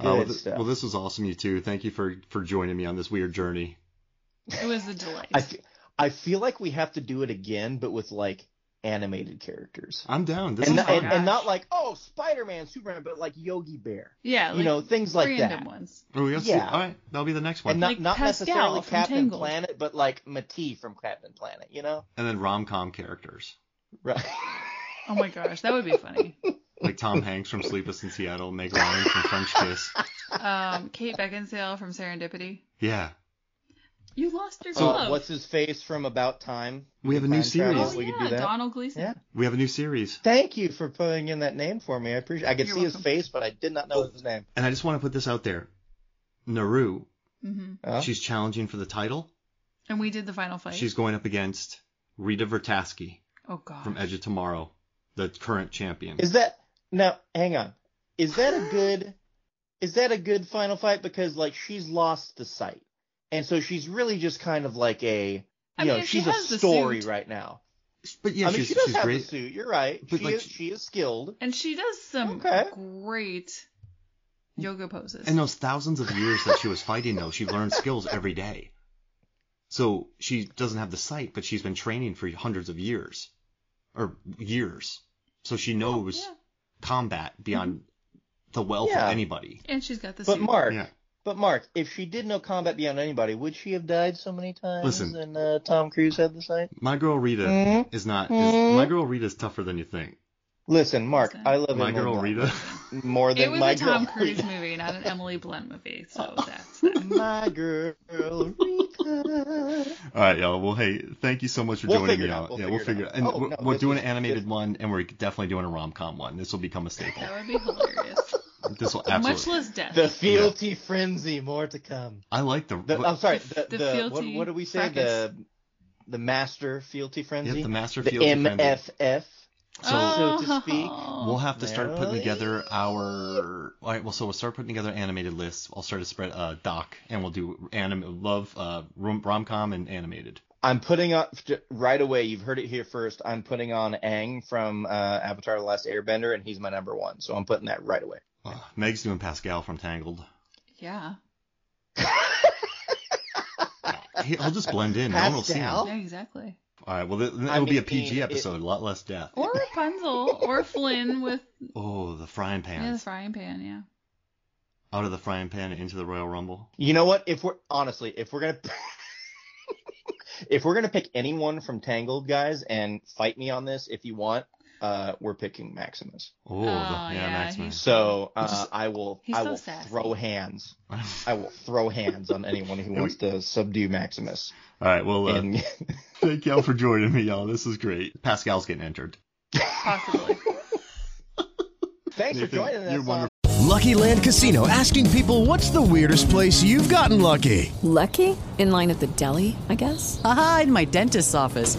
Speaker 1: Uh,
Speaker 2: Good
Speaker 1: well, th-
Speaker 2: stuff.
Speaker 1: well, this was awesome, you two. Thank you for for joining me on this weird journey.
Speaker 3: It was a delight.
Speaker 2: I fe- I feel like we have to do it again, but with like animated characters.
Speaker 1: I'm down. This
Speaker 2: and,
Speaker 1: is
Speaker 2: not-
Speaker 1: fun.
Speaker 2: and, and not like oh Spider-Man, Superman, but like Yogi Bear.
Speaker 3: yeah, like
Speaker 2: you know things like
Speaker 3: random
Speaker 2: that.
Speaker 3: ones.
Speaker 1: Oh, we got to-
Speaker 2: Yeah.
Speaker 1: all right, that'll be the next one.
Speaker 2: And
Speaker 1: And,
Speaker 2: not,
Speaker 3: Like
Speaker 2: not
Speaker 3: Pascal
Speaker 2: necessarily
Speaker 3: from
Speaker 2: Captain
Speaker 3: Tangled.
Speaker 2: Planet, but like Matee from Captain Planet, you know?
Speaker 1: then rom com characters
Speaker 2: Right.
Speaker 3: Oh my gosh, that would be funny.
Speaker 1: like Tom Hanks from Sleepless in Seattle, Meg Ryan from French Kiss.
Speaker 3: Um, Kate Beckinsale from Serendipity.
Speaker 1: Yeah,
Speaker 3: You lost your
Speaker 2: So
Speaker 3: glove.
Speaker 2: what's his face from About Time?
Speaker 1: We have a new
Speaker 2: Time travel,
Speaker 1: series.
Speaker 3: oh,
Speaker 2: We
Speaker 3: yeah,
Speaker 2: could do that.
Speaker 3: Donald Gleason.
Speaker 2: Yeah.
Speaker 1: we have a new series,
Speaker 2: Thank you for putting in that name for me. I appreciate. I could
Speaker 3: You're
Speaker 2: see his
Speaker 3: welcome.
Speaker 2: face, but I did not know his name.
Speaker 1: and I just want to put this out there. Naru,
Speaker 3: hmm
Speaker 2: Huh?
Speaker 1: she's challenging for the title.
Speaker 3: And we did the final fight.
Speaker 1: She's going up against Rita Vertaski
Speaker 3: oh god.
Speaker 1: from Edge of Tomorrow, the current champion.
Speaker 2: Is that now? Hang on. Is that a good? Is that a good final fight? Because like she's lost the sight, and so she's really just kind of like a you
Speaker 3: I
Speaker 2: know
Speaker 3: mean, she
Speaker 2: she's a
Speaker 3: has the
Speaker 2: story
Speaker 3: suit.
Speaker 2: right now.
Speaker 1: but yeah,
Speaker 2: I mean,
Speaker 1: she's,
Speaker 2: she does
Speaker 1: she's
Speaker 2: have
Speaker 1: great.
Speaker 2: the suit. You're right.
Speaker 1: But,
Speaker 2: she
Speaker 1: like,
Speaker 2: is she is skilled.
Speaker 3: And she does some
Speaker 2: Okay.
Speaker 3: great yoga poses.
Speaker 1: In those thousands of years that she was fighting, though, she learned skills every day. So she doesn't have the sight, but she's been training for hundreds of years, or years. So she knows
Speaker 3: yeah. Mm-hmm.
Speaker 1: combat beyond the wealth
Speaker 2: Yeah.
Speaker 1: of anybody.
Speaker 3: And she's got the
Speaker 2: But
Speaker 3: suit.
Speaker 2: Mark,
Speaker 1: Yeah.
Speaker 2: but Mark, if she did know combat beyond anybody, would she have died so many times?
Speaker 1: Listen.
Speaker 2: and uh, Tom Cruise had the sight.
Speaker 1: My girl Rita
Speaker 2: Mhm.
Speaker 1: is not. Is,
Speaker 2: Mhm.
Speaker 1: my girl Rita is tougher than you think.
Speaker 2: Listen, Mark,
Speaker 3: Listen.
Speaker 2: I love
Speaker 1: My
Speaker 2: Emily
Speaker 1: girl
Speaker 2: Blunt
Speaker 1: Rita.
Speaker 2: more than
Speaker 3: It was
Speaker 2: my
Speaker 3: a Tom
Speaker 2: girl.
Speaker 3: Cruise movie, not an Emily Blunt movie. So that's that.
Speaker 2: my girl Rita.
Speaker 1: All right, y'all. Well, hey, thank you so much for
Speaker 2: We'll
Speaker 1: joining
Speaker 2: figure
Speaker 1: me
Speaker 2: it out.
Speaker 1: out.
Speaker 2: We'll
Speaker 1: yeah,
Speaker 2: figure
Speaker 1: we'll
Speaker 2: it
Speaker 1: figure it
Speaker 2: out.
Speaker 1: out. And
Speaker 2: Oh,
Speaker 1: we're,
Speaker 2: no,
Speaker 1: we're
Speaker 2: this
Speaker 1: doing
Speaker 2: was-
Speaker 1: an animated
Speaker 2: this-
Speaker 1: one, and we're definitely doing a rom com one. This will become a staple.
Speaker 3: That would be hilarious.
Speaker 1: This will
Speaker 3: Much
Speaker 1: absolutely.
Speaker 3: less death.
Speaker 2: The fealty frenzy, more to come.
Speaker 1: I like the.
Speaker 2: The,
Speaker 1: what-
Speaker 2: I'm sorry.
Speaker 3: The- the
Speaker 2: The, the, what,
Speaker 3: fealty
Speaker 2: what do we say? The the master fealty
Speaker 1: yeah,
Speaker 2: frenzy.
Speaker 1: the master
Speaker 2: the
Speaker 1: field defender.
Speaker 2: MFF,
Speaker 3: Oh,
Speaker 2: so to speak.
Speaker 1: We'll have to start putting
Speaker 2: Really?
Speaker 1: together our. All right, well, so we'll start putting together animated lists. I'll start to spread uh, doc, and we'll do anim love uh, rom com and animated.
Speaker 2: I'm putting on right away. You've heard it here first. I'm putting on Aang from uh, Avatar: The Last Airbender, and he's my number one. So I'm putting that right away.
Speaker 1: Uh, Meg's doing Pascal from Tangled.
Speaker 3: Yeah.
Speaker 1: Uh, He- I'll just blend in. No one will see him.
Speaker 2: Pascal?
Speaker 3: Yeah, exactly.
Speaker 1: All right, well, th- then
Speaker 2: I
Speaker 1: it'll be a
Speaker 2: mean,
Speaker 1: PG
Speaker 2: it-
Speaker 1: episode, a lot less death.
Speaker 3: Or Rapunzel, or Flynn with
Speaker 1: Oh, the frying
Speaker 3: yeah,
Speaker 1: pan.
Speaker 3: the frying pan. Yeah.
Speaker 1: Out of the frying pan and into the Royal Rumble.
Speaker 2: You know what? If we're honestly, if we're gonna if we're gonna pick anyone from Tangled, guys, and fight me on this if you want, uh, we're picking Maximus.
Speaker 1: Oh, the,
Speaker 3: Oh,
Speaker 1: yeah,
Speaker 3: yeah,
Speaker 1: Maxman.
Speaker 3: he's-
Speaker 2: So uh,
Speaker 1: Just-
Speaker 2: I will
Speaker 3: He's
Speaker 2: I
Speaker 3: so
Speaker 2: will
Speaker 3: sassy.
Speaker 2: throw hands. I will throw hands on anyone who wants to subdue Maximus.
Speaker 1: All right, well, uh,
Speaker 2: And
Speaker 1: thank y'all for joining me, y'all. This is great. Pascal's getting entered.
Speaker 3: Possibly.
Speaker 2: thanks for joining us.
Speaker 1: You're
Speaker 2: on-
Speaker 1: wonderful.
Speaker 4: Lucky Land Casino asking people what's the weirdest place you've gotten lucky?
Speaker 5: Lucky? In line at the deli, I guess?
Speaker 6: Aha, in my dentist's office.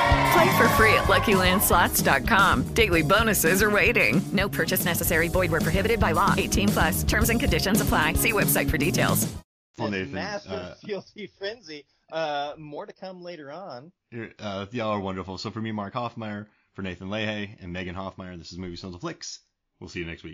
Speaker 7: Play for free at LuckyLandSlots.com. Daily bonuses are waiting. No purchase necessary. Void where prohibited by law. 18 plus. Terms and conditions apply. See website for details.
Speaker 1: Nathan.
Speaker 2: Master
Speaker 1: Uh,
Speaker 2: Fealty Frenzy. Uh, more to come later on.
Speaker 1: you're- uh, y'all are wonderful. So for me, Mark Hoffmeyer, for Nathan Leahy, and Megan Hoffmeyer, this is Movie Sons of Flicks. We'll see you next week.